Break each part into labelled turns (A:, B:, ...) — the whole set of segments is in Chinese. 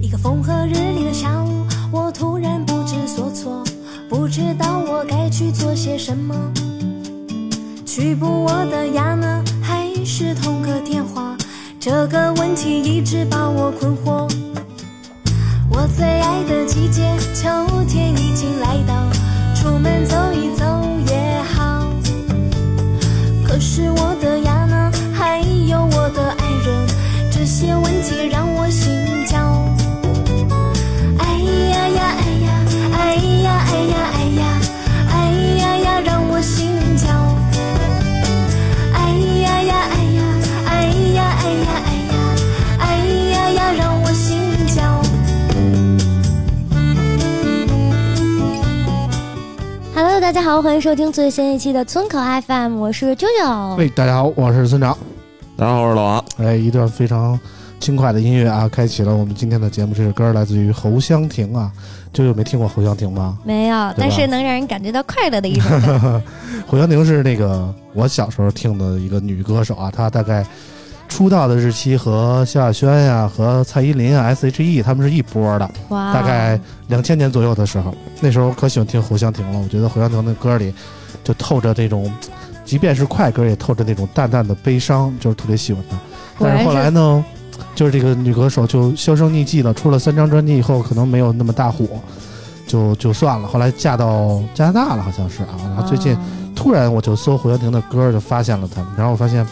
A: 一个风和日丽的下午，我突然不知所措，不知道我该去做些什么。去补我的牙呢，还是通个电话？这个问题一直把我困惑。我最爱的季节，秋天已经来到，出门走一走也好。可是我的牙呢，还有我的爱人，这些问题让我心焦。哎呀呀，哎呀，哎呀，哎呀，哎呀，哎呀呀，让我心焦。哎呀呀，哎呀，哎呀，哎呀，哎呀，哎呀呀，让我心焦。
B: Hello，大家好，欢迎收听最新一期的村口 FM，我是啾啾。
C: 喂，大家好，我是村长。
D: 大家好，我是老王。
C: 哎，一段非常轻快的音乐啊，开启了我们今天的节目。这首歌来自于侯湘婷啊，舅舅没听过侯湘婷吗？
B: 没有，但是能让人感觉到快乐的一 首歌。
C: 侯湘婷是那个我小时候听的一个女歌手啊，她大概出道的日期和萧亚轩呀、和蔡依林啊、S.H.E 他们是一波的，
E: 啊
B: 哇，
C: 大概两千年左右的时候，那时候可喜欢听侯湘婷了。我觉得侯湘婷的歌里就透着这种，即便是快歌也透着那种淡淡的悲伤，就是特别喜欢她。
B: 果
C: 但
B: 然
C: 是后来呢，就是这个女歌手就销声匿迹了，出了三张专辑以后，可能没有那么大火，就就算了。后来嫁到加拿大了，好像是啊。然后最近
B: 啊
E: 嗯
C: 突然我就搜胡杨婷的歌，就发现了她，然后我发现，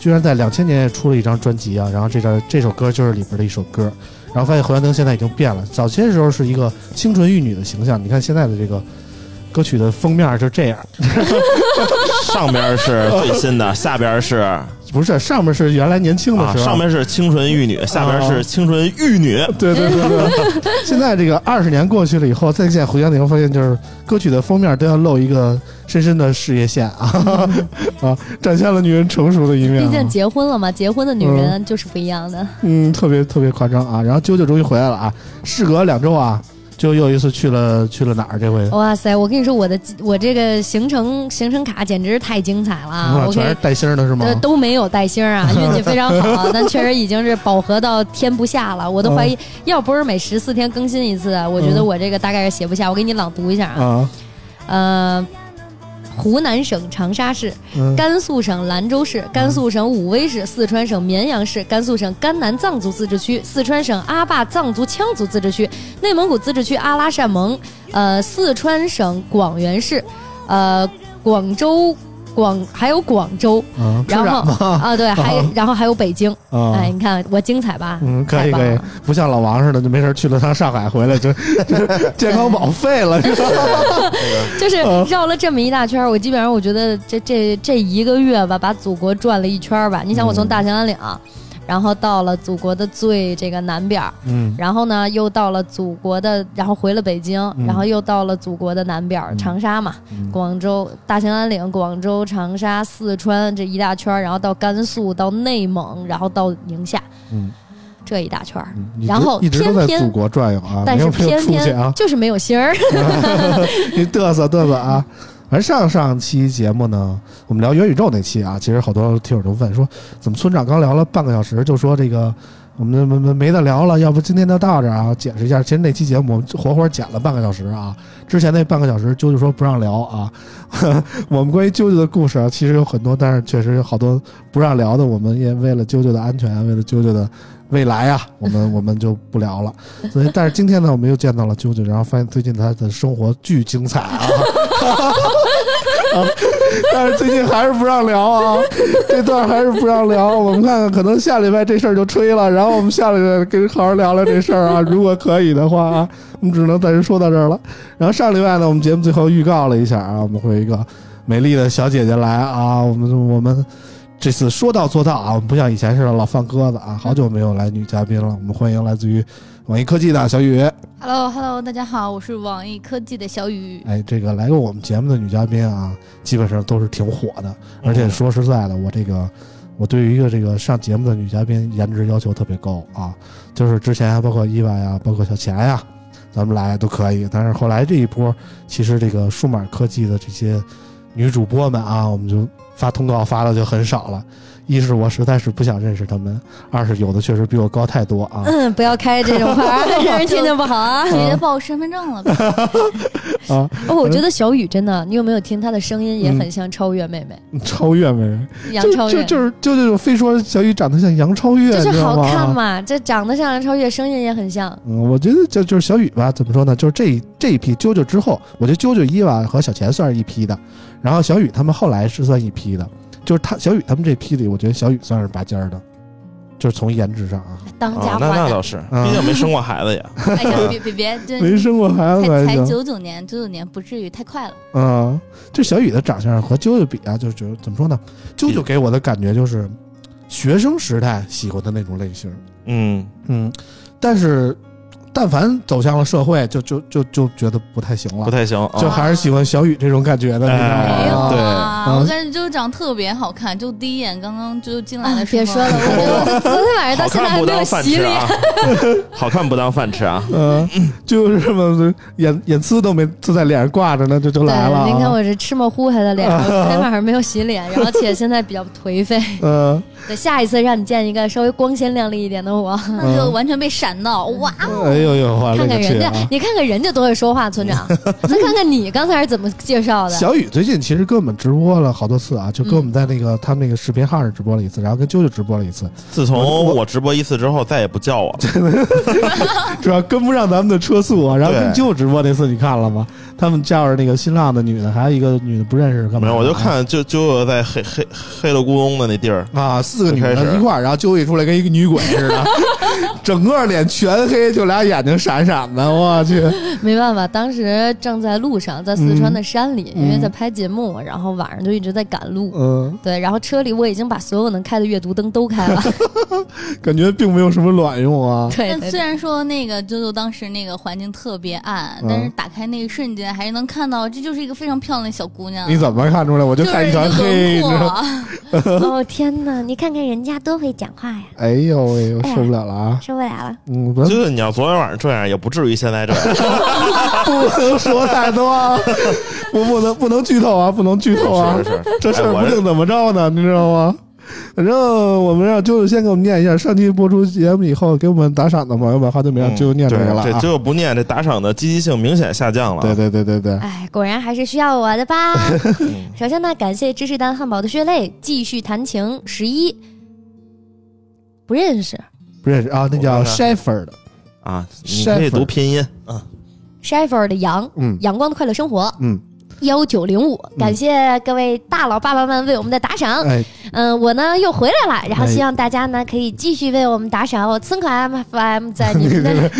C: 居然在两千年也出了一张专辑啊，然后这张这首歌就是里边的一首歌，然后发现胡杨婷现在已经变了，早些时候是一个清纯玉女的形象，你看现在的这个歌曲的封面就这样，
D: 上边是最新的，下边是啊，
C: 不是上面是原来年轻的时候，啊
D: 上面是清纯玉女，下边是清纯玉女。
C: 对对对对，现在这个二十年过去了以后，再见胡杨婷，发现就是歌曲的封面都要露一个深深的事业线啊 啊，展现了女人成熟的一面、啊。
E: 毕竟结婚了嘛，结婚的女人就是不一样的。
C: 嗯，特别特别夸张啊！然后啾啾终于回来了啊，事隔两周啊，就又一次去了去了哪儿？这回
E: 哇塞，我跟你说，我的我这个行程行程卡简直是太精彩了啊！
C: 哇
E: 我
C: 全是
E: 跟
C: 带星儿的是吗？
E: 这都没有带星儿 啊，运气非常好，但确实已经是饱和到天不下了。我都怀疑，要不是每十四天更新一次，我觉得
C: 嗯
E: 我这个大概是写不下。我给你朗读一下啊，
C: 啊，
E: 呃。湖南省长沙市、
C: 嗯，
E: 甘肃省兰州市、甘肃省武威市、四川省绵阳市、甘肃省甘南藏族自治区、四川省阿坝藏族羌族自治区、内蒙古自治区阿拉善盟，呃，四川省广元市，呃，广州广还有广州，
C: 啊，吃
E: 然
C: 染
E: 后
C: 吗？
E: 啊对， 还有然后还有北京，
C: 啊，
E: 哎，你看我精彩吧？
C: 嗯，可
E: 太
C: 以
E: 棒
C: 可以
E: 了，
C: 不像老王似的，就没事儿去了趟上海，回来就就健康宝废了，是吧？
E: 就是
C: 嗯
E: 绕了这么一大圈儿，我基本上我觉得这这这一个月吧，把祖国转了一圈儿吧。你想，
C: 嗯
E: 我从大兴安岭，然后到了祖国的最这个南边儿，
C: 嗯
E: 然后呢又到了祖国的，然后回了北京，
C: 嗯
E: 然后又到了祖国的南边儿，
C: 嗯
E: 长沙嘛，广州、大兴安岭、广州、长沙、四川这一大圈儿，然后到甘肃，到内蒙，然后到宁夏
C: 嗯，
E: 这一大圈儿。
C: 嗯你
E: 然
C: 这
E: 后
C: 一直都在
E: 偏偏
C: 祖国转悠啊，
E: 但
C: 没
E: 是
C: 有没有
E: 偏
C: 出去啊
E: 偏，就是没有星儿，
C: 你嘚瑟嘚瑟啊！而上上期节目呢，我们聊元宇宙那期啊，其实好多听友都问说，怎么村长刚聊了半个小时，就说这个我们没没没得聊了，要不今天就到这儿啊？解释一下，其实那期节目我们活活剪了半个小时啊，之前那半个小时啾啾说不让聊啊。 我们关于啾啾的故事啊，其实有很多，但是确实有好多不让聊的，我们也为了啾啾的安全，为了啾啾的未来啊，我们我们就不聊了。所以，但是今天呢，我们又见到了啾啾，然后发现最近他的生活巨精彩啊。 啊但是最近还是不让聊啊，这段还是不让聊。我们看看，可能下礼拜这事儿就吹了，然后我们下礼拜跟好好聊聊这事儿啊。如果可以的话啊，我们只能暂时说到这儿了。然后上礼拜呢，我们节目最后预告了一下啊，我们会有一个美丽的小姐姐来啊，我们我们这次说到做到啊，我们不像以前似的老放鸽子啊，好久没有来女嘉宾了，我们欢迎来自于网易科技的小雨，
F: Hello Hello，大家好，我是网易科技的小雨。
C: 哎，这个来过我们节目的女嘉宾啊，基本上都是挺火的，
D: 嗯
C: 而且
D: 啊
C: 说实在的，我这个。我对于一个这个上节目的女嘉宾颜值要求特别高啊，就是之前包括伊娃呀，包括小钱呀，咱们来都可以。但是后来这一波，其实这个数码科技的这些女主播们啊，我们就发通告发的就很少了。一是我实在是不想认识她们，二是有的确实比我高太多 啊。
E: 嗯，不要开这种 话，让人听听不好啊。
F: 直接报身份证了吧？
D: 啊
E: 哦，我觉得小雨真的，你有没有听她的声音也很像超越妹妹
C: 超越没人，
D: 嗯
E: 杨
C: 就
E: 超
C: 就
E: 越？
C: 就是就这种非说小雨长得像杨超越，
D: 啊
E: 就是
C: 你知道
E: 好
C: 吗
E: 看嘛，这长得像杨超越，声音也很像。
C: 嗯，我觉得就就是小雨吧，怎么说呢？就是这一这一批啾啾之后，我觉得啾啾伊娃和小钱算是一批的，然后小雨他们后来是算一批的，就是他小雨他们这批里，我觉得小雨算是拔尖儿的，就是从颜值上啊，
F: 当
D: 啊
F: 家，
D: 那
F: 花
D: 那
F: 旦。
D: 倒是，
C: 嗯
D: 毕竟没生过孩子也。
F: 哎呀，别别别，这
C: 没生过孩子
F: 才才
D: 啊
C: 还行，
F: 九九年，九九年不至于太快了。
C: 嗯，这小雨的长相和啾啾比啊，就是觉得怎么说呢？啾啾给我的感觉就是学生时代喜欢的那种类型，
D: 嗯，
C: 嗯，但是但凡走向了社会，就就就就觉得不太行了
D: 不。太行啊。
C: 就还是喜欢小雨这种感觉的，你知道吗？
D: 哎
F: 没有
D: 对
F: 啊，
C: 嗯
F: 我感觉就是长得特别好看，就第一眼刚刚就进来的时候，
E: 啊别说了，我我昨天晚哎上到
D: 好
E: 现在
D: 看
E: 还
D: 不
E: 没有
D: 当饭
E: 洗
D: 吃
E: 脸。
D: 啊！ 好看不当饭吃啊！
C: 嗯，就是嘛，眼眼刺都没刺在脸上挂着呢，就就
E: 对，
C: 来了、啊。
E: 您看我这吃么呼黑的脸，我昨天晚上没有洗脸，然后且现在比较颓废。
C: 嗯，
E: 对，下一次让你见一个稍微光鲜亮丽一点的我，
F: 那就完全被闪到，哇！
C: 哎呦呦，我勒
E: 哦看
C: 个
E: 看人
C: 去
E: 家
C: 嗯啊，！
E: 你看看人家多会说话，村长，再看看你刚才是怎么介绍的。嗯
C: 小雨最近其实跟我们直播了好多次啊，就跟我们在那个、他们那个视频号上直播了一次，然后跟啾啾直播了一次，
D: 自从我直播一次之后，再也不叫我了。
C: 主要跟不上咱们的车速啊。然后
D: 对
C: 跟啾啾直播那次你看了吗？他们叫着那个新浪的女的，还有一个女的不啊认识，干嘛？
D: 没有，我就看就就在黑黑黑了咕咚的那地儿，
C: 啊，四个女
D: 就开
C: 的
D: 始
C: 一块儿，然后揪一出来跟一个女鬼似 的，整个脸全黑，就俩眼睛闪闪的，我去，
E: 没办法，当时正在路上，在四川的山里，
C: 嗯
E: 因为在拍节目，然后晚上就一直在赶路。
C: 嗯，
E: 对，然后车里我已经把所有能开的阅读灯都开 了。
C: 感觉并没有什么卵用啊。
E: 对，
F: 但
E: 对
F: 虽然说那个啾啾当时那个环境特别暗
C: 嗯，
F: 但是打开那一瞬间还是能看到，这就是一个非常漂亮的小姑娘。
C: 你怎么看出来？我就
F: 就是
C: 看一团黑，你
F: 一
C: 知
F: 个
C: 道吗？
F: 轮廓，
G: 哦天哪，你看看人家多会讲话呀，
C: 哎呦喂，我
G: 哎呀
C: 受不了了啊！
G: 受不了了。
C: 嗯，
D: 就
C: 咱
D: 是你要昨天晚上这样，也不至于现在 这样。
C: 不能说太多， 啊，我不能不能剧透啊，不能剧透啊
D: 是，是是，
C: 这事
D: 哎
C: 儿
D: 我
C: 不
D: 是
C: 定怎么着呢，你知道吗？反正我们让啾啾先给我们念一下上期播出节目以后给我们打赏的朋友们，好久没让啾啾念
D: 嗯
C: 这个
D: 对
C: 了
D: 这
C: 啊！
D: 就不念，这打赏的积极性明显下降了。啊
C: 对对对对对，
E: 哎，果然还是需要我的吧。
D: 嗯，
E: 首先呢，感谢芝士蛋汉堡的血泪，继续弹琴十一，不认识
C: 不认识啊，那叫
D: 我看
C: Shepherd，
D: 啊，你可以
C: Shepherd
D: 读拼音啊。
E: s h e f e r 的羊，
C: 嗯
E: 阳光的快乐生活
C: 嗯，
E: 幺九零五，感谢各位大佬爸爸们为我们的打赏。
C: 哎，
E: 嗯，我呢又回来了，然后
C: 哎
E: 希望大家呢可以继续为我们打赏。我哦村口 FM 在 你们的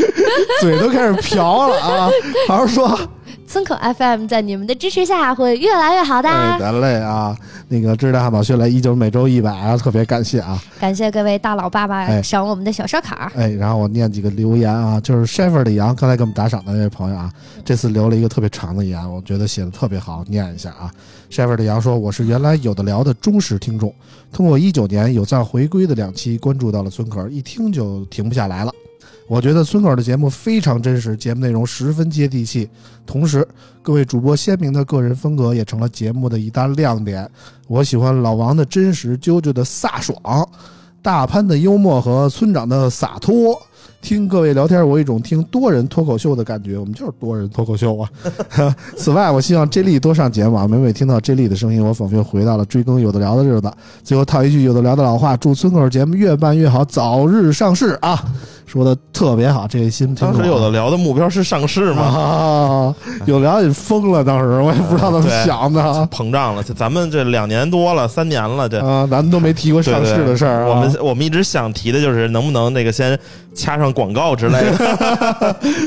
C: 嘴都开始瓢了啊！好好说，
E: 村口 FM 在你们的支持下会越来越好 的。
C: 哎，得嘞啊！那个知道汉堡血来依旧每周一百啊，特别感谢啊！
E: 感谢各位大佬爸
C: 哎
E: 爸赏我们的小烧烤儿。
C: 哎，然后我念几个留言啊，就是 s h e f e r 的羊，刚才给我们打赏的那位朋友啊，这次留了一个特别长的言，我觉得写的特别好，念一下啊。s h e f e r 的羊说：“我是原来有的聊的忠实听众，通过一九年有赞回归的两期关注到了村口，一听就停不下来了。我觉得村口的节目非常真实，节目内容十分接地气，同时各位主播鲜明的个人风格也成了节目的一大亮点。我喜欢老王的真实，啾啾的飒爽。”大潘的幽默和村长的洒脱，听各位聊天，我有一种听多人脱口秀的感觉，我们就是多人脱口秀啊。此外，我希望 J 莉多上节目啊。每每听到 J 莉的声音，我仿佛又回到了追更有的聊的日子。最后套一句有的聊的老话，祝村口节目越办越好，早日上市啊！说的特别好，这新听
D: 当
C: 众啊
D: 时 有的聊的目标是上市嘛，
C: 啊， 有聊也疯了，当时我也不知道怎么
D: 对
C: 想的 啊
D: 膨胀了。这咱们这两年多了，三年了，这
C: 啊，咱们都没提过
D: 对
C: 上
D: 对
C: 市的事儿啊。
D: 我们我们一直想提的就是能不能那个先掐上广告之类的。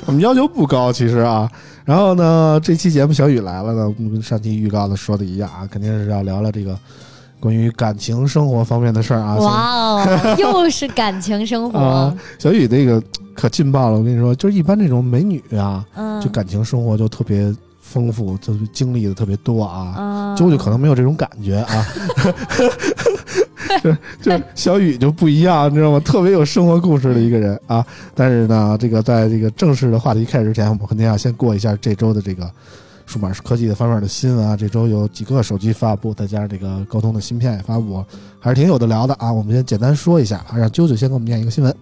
C: 我们要求不高，其实啊。然后呢，这期节目小雨来了呢，跟上期预告的说的一样啊，肯定是要聊聊这个关于感情生活方面的事儿啊。
E: 哇哦，又是感情生活，
C: 啊小雨这个可劲爆了，我跟你说，就是一般这种美女啊，
E: 嗯，
C: 就感情生活就特别丰富，就是经历的特别多啊。
E: 啊，
C: 啾啾可能没有这种感觉啊， 就是就是小雨就不一样，你知道吗？特别有生活故事的一个人啊。但是呢，这个在这个正式的话题开始之前，我们肯定要先过一下这周的这个数码科技的方面的新闻啊。这周有几个手机发布，再加上这个高通的芯片也发布，还是挺有的聊的啊。我们先简单说一下啊，让啾啾先给我们念一个新闻。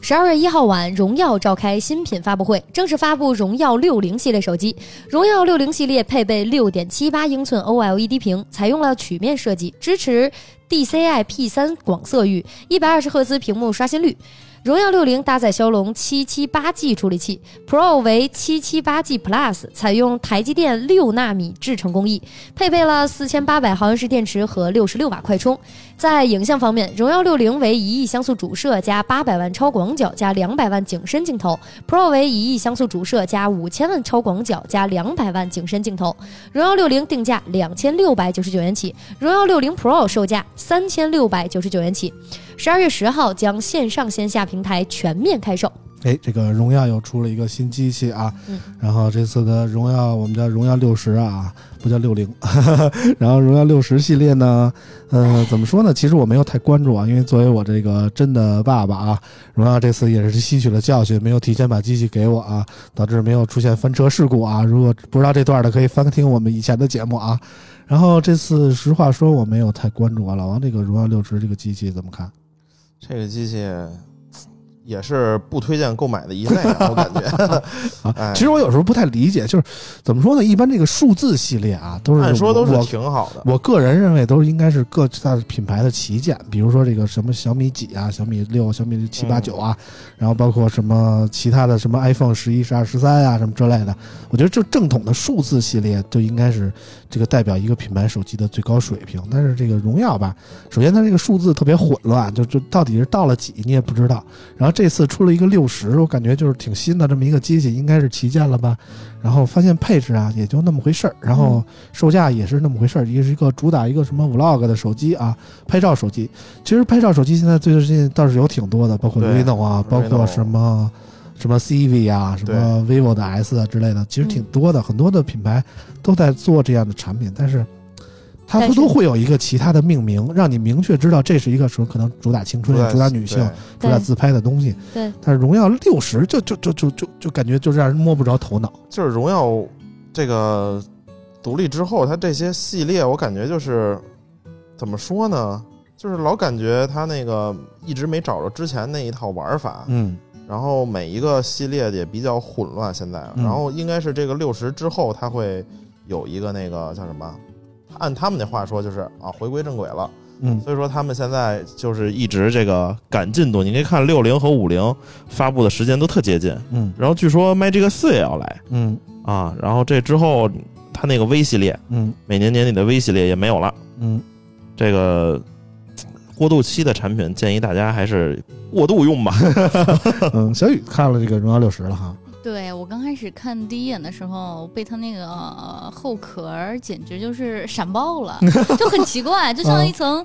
E: 十二月一号晚，荣耀召开新品发布会，正式发布荣耀六零系列手机。荣耀六零系列配备六点七八英寸 OLED 屏，采用了曲面设计，支持 DCI P 三广色域，一百二十赫兹屏幕刷新率。荣耀六零搭载骁龙七七八 G 处理器，Pro 为七七八 G Plus，采用台积电六纳米制程工艺，配备了四千八百毫安时电池和六十六瓦快充。在影像方面，荣耀六零为一亿像素主摄加八百万超广角加两百万景深镜头，Pro 为一亿像素主摄加五千万超广角加两百万景深镜头。荣耀六零定价两千六百九十九元起，荣耀六零 Pro 售价三千六百九十九元起。十二月十号将线上线下平台全面开售。
C: 哎，这个荣耀又出了一个新机器啊，
E: 嗯
C: 然后这次的荣耀我们叫荣耀六十啊，不叫六零， 然后荣耀六十系列呢，呃，怎么说呢？其实我没有太关注啊，因为作为我这个真的爸爸啊，荣耀这次也是吸取了教训，没有提前把机器给我啊，导致没有出现翻车事故啊。如果不知道这段的，可以翻听我们以前的节目啊。然后这次实话说我没有太关注啊，老王这个荣耀六十这个机器怎么看？
D: 这个机器也是不推荐购买的一类啊，我感觉。
C: 啊
D: 哎，
C: 其实我有时候不太理解，就是怎么说呢？一般这个数字系列啊，都是
D: 按说都是
C: 我
D: 挺好的。
C: 我个人认为都是应该是各大品牌的旗舰，比如说这个什么小米几啊、小米六、小米七八九啊，
D: 嗯
C: 然后包括什么其他的什么 iPhone 十一、十二、十三啊什么之类的。我觉得就正统的数字系列就应该是这个代表一个品牌手机的最高水平。但是这个荣耀吧，首先它这个数字特别混乱，就就到底是到了几你也不知道。然后这次出了一个六十，我感觉就是挺新的这么一个机器，应该是旗舰了吧。然后发现配置啊也就那么回事儿，然后
D: 嗯
C: 售价也是那么回事儿，也是一个主打一个什么 vlog 的手机啊，拍照手机。其实拍照手机现在最近倒是有挺多的，包括
D: 对
C: reno 啊，包括
D: Reno
C: 什么。什么 CV 啊，什么 vivo 的 S 啊之类的，其
D: 嗯
C: 实挺多的，很多的品牌都在做这样的产品，但是它
E: 但
C: 不
E: 是
C: 都会有一个其他的命名，让你明确知道这是一个什么可能主打青春、主打女性、主打
E: 对
C: 自拍的东西。
E: 对，
C: 但是荣耀六十就就就就就就感觉就让人摸不着头脑。
D: 就是荣耀这个独立之后，它这些系列，我感觉就是怎么说呢？就是老感觉它那个一直没找着之前那一套玩法，
C: 嗯，
D: 然后每一个系列也比较混乱。现在，
C: 嗯
D: 然后应该是这个六十之后，它会有一个那个叫什么？按他们那话说，就是啊，回归正轨了。
C: 嗯，
D: 所以说他们现在就是一直这个赶进度。你可以看六零和五零发布的时间都特接近，
C: 嗯
D: 然后据说 Magic 四也要来。
C: 嗯
D: 啊，然后这之后，它那个 V 系列，
C: 嗯
D: 每年年底的 V 系列也没有了。
C: 嗯，
D: 这个嘖过渡期的产品，建议大家还是过度用吧。
C: 嗯，小雨看了这个荣耀六十了哈，
F: 对我刚开始看第一眼的时候，被它那个呃后壳儿简直就是闪爆了， 就很奇怪，就
C: 嗯
F: 像一层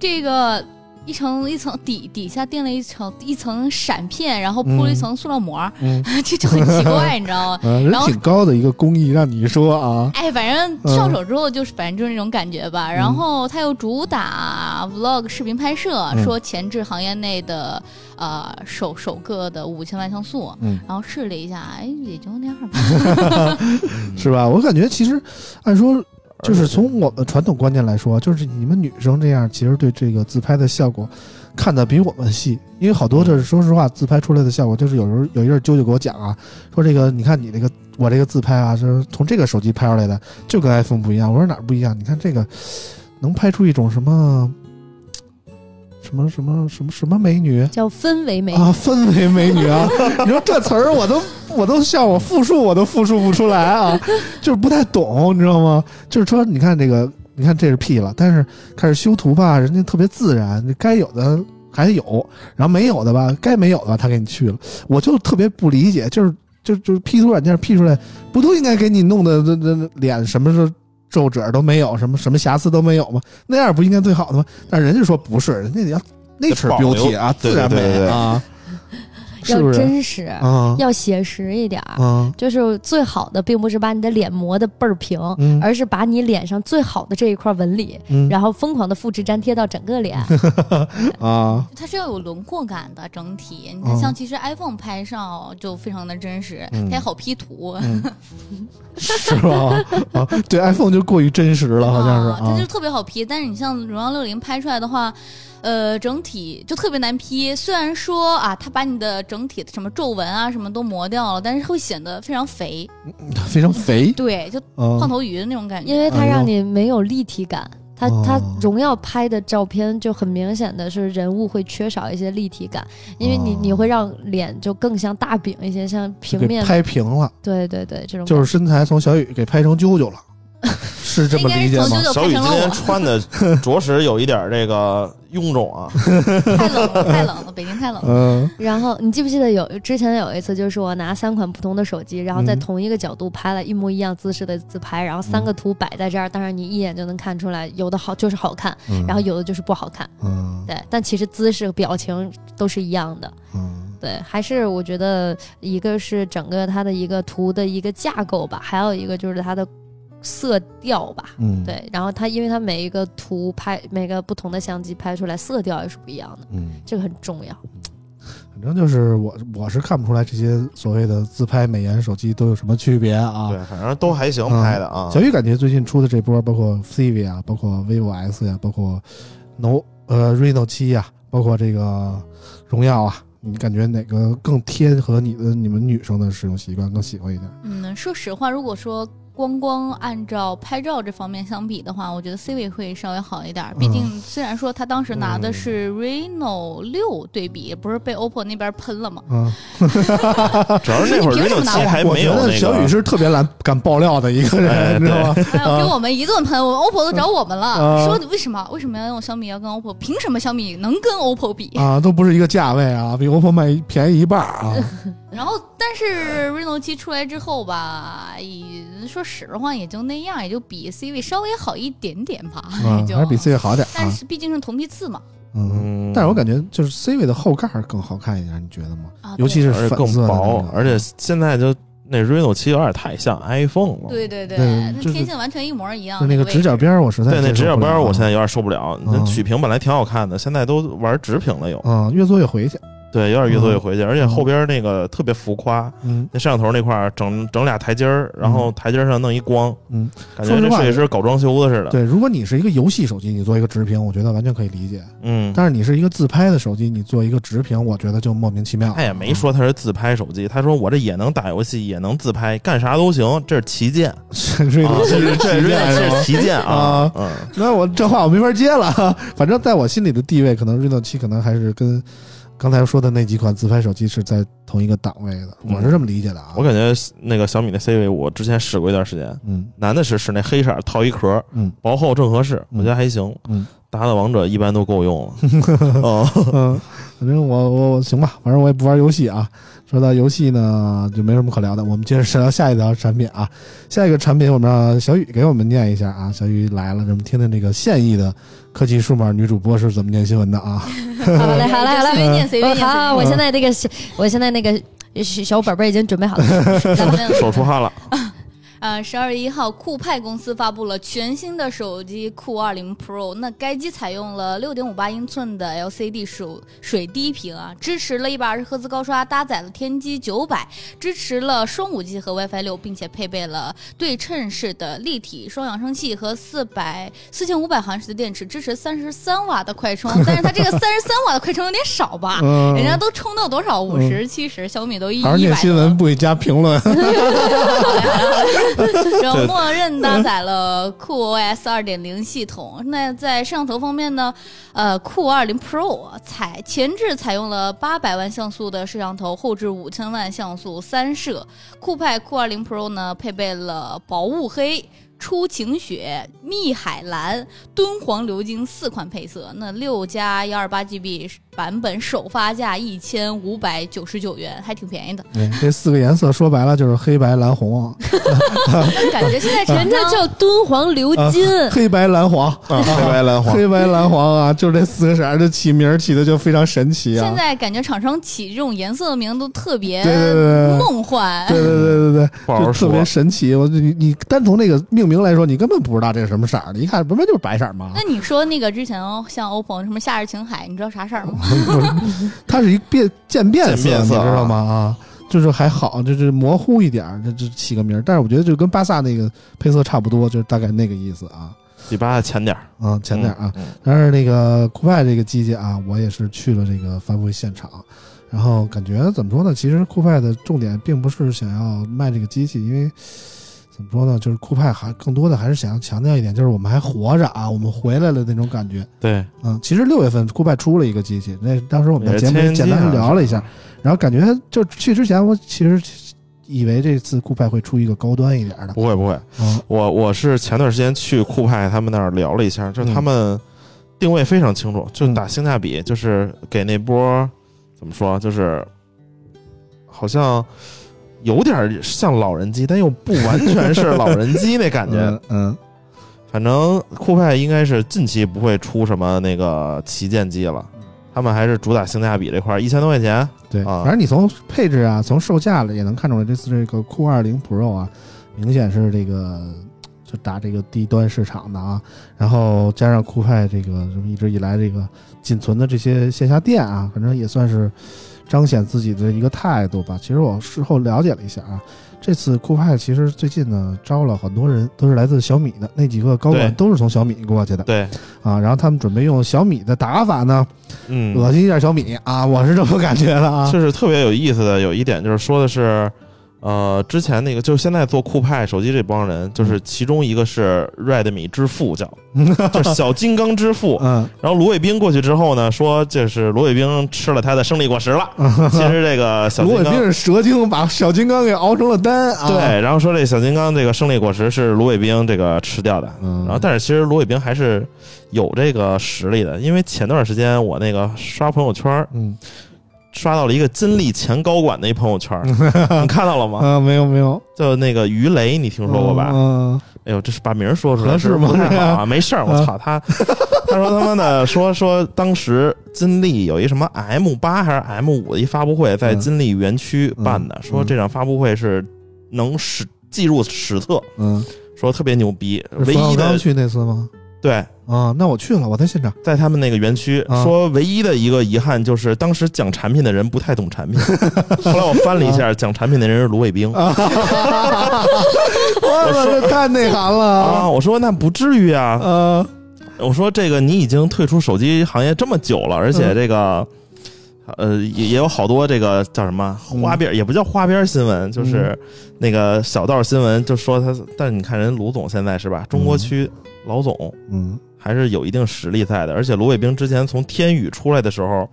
F: 这个。一层一层底底下垫了一层一层闪片，然后铺了一
C: 嗯
F: 层塑料膜儿，
C: 嗯
F: 这就很奇怪，你知道吗？
C: 呃，人
F: 然后
C: 挺高的一个工艺，让你说啊，
F: 哎，反正上手之后就是，反正就是那种感觉
C: 嗯
F: 吧。然后它又主打 vlog 视频拍摄，
C: 嗯
F: 说前置行业内的呃首首个的五千万像素。
C: 嗯
F: 然后 试了一下，哎，也就那样吧。
C: 是吧？我感觉其实按说嗯就是
D: 而且
C: 从我们传统观念来说，就是你们女生这样，其实对这个自拍的效果看得比我们细，因为好
D: 嗯
C: 多就是说实话，自拍出来的效果，就是有时候有一阵儿啾啾给我讲啊，说这个你看你这个我这个自拍啊，是从这个手机拍出来的，就跟 iPhone 不一样。我说哪儿不一样？你看这个能拍出一种什么什么什么什么什么美女。
E: 叫氛围美。
C: 啊，氛围美女啊！你说这词儿我都我都像我复述我都复述不出来啊，就是不太懂，你知道吗？就是说，你看这个，你看这是 P 了，但是开始修图吧，人家特别自然，该有的还有，然后没有的吧，该没有的吧，他给你去了，我就特别不理解，就是就就是 P 图软件 P 出来，不都应该给你弄的这这这脸什么时候？皱褶都没有，什么什么瑕疵都没有吗？那样不应该最好的吗？但是人家说不是，人家要 nature
D: 保留
C: beauty 啊，
D: 对
C: 自然美
D: 对对对
C: 啊，是
E: 要
C: 不是？
E: 真实，
C: 啊
E: 要写实一点儿。
C: 啊
E: 就是最好的，并不是把你的脸磨得倍儿平，
C: 嗯
E: 而是把你脸上最好的这一块纹理，
C: 嗯
E: 然后疯狂的复制粘贴到整 个脸。
C: 啊
F: 它是要有轮廓感的整体。你
C: 嗯
F: 看，像其实 iPhone 拍照就非常的真实，
C: 嗯
F: 它也好 P 图，
C: 嗯，是吧？啊，对，iPhone 就过于真实了，哦好
E: 啊
C: 像
F: 啊
C: 啊
F: 它就是特别好 P。但是你像荣耀六零拍出来的话，呃，整体就特别难 P。虽然说啊，它把你的整体的什么皱纹啊什么都磨掉了，但是会显得非常肥，
C: 啊，非常肥
F: 对，就胖
C: 啊，
F: 头鱼的那种感觉。
E: 因为它让你没有立体感。它
C: 哦
E: 它荣耀拍的照片就很明显的是人物会缺少一些立体感，因为你
C: 哦
E: 你会让脸就更像大饼一些，像
C: 就
E: 平
C: 给
E: 面。
C: 拍平了，
E: 对对对，这种
C: 就是身
E: 感
C: 材从小雨给拍成啾啾 了，是这么理解
F: 应该
C: 吗
F: 是？就
D: 小
F: 拍
D: 雨
F: 成
D: 今
F: 了
D: 天
F: 我
D: 穿的着实有一点这个臃肿啊，
F: 太冷了，太冷了，北京太冷了。
C: 嗯
E: 觉。然后你记不记得有之前有一次，就是我拿三款不同的手机，然后在
C: 嗯
E: 同一个角度拍了一模一样姿势的自拍，然后三个图摆在这儿，当然你一眼就能看出来，有的好就是好看，
C: 嗯
E: 然后有的就是不好看。
C: 嗯
E: 对，但其实姿势、表情都是一样的。
C: 嗯
E: 对，还是我觉得一个是整个它的一个图的一个架构吧，还有一个就是它的色调吧。
C: 嗯，
E: 对，然后它因为它每一个图拍每个不同的相机拍出来色调也是不一样的，
C: 嗯，
E: 这个很 重要。
C: 反正就是我我是看不出来这些所谓的自拍美颜手机都有什么区别啊。
D: 对，反正都还行拍的啊
C: 小。雨感觉最近出的这波，包括 CV 啊，包括 vivo S 呀、包括 No 呃 Reno 七呀、包括这个荣耀啊，你感觉哪个更贴合你的你们女生的使用习惯，更喜欢一点？
F: 嗯，说实话，如果说光光按照拍照这方面相比的话，我觉得 C 位会稍微好一点儿。毕
C: 嗯
F: 竟虽然说他当时拿的是 Reno 六对比，不是被 OPPO 那边喷了吗？
C: 啊，
D: 主要是那会儿
F: 你凭什
D: Reno
F: 么拿
D: 七嗯还
C: 我
D: 没
C: 觉
D: 有那
C: 得
D: 个。
C: 小雨是特别懒敢爆料的一个
D: 哎
C: 人，你知道吗？
F: 哎呦，给我们一顿喷，我们 OPPO 都找我们了，
C: 啊
F: 说你为什么为什么要用小米要跟 OPPO？凭什么小米能跟 OPPO 比？
C: 啊，都不是一个价位啊，比 OPPO 卖便宜一半儿 啊。
F: 然后，但是 Reno 七出来之后吧，也说实话也就那样，也就比 C 位稍微好一点点吧，
C: 啊
F: 也，就
C: 还是比 CV 好点儿
F: 但
C: 啊。
F: 是毕竟是同批次嘛，
C: 嗯，
D: 嗯，
C: 但是我感觉就是 C 位的后盖儿更好看一点，你觉得吗？
F: 啊，嗯
C: 尤其是
D: 而且
C: 粉
D: 更
C: 色的那
D: 薄
C: 种，
D: 而且现在就那 Reno 七有点太像 iPhone 了。
F: 对对对，
C: 对
F: 那
C: 就是
F: 天线完全一模一样。
C: 就那个
F: 位置
C: 直角，边儿，我实在
D: 对，那
C: 接
D: 直
C: 受
D: 角
C: 不
D: 边
C: 了
D: 儿我
C: 啊
D: 现在有点受不了。
C: 嗯
D: 那曲屏本来挺好看的，现在都玩直屏了又。
C: 啊，越做越回去。
D: 对，有点越走越回去，而且后边那个特别浮夸，
C: 嗯，
D: 那摄像头那块儿整整俩台阶儿，然后台阶儿上弄一光，
C: 嗯，
D: 感觉这设计师搞装修的似的。
C: 对，如果你是一个游戏手机，你做一个直屏，我觉得完全可以理解。
D: 嗯，
C: 但是你是一个自拍的手机，你做一个直屏，我觉得就莫名其妙。
D: 他 也没，说他是自拍手机，他说我这也能打游戏，也能自拍，干啥都行，这是旗舰，啊
C: 这
D: 这是这是
C: 是
D: 这是旗舰啊
C: 啊，
D: 嗯，
C: 那我这话我没法接了。 反正在我心里的地位，可能 Reno 七可能还是跟刚才说的那几款自拍手机是在同一个档位的，我是这么理解的啊。
D: 嗯我感觉那个小米的 C 位，我之前使过一段时间，
C: 嗯
D: 男的是使那黑色儿套一壳，
C: 嗯，
D: 薄厚正合适，
C: 嗯
D: 我觉得还行。
C: 嗯，
D: 打打王者一般都 够用了。嗯，
C: 嗯，反正我我我行吧，反正我也不玩游戏啊。说到游戏呢，就没什么可聊的，我们接着聊下一条产品啊。下一个产品，我们让小雨给我们念一下啊。小雨来了，咱们听听这个现役的科技数码女主播是怎么念新闻的啊。
E: 好嘞，好嘞，好嘞，
F: 随便念随便念
E: 我好，我
D: 嗯
C: 随便念
E: 现在 那个小，我现在那个小小本本已经准备好了。
F: 咱们
D: 手出汗了。
F: 呃，十二月一号，酷派公司发布了全新的手机酷二零 Pro。那该机采用了六点五八英寸的 LCD 手水滴屏啊，支持了一百二十赫兹高刷，搭载了天玑九百，支持了双五 G 和 WiFi 六，并且配备了对称式的立体双扬声器和四百四千五百毫安时的电池，支持三十三瓦的快充。但是它这个三十三瓦的快充有点少吧？
C: 嗯
F: 人家都充到多少？五十、七十，小米都一一
C: 还
F: 百
C: 是念新闻
F: 多。
C: 不给加评论，
F: 然后默认搭载了酷 OS 二点零系统。那在摄像头方面呢，呃，酷二零 Pro 啊采前置采用了八百万像素的摄像头，后置五千万像素三摄。酷派酷二零 Pro 呢配备了薄雾黑。出晴雪、蜜海蓝、敦煌鎏金四款配色，那六加幺二八 GB 版本首发价一千五百九十九元，还挺便宜的。
C: 这四个颜色说白了就是黑白蓝红啊，
F: 感觉现在
E: 人
F: 陈
E: 家
F: 章
E: 叫敦煌鎏金，
D: 嗯
C: 黑白蓝黄，
D: 啊，黑白蓝黄，
C: 黑白蓝黄啊，就是这四个色儿的起名儿起的就非常神奇啊
F: 现。在感觉厂商起这种颜色的名都特别
C: 对对对对
F: 梦幻。
C: 对对对对对，
D: 不好
C: 就
D: 好
C: 特
D: 说
C: 别。神奇。我你你单从那个命名来说，你根本不知道这是什么色儿的，一看不是就是白色儿吗
F: 那？你说那个之前哦像 OPPO 什么夏日晴海，你知道啥事儿吗？
C: 它是一变渐变色，
D: 渐变
C: 你
D: 色啊
C: 知道吗？啊，就是还好，就是模糊一点儿，这这起个名儿。但是我觉得就跟巴萨那个配色差不多，就是大概那个意思啊。
D: 比八浅点儿，
C: 啊，浅点儿啊，
D: 嗯，嗯
C: 但是那个酷派这个机器啊，我也是去了这个发布会现场，然后感觉怎么说呢？其实酷派的重点并不是想要卖这个机器，因为怎么说呢，就是酷派还更多的还是想要强调一点，就是我们还活着啊，我们回来了那种感觉。
D: 对，
C: 嗯，其实六月份酷派出了一个机器，那当时我们在节目
D: 也
C: 里
D: 是千
C: 简
D: 元机啊
C: 单聊了一 下，然后感觉就去之前，我其实以为这次酷派会出一个高端一点的，
D: 不会不会，
C: 嗯，
D: 我我是前段时间去酷派他们那儿聊了一下，就是他们定位非常清楚，就是打性价比，就是给那波怎么说，啊就是好像有点像老人机，但又不完全是老人机那 感觉
C: 嗯。嗯
D: 反正酷派应该是近期不会出什么那个旗舰机了，他们还是主打性价比这块儿，一千多块钱。
C: 对，
D: 啊
C: 反正你从配置啊，从售价里也能看出来，这次这个酷二零 Pro 啊，明显是这个就打这个低端市场的啊。然后加上酷派这个这么一直以来这个仅存的这些线下店啊，反正也算是彰显自己的一个态度吧。其实我事后了解了一下啊，这次酷派其实最近呢招了很多人，都是来自小米的那几个高管
D: 对
C: 都是从小米过去的
D: 对，
C: 啊。然后他们准备用小米的打法呢，
D: 嗯，
C: 恶心一下小米啊，我是这么感觉的啊。
D: 就是特别有意思的有一点就是说的是，呃，之前那个就是现在做酷派手机这帮人，就是
C: 嗯
D: 其中一个是 Redmi 之 父叫，就是小金刚之父。
C: 嗯，
D: 然后卢伟冰过去之后呢，说就是卢伟冰吃了他的生力果实了。其实这个
C: 嗯
D: 小
C: 卢
D: 金
C: 伟
D: 刚
C: 冰。是蛇精，把小金刚给熬成了丹啊。，
D: 对，然后说这小金刚这个胜利果实是卢伟冰这个吃掉的，
C: 嗯
D: 然后但是其实卢伟冰还是有这个实力的，因为前段时间我那个刷朋友圈儿
C: 嗯
D: 刷到了一个金立前高管的一朋友 圈儿，你看到了吗？
C: 啊，没有没有，
D: 就那个于雷，你听说过吧？
C: 嗯，
D: 哎呦，这是把名儿说出来
C: 合适吗
D: 是不太好
C: 这
D: 啊，没事儿，
C: 啊
D: 我操他， 他说他妈的说说当时金立有一什么 M 八还是 M 五的一发布会，在
C: 嗯
D: 金立园区办的，
C: 嗯
D: 说这场发布会是能史记录史册，
C: 嗯，
D: 说特别牛逼，
C: 是
D: 唯
C: 冯
D: 一
C: 小刚
D: 的
C: 去那次吗？
D: 对，
C: 啊，那我去了，我在现 场。
D: 在他们那个园区，
C: 啊
D: 说唯一的一个遗憾就是当时讲产品的人不太懂产品， 后来我翻了一下，讲产品的人是卢伟
C: 啊
D: 冰。
C: 我操，这太内涵了
D: 啊，！我说那不至于啊，
C: 呃，
D: 我说这个你已经退出手机行业这么久了，而
C: 嗯
D: 且这个，呃，也也有好多这个叫什么
C: 嗯
D: 花边，也不叫花边新闻，就是那个小道新闻，就说他。但是你看人卢总现在是吧，中国区老总
C: 嗯，
D: 还是有一定实力在的，而且卢伟冰之前从天宇出来的时候。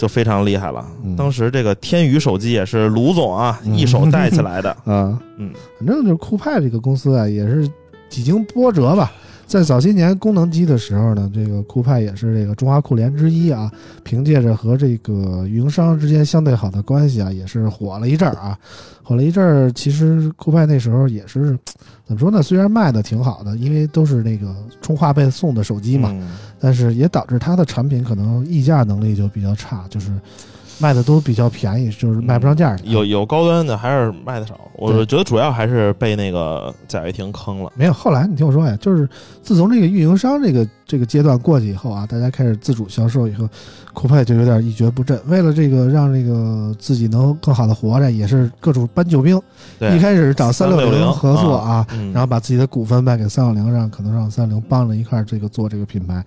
D: 就非常厉害了
C: 嗯，
D: 当时这个天宇手机也是卢总啊
C: 嗯，
D: 一手带起来的
C: 啊，
D: 嗯，
C: 反正就是酷派这个公司啊，也是几经波折吧。在早些年功能机的时候呢，这个酷派也是这个中华酷联之一啊。凭借着和这个运营商之间相对好的关系啊，也是火了一阵儿啊。火了一阵儿，其实酷派那时候也是怎么说呢？虽然卖的挺好的，因为都是那个充话费送的手机嘛，
D: 嗯
C: 但是也导致它的产品可能议价能力就比较差，就是卖的都比较便宜，就是卖不上价儿的。
D: 有有高端的，还是卖的少。我
C: 对
D: 觉得主要还是被那个贾跃亭坑了。
C: 没有，后来你听我说呀，就是自从这个运营商这个这个阶段过去以后啊，大家开始自主销售以后，酷派就有点一蹶不振。为了这个让这个自己能更好的活着，也是各种搬救兵。
D: 对，
C: 一开始找三六
D: 360
C: 合作
D: 啊
C: 啊，
D: 嗯
C: 然后把自己的股份卖给三六零，让可能让三六零帮着一块儿这个做这个品牌。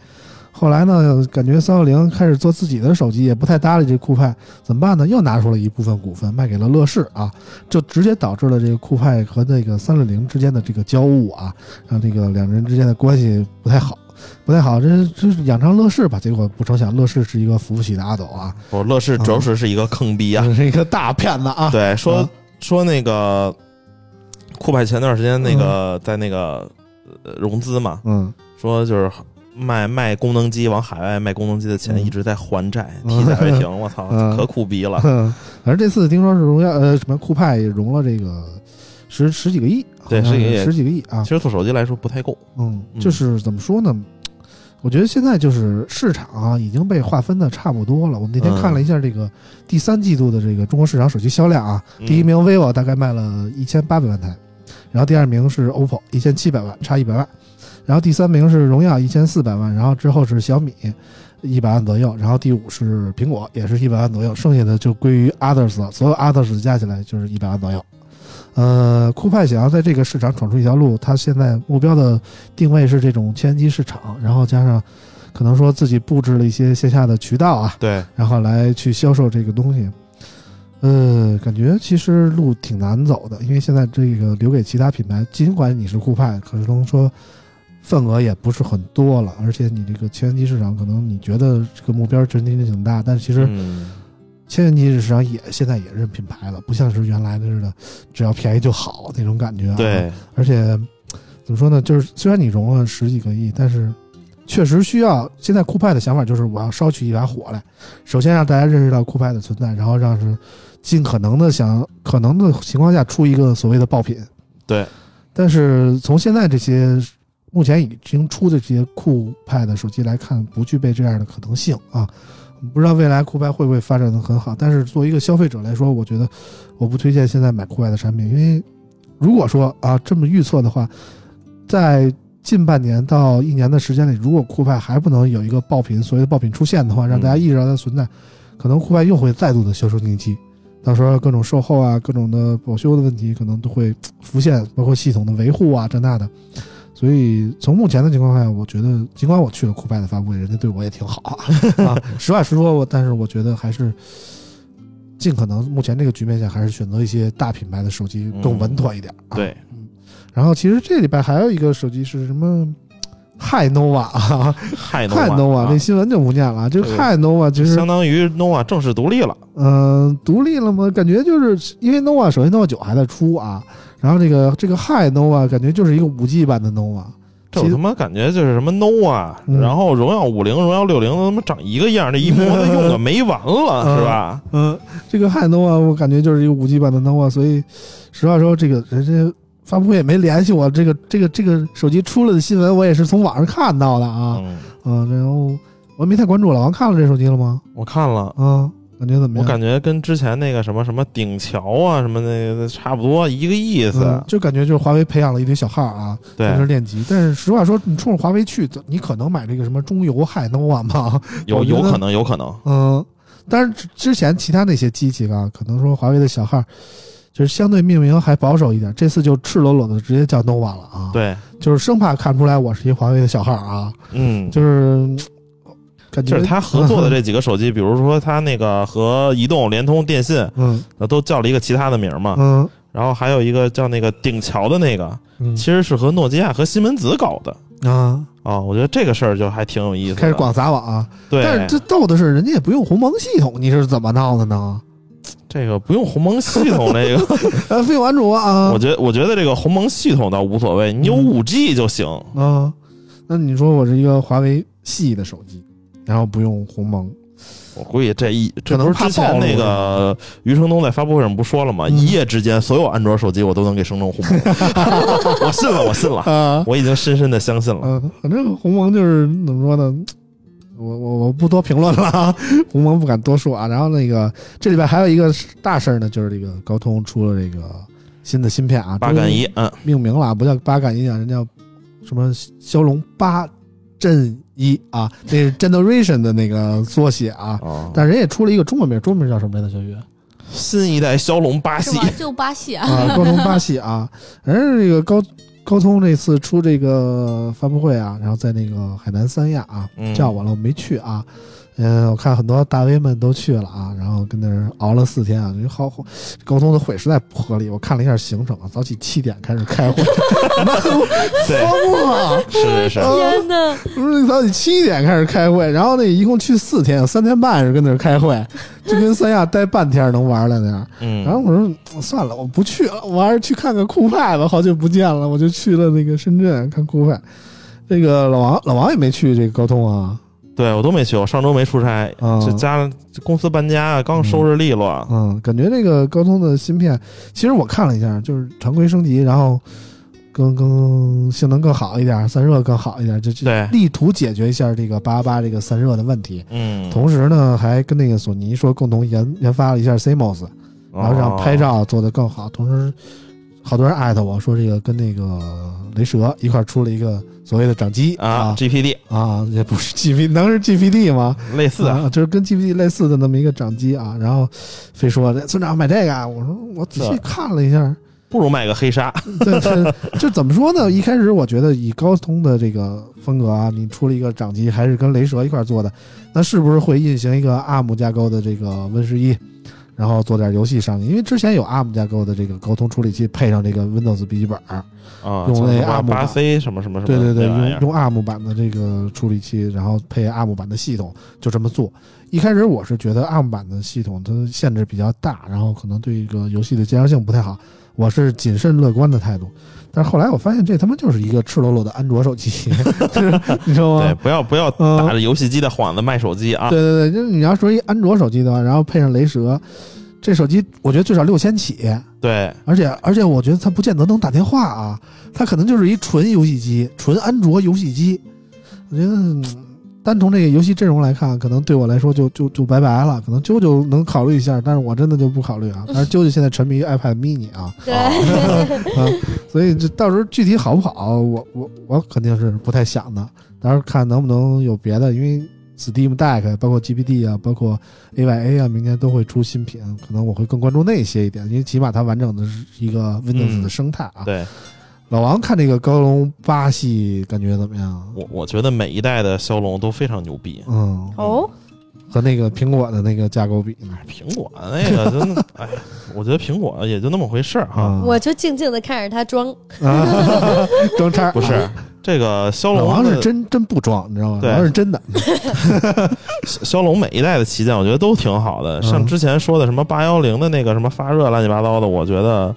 C: 后来呢，感觉三六零开始做自己的手机，也不太搭理这酷派，怎么办呢？又拿出了一部分股份卖给了乐视啊，就直接导致了这个酷派和那个三六零之间的这个交恶啊，让这个两人之间的关系不太好，不太好。这这是养成乐视吧？结果不成想，乐视是一个扶不起的阿斗啊，
D: 不，乐视着实是一个坑逼啊。
C: 是一个大骗子嗯啊。
D: 对，说、
C: 啊
D: 说那个酷派前段时间那个、在那个呃融资嘛，
C: 嗯，
D: 说就是卖卖功能机往海外卖功能机的钱
C: 嗯
D: 一直在还债，
C: 嗯
D: 替贾跃 亭，我操，
C: 嗯
D: 可苦逼了。
C: 哼 反正这次听说是荣耀呃什么酷派融了这个十十几个亿，
D: 对
C: 好像
D: 十几个亿
C: 是十几个亿啊
D: 其。实做手机来说不太够，
C: 嗯，
D: 嗯
C: 就是怎么说呢？我觉得现在就是市场啊，已经被划分的差不多了。我们那天
D: 嗯
C: 看了一下这个第三季度的这个中国市场手机销量啊，
D: 嗯
C: 第一名 vivo 大概卖了一千八百万台，然后第二名是 OPPO 一千七百万，差一百万，然后第三名是荣耀一千四百万，然后之后是小米一百万左右，然后第五是苹果也是一百万左右，剩下的就归于 others 了，所有 others 加起来就是一百万左右。呃，酷派想要在这个市场闯出一条路，它现在目标的定位是这种千机市场，然后加上可能说自己布置了一些线下的渠道啊，
D: 对，
C: 然后来去销售这个东西。呃，感觉其实路挺难走的，因为现在这个留给其他品牌，尽管你是酷派，可能说份额也不是很多了，而且你这个千机市场，可能你觉得这个目标真的挺大，但其实
D: 嗯，
C: 千机市场也现在也认品牌了，不像是原来的似的，只要便宜就好那种感觉、啊。
D: 对，
C: 而且怎么说呢，就是虽然你融了十几个亿，但是确实需要。现在酷派的想法就是，我要烧起一把火来，首先让大家认识到酷派的存在，然后让是尽可能的想可能的情况下出一个所谓的爆品。
D: 对，
C: 但是从现在这些目前已经出的这些酷派的手机来看，不具备这样的可能性啊。不知道未来酷派会不会发展的很好，但是作为一个消费者来说，我觉得我不推荐现在买酷派的产品，因为如果说啊这么预测的话，在近半年到一年的时间里，如果酷派还不能有一个爆品，所谓的爆品出现的话，让大家意识到它的存在，可能酷派又会再度的销声匿迹。到时候各种售后啊，各种的保修的问题，可能都会嘖浮现，包括系统的维护啊，这那的。所以从目前的情况下，我觉得尽管我去了酷派的发布会，人家对我也挺好 啊。啊实话实说，我但是我觉得还是尽可能目前这个局面下，还是选择一些大品牌的手机更稳妥一点。啊
D: 嗯对，
C: 然后其实这礼拜还有一个手机是什么？嗨 nova 啊，
D: 太
C: 嗨 nova 这
D: 啊
C: 新闻就无念了啊。这
D: 这
C: 个
D: 个
C: 嗨 nova 其实
D: 相当于 nova 正式独立了，
C: 嗯，独立了吗？感觉就是因为 nova 首先 nova 九还在出啊，然后这个这个 Hi nova 感觉就是一个五 G 版的 nova，
D: 这
C: 其
D: 我
C: 实
D: 他妈感觉就是什么 nova，
C: 嗯
D: 然后荣耀五零、荣耀六零都他妈长一个样，这一模子 用个没完了，
C: 嗯
D: 是吧？
C: 嗯，这个 Hi nova 我感觉就是一个五 G 版的 nova，所以实话说，这个人家发布会也没联系我，这个这个这个手机出了的新闻我也是从网上看到的啊，
D: 嗯，
C: 嗯，然后我没太关注了，王看了这手机了吗？
D: 我看了。
C: 啊，感觉怎么
D: 我
C: 样？
D: 感觉跟之前那个什么什么顶桥啊，什么那个差不多一个意思。
C: 嗯，就感觉就是华为培养了一堆小号啊，
D: 对
C: 在，这练级。但是实话说，你冲着华为去，你可能买这个什么中油海 nova 吗？
D: 有
C: 我觉得
D: 有可能，有可能。
C: 嗯，但是之之前其他那些机器啊，可能说华为的小号，就是相对命名还保守一点，这次就赤裸裸的直接叫 nova 了啊。，
D: 对，
C: 就是生怕看出来我是一华为的小号啊，
D: 嗯，
C: 就是嗯感觉
D: 就是他合作的这几个手机，比如说他那个和移动、联通、电信，
C: 嗯
D: 呃都叫了一个其他的名儿嘛。
C: 嗯
D: 然后还有一个叫那个顶桥的那个，
C: 嗯
D: 其实是和诺基亚和西门子搞的
C: 啊，
D: 啊、我觉得这个事儿就还挺有意思的。
C: 开始广撒网啊。
D: 对，
C: 但是这逗的是，人家也不用鸿蒙系统，你是怎么闹的呢？
D: 这个不用鸿蒙系统，这个
C: 呃，非用安卓啊
D: 我，觉得我觉得这个鸿蒙系统倒无所谓，你有
C: 嗯
D: 五 G 就行。
C: 啊，那你说我是一个华为系的手机，然后不用鸿蒙，
D: 我估计这一
C: 可
D: 这
C: 能
D: 不是
C: 怕
D: 之前
C: 暴露
D: 那个余承东在发布会上不说了吗？
C: 嗯
D: 一夜之间，所有安卓手机我都能给生成 鸿蒙，我信了，我信了，
C: 啊，
D: 我已经深深的相信了。
C: 嗯，反正鸿蒙就是怎么说呢？我我我不多评论了啊， 鸿蒙不敢多说啊。然后那个这里边还有一个大事儿呢，就是这个高通出了这个新的芯片啊，
D: 八杠一，嗯，
C: 命名了啊，不叫八杠一啊，人叫什么骁龙八阵一啊，那是 generation 的那个缩写啊。
D: 哦，
C: 但人也出了一个中文名，中文名叫什么来着？小雨
D: 新一代骁龙八
F: 是
D: 系
F: 吧？就八 系啊，
C: 啊，高通八系啊，反正这个高高通这次出这个发布会啊，然后在那个海南三亚啊
D: 嗯
C: 叫我了，我没去啊。嗯，我看很多大 V 们都去了啊，然后跟那儿熬了四天啊，因为好好高通的会实在不合理。我看了一下行程啊，早起七点开始开会，
D: 对，
C: 疯了。
D: 是
C: 嗯
D: 是是，
H: 天哪，
C: 不是早起七点开始开会，然后那一共去四天，有三天半是跟那儿开会，就跟三亚待半天能玩儿了那样。
D: 嗯，
C: 然后我说算了，我不去了，我还是去看看酷派吧，好久不见了，我就去了那个深圳看酷派。这个老王老王也没去这个高通啊，
D: 对我都没去，我上周没出差，
C: 啊
D: 这家这公司搬家刚收拾利落，
C: 嗯，感觉这个高通的芯片，其实我看了一下，就是常规升级，然后更更性能更好一点，散热更好一点，就就
D: 对
C: 力图解决一下这个八八八这个散热的问题。
D: 嗯，
C: 同时呢，还跟那个索尼说共同研研发了一下 CMOS，然后
D: 哦
C: 让拍照做得更好。同时，好多人艾特我说这个跟那个雷蛇一块儿出了一个所谓的掌机
D: 哦啊
C: 啊
D: ，GPD
C: 啊，也不是 G P，能是 G P D 吗？
D: 类似啊，
C: 啊，就是跟 G P D 类似的那么一个掌机啊。然后非说村长买这个啊，我说我仔细
D: 是
C: 看了一下，
D: 不如买个黑鲨，
C: 对对，就怎么说呢？一开始我觉得以高通的这个风格啊，你出了一个掌机还是跟雷蛇一块儿做的，那是不是会运行一个 ARM 架构的这个 Win 十一，然后做点游戏上去？因为之前有 ARM 架构的这个高通处理器配上这个 Windows 笔记本儿，
D: 啊，
C: 用那
D: 八
C: ARM
D: 八
C: 吧
D: C 什么什么什么，
C: 对对对，
D: 那玩意
C: 用
D: 儿
C: 用 ARM 版的这个处理器，然后配 ARM 版的系统，就这么做。一开始我是觉得 ARM 版的系统它限制比较大，然后可能对这个游戏的兼容性不太好，我是谨慎乐观的态度。但是后来我发现这他妈就是一个赤裸裸的安卓手机， 你知道
D: 对，
C: 吗？
D: 不要不要
C: 嗯
D: 打着游戏机的幌子卖手机啊，
C: 对对对，就是你要说一安卓手机的话，然后配上雷蛇，这手机我觉得最少六千起，
D: 对，
C: 而且而且我觉得它不见得能打电话啊，它可能就是一纯游戏机，纯安卓游戏机。我觉得、嗯单从这个游戏阵容来看，可能对我来说就就就拜拜了。可能啾啾能考虑一下，但是我真的就不考虑啊。但是啾啾现在沉迷于 iPad mini 啊，
H: 对，
C: 啊，所以这到时候具体好不好，我我我肯定是不太想的。到时候看能不能有别的，因为 Steam Deck 包括 GPD 啊，包括 AYA 啊，明年都会出新品，可能我会更关注那些一点，因为起码它完整的是一个 Windows 的生态啊。
D: 嗯对
C: 老王看这个高龙八系感觉怎么样？
D: 我我觉得每一代的骁龙都非常牛逼，
C: 嗯，
E: 哦，
C: 和那个苹果的那个架构比呢？
D: 苹果啊那个 真的，哎，我觉得苹果也就那么回事儿哈，
C: 啊，
H: 我就静静的看着他装，
C: 啊 装叉啊
D: 不是这个骁
C: 老
D: 龙
C: 王
D: 的
C: 是真真不装，你知道吗？
D: 对
C: 老王是真的，
D: 骁龙每一代的旗舰，我觉得都挺好的。像
C: 嗯
D: 之前说的什么八幺零的那个什么发热乱七八糟的，我觉得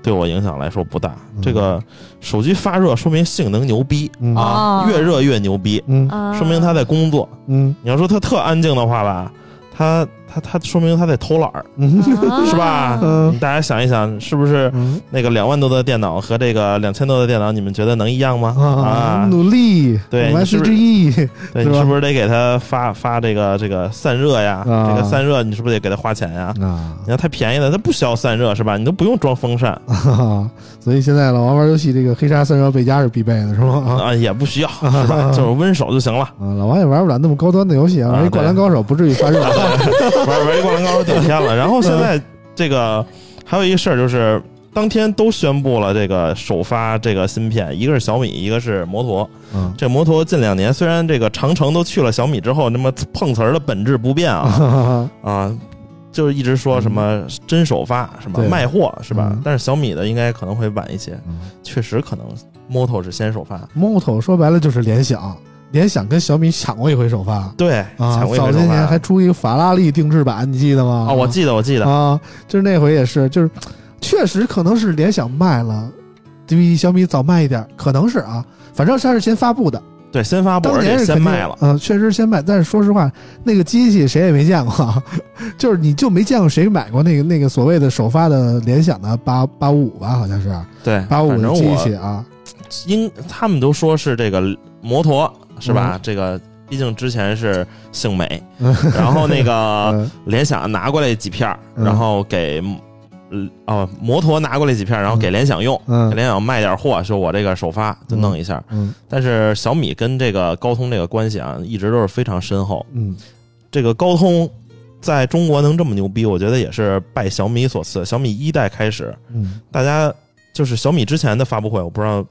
D: 对我影响来说不大。
C: 嗯
D: 这个手机发热说明性能牛逼
C: 嗯
D: 啊
H: 哦，
D: 越热越牛逼，
C: 嗯
E: 啊
D: 说明它在工作。
C: 嗯
D: 你要说它特安静的话吧，它它它说明它在偷懒儿。
C: 嗯
E: 啊
D: 是吧
C: 嗯
D: 大家想一想，是不是
C: 嗯。
D: 那个两万多的电脑和这个两千多的电脑，你们觉得能一样吗？
C: 啊，
D: 啊，
C: 努力，
D: 对
C: 我们
D: 你是
C: 是
D: 不是
C: 之一，
D: 对
C: 是
D: 你
C: 吧
D: 是不是得给它发发这个这个散热呀？
C: 啊
D: 这个散热你是不是得给它花钱呀？
C: 啊
D: 你要太便宜了，它不需要散热是吧？你都不用装风扇
C: 哈哈，所以现在老王玩游戏，这个黑鲨三幺倍加是必备的，是吗？
D: 啊，也不需要 是吧？就是温手就行了
C: 啊，，啊，老王也玩不了那么高端的游戏啊，
D: 啊
C: 玩一灌篮高手不至于发热
D: 玩玩一灌篮高手顶天了。然后现在这个还有一个事儿就是。当天都宣布了这个首发这个芯片，一个是小米，一个是摩托。
C: 嗯
D: 这摩托近两年虽然这个长城都去了小米之后，那么碰瓷儿的本质不变啊，
C: 啊，
D: 啊，就是一直说什么真首发什么
C: 对
D: 卖货是吧？
C: 嗯
D: 但是小米的应该可能会晚一些，
C: 嗯
D: 确实可能 Moto 是先首发。
C: 啊 Moto 说白了就是联想，联想跟小米抢过一回首发
D: 对，
C: 啊
D: 抢过，一
C: 早
D: 回
C: 些
D: 首
C: 年
D: 发
C: 还出一个法拉利定制版，你记得吗？
D: 哦，我记得我记得，
C: 啊，就是那回也是，就是确实可能是联想卖了，比小米早卖一点，可能是啊，反正它是先发布的。
D: 对，先发布
C: 当
D: 而
C: 年
D: 且
C: 是
D: 先
C: 肯定
D: 卖了，
C: 嗯、确实先卖。但是说实话，那个机器谁也没见过，啊 就是你就没见过谁买过那个那个所谓的首发的联想的八八五五吧，好像是
D: 对，
C: 八五
D: 反
C: 五的
D: 正
C: 机
D: 我
C: 器啊，嗯
D: 应他们都说是这个摩托是吧？这个。毕竟之前是杏美，然后那个
C: 嗯
D: 联想拿过来几片儿，
C: 嗯
D: 然后给。嗯哦，摩托拿过来几片儿，然后给联想用，
C: 嗯
D: 给联想卖点货，说我这个首发就弄一下。
C: 嗯
D: 但是小米跟这个高通这个关系啊，一直都是非常深厚。
C: 嗯
D: 这个高通在中国能这么牛逼，我觉得也是拜小米所赐。小米一代开始，
C: 嗯
D: 大家就是小米之前的发布会，我不知道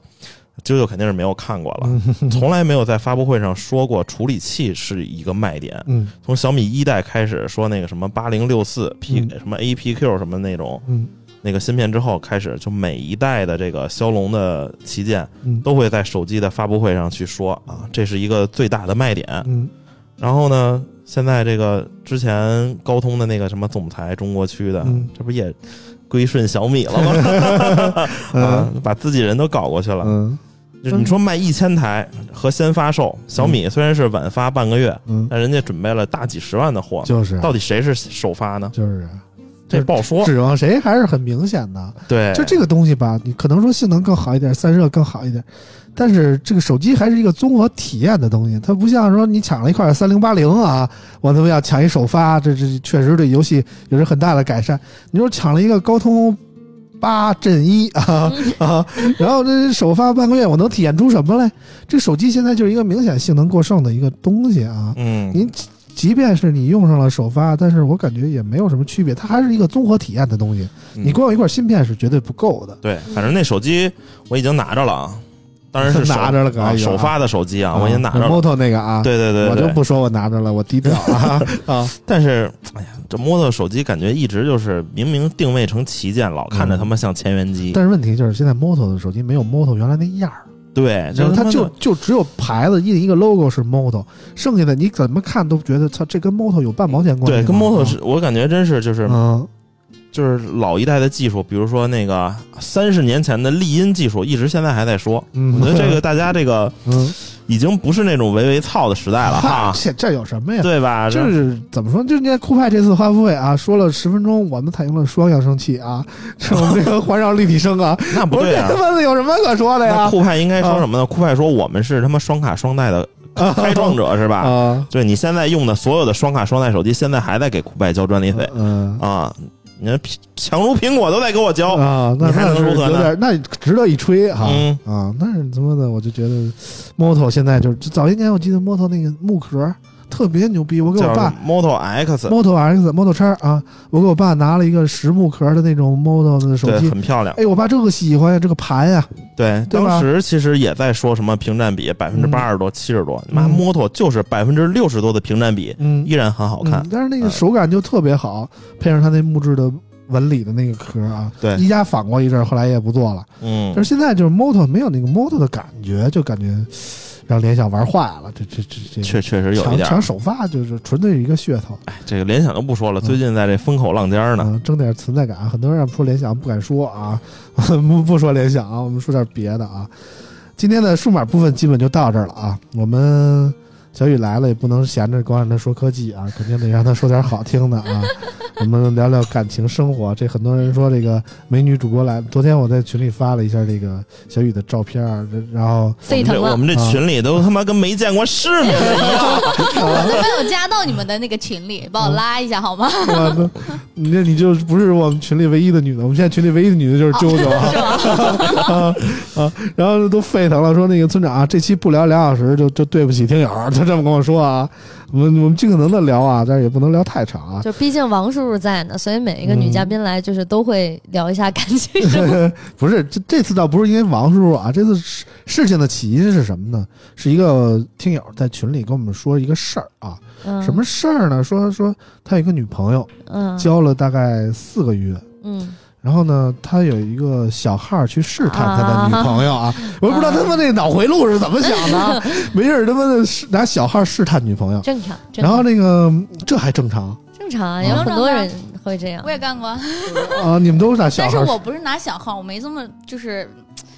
D: 啾啾肯定是没有看过了，从来没有在发布会上说过处理器是一个卖点。
C: 嗯
D: 从小米一代开始说那个什么八零六四 P
C: 嗯
D: 什么 APQ 什么那种
C: 嗯
D: 那个芯片之后开始，就每一代的这个骁龙的旗舰
C: 嗯
D: 都会在手机的发布会上去说啊，这是一个最大的卖点。
C: 嗯
D: 然后呢，现在这个之前高通的那个什么总裁中国区的，
C: 嗯
D: 这不也归顺小米了 吗？啊，把自己人都搞过去了。
C: 嗯
D: 就是你说卖一千台和先发售，小米虽然是晚发半个月，
C: 嗯，
D: 但人家准备了大几十万的货，
C: 就是
D: 到底谁是首发呢？
C: 就是
D: 这不好说。
C: 指望谁还是很明显的。
D: 对，
C: 就这个东西吧，你可能说性能更好一点，散热更好一点，但是这个手机还是一个综合体验的东西，它不像说你抢了一块三零八零啊，我他妈要抢一首发，这这确实对游戏有着很大的改善。你说抢了一个高通八阵一啊 啊，然后这首发半个月，我能体验出什么来？这手机现在就是一个明显性能过剩的一个东西啊，
D: 嗯，
C: 您。即便是你用上了首发，但是我感觉也没有什么区别，它还是一个综合体验的东西。
D: 嗯
C: 你光有一块芯片是绝对不够的。
D: 对，反正那手机我已经拿着了啊，当 然是首
C: 拿着了可
D: 啊
C: 以啊
D: 首发的手机啊，我已经拿着了。
C: Moto 那个啊，
D: 对对对，
C: 我
D: 对
C: 就不说我拿着了，我低调 啊啊，
D: 但是，哎呀，这摩托手机感觉一直就是明明定位成旗舰，老看着他妈像前缘机。
C: 嗯但是问题就是现在 Moto 的手机没有 Moto 原来那样儿，
D: 对，
C: 就是是
D: 他
C: 它
D: 妈
C: 就
D: 的
C: 就只有牌子印一个 logo 是 Moto，剩下的你怎么看都觉得操，这跟 Moto 有半毛钱关系
D: 对
C: 吗？啊
D: 跟摩托是，我感觉真是就是、
C: 嗯
D: 就是老一代的技术，比如说那个三十年前的丽音技术，一直现在还 在说。
C: 嗯，
D: 我觉得这个大家这个
C: 嗯，
D: 已经不是那种唯唯操的时代了 啊
C: 嗨
D: 哈，
C: 这这有什么呀？
D: 对吧？
C: 就
D: 这
C: 是怎么说？就是你看酷派这次发布会啊，说了十分钟，我们采用了双扬声器啊， 是我们这个环绕立体声啊，
D: 那 不
C: 我说
D: 对
C: 这
D: 啊
C: 他。妈的有什么可说的
D: 那
C: 呀？
D: 酷派应该说
C: 啊
D: 什么呢？酷派说我们是他妈双卡双待的开创者是吧？
C: 啊，
D: 对你现在用的所有的双卡双待手机，现在还在给酷派交专利费。
C: 嗯
D: 啊，你看苹强如苹果都在给我交，
C: 啊，那
D: 你还
C: 那
D: 能
C: 是
D: 如何
C: 有
D: 呢
C: 点，那值得一吹哈
D: 嗯
C: 啊！但是怎么的，我就觉得 Moto 现在就是早些年，我记得 Moto 那个木壳特别牛逼，我给
D: 叫
C: 我爸
D: Moto X，
C: Moto X、Moto 叉啊，我给我爸拿了一个实木壳的那种 Moto 的手
D: 对，
C: 机，
D: 很漂亮。
C: 哎，我爸这个喜欢呀，这个盘呀，
D: 对，
C: 对吧
D: 当时其实也在说什么屏占比百分之八十多、七十多，你妈
C: 嗯
D: Moto 就是百分之六十多的屏占比，
C: 嗯
D: 依，然很好看
C: 嗯。但是那个
D: 嗯
C: 手感就特别好，配上它那木质的纹理的那个壳啊，
D: 对
C: 一加仿过一阵儿，后来也不做了。
D: 嗯
C: 但，是现在就是 Moto 没有那个 Moto 的感觉，就感觉让联想玩坏了，这这这这
D: 确确实有一
C: 抢
D: 点
C: 抢
D: 儿。
C: 首发就是纯粹是一个噱头，
D: 这个联想就不说了，最近在这风口浪尖儿呢。
C: 嗯，争点存在感。很多人让说联想不敢说啊， 不不说联想啊，我们说点别的啊。今天的数码部分基本就到这儿了啊，我们。小雨来了也不能闲着光让他说科技啊，肯定得让他说点好听的啊。我们聊聊感情生活，这很多人说这个美女主播来，昨天我在群里发了一下这个小雨的照片儿，然后
H: 沸腾
D: 这我
H: 了。
D: 们这
C: 啊
D: 群里都他妈跟没见过世面的
C: 嗯
D: 一样。
C: 哦
F: 我都没有加到你们的那个群里，把我拉一下好吗？
C: 我的，你这你就不是我们群里唯一的女的，我们现在群里唯一的女的就是
H: 哦
C: 啾啾啊， 啊啊，然后都沸腾了，说那个村长啊，这期不聊两小时就 就对不起听友，他这么跟我说啊，我们我们尽可能的聊啊，但是也不能聊太长啊，
H: 就毕竟王叔叔在呢，所以每一个女嘉宾来，就是都会聊一下感情生 活。
C: 不是这这次倒不是因为王叔叔啊，这次事事情的起因是什么呢？是一个听友在群里跟我们说一个事儿啊，
H: 嗯
C: 什么？事儿呢？说说他有一个女朋友，
H: 嗯，
C: 交了大概四个月，
H: 嗯，
C: 然后呢，他有一个小号儿去试探他的女朋友啊，我也不知道他们那脑回路是怎么想的啊， 没事儿他妈的试拿小号儿试探女朋友，
H: 正常。正
C: 然
H: 常
C: 后那个嗯这还正常
H: 正常啊，
C: 嗯
H: 有很多人会这样
F: 我。也干过，
C: 啊，你们都是拿 小
F: 但是
C: 号儿，
F: 我不是拿小号，我没这么就是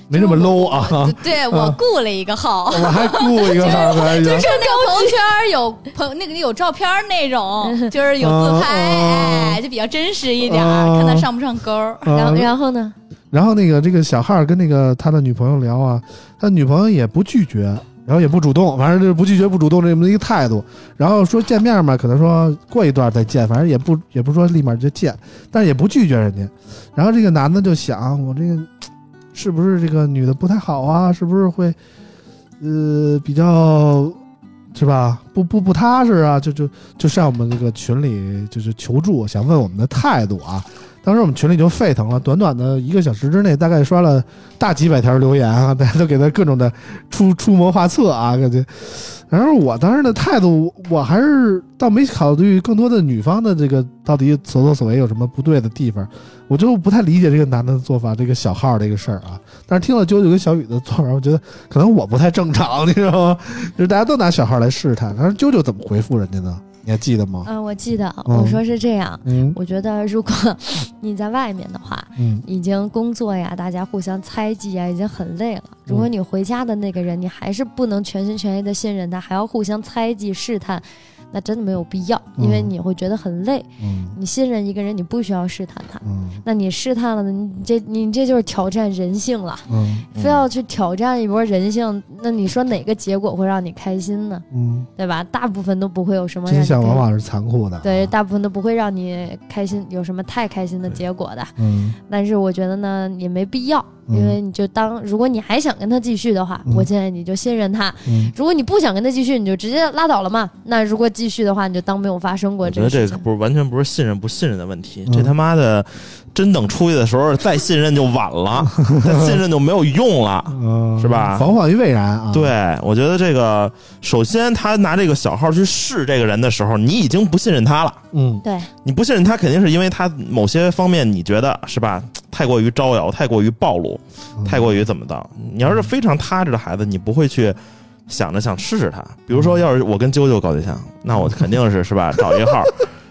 C: 没这么 low 啊，
F: 对我雇了一个号，
C: 我还雇一个号儿来着
F: 就。是那个朋友圈儿有朋那个有照片儿那
C: 哦
F: 种，就是有自拍，
C: 嗯嗯
F: 哎，就比较真实一点儿，
C: 嗯
F: 看他上不上钩儿。
C: 啊
H: 然后然后呢？
C: 然后那个这个小号儿跟那个他的女朋友聊啊，他女朋友也不拒绝，然后也不主动，反正就是不拒绝、不主动这么一个态度。然后说见面嘛，可能说过一段再见，反正也不也不说立马就见，但是也不拒绝人家。然后这个男的就想，我这个是不是这个女的不太好啊？是不是会呃比较是吧？不不不踏实啊？就就就上我们这个群里就是求助，想问我们的态度啊。当时我们群里就沸腾了，短短的一个小时之内，大概刷了大几百条留言啊，大家都给他各种的出出谋划策啊，感觉。然后我当时的态度，我还是倒没考虑更多的女方的这个到底所作所为有什么不对的地方，我就不太理解这个男的做法，这个小号这个事儿啊。但是听了啾啾跟小雨的做法，我觉得可能我不太正常，你知道吗？就是大家都拿小号来试探，但是啾啾怎么回复人家呢？你还记得吗？
E: 嗯，我记得
C: 嗯
E: 我说是这样，
C: 嗯
E: 我觉得如果你在外面的话，
C: 嗯
E: 已经工作呀，大家互相猜忌呀，已经很累了。
H: 嗯
E: 如果你回家的那个人，你还是不能全心全意的信任他，还要互相猜忌试探，那真的没有必要，
C: 嗯
E: 因为你会觉得很累。
C: 嗯
E: 你信任一个人，你不需要试探他。
C: 嗯
E: 那你试探了，你这你这就是挑战人性了，
C: 嗯
E: 非要去挑战一波人性，那你说哪个结果会让你开心呢？
C: 嗯，
E: 对吧？大部分都不会有什么让
C: 真
E: 你
C: 相
E: 开
C: 往往是残酷的。啊
E: 对，，大部分都不会让你开心，有什么太开心的结果的。
C: 嗯
E: 但是我觉得呢，也没必要，
C: 嗯
E: 因为你就当如果你还想跟他继续的话，
C: 嗯
E: 我建议你就信任他；
C: 嗯
E: 如果你不想跟他继续，你就直接拉倒了嘛。那如果继续的话，你就当没有发生过
D: 我
E: 这
D: 觉
E: 个
D: 得
E: 事
D: 这
E: 情。
D: 不是完全不是信任不信任的问题，
C: 嗯
D: 这他妈的真等出去的时候再信任就晚了， 再信任就没有用了。
C: 嗯
D: 是吧
C: 防患于未然啊。
D: 对，我觉得这个首先他拿这个小号去试这个人的时候，你已经不信任他了。
C: 嗯
E: 对，
D: 你不信任他，肯定是因为他某些方面你觉得是吧？太过于招摇，太过于暴露，
C: 嗯
D: 太过于怎么的？你要是非常踏实的孩子，你不会去想着想试试他。比如说，要是我跟啾啾搞对象，那我肯定是是吧？找一号，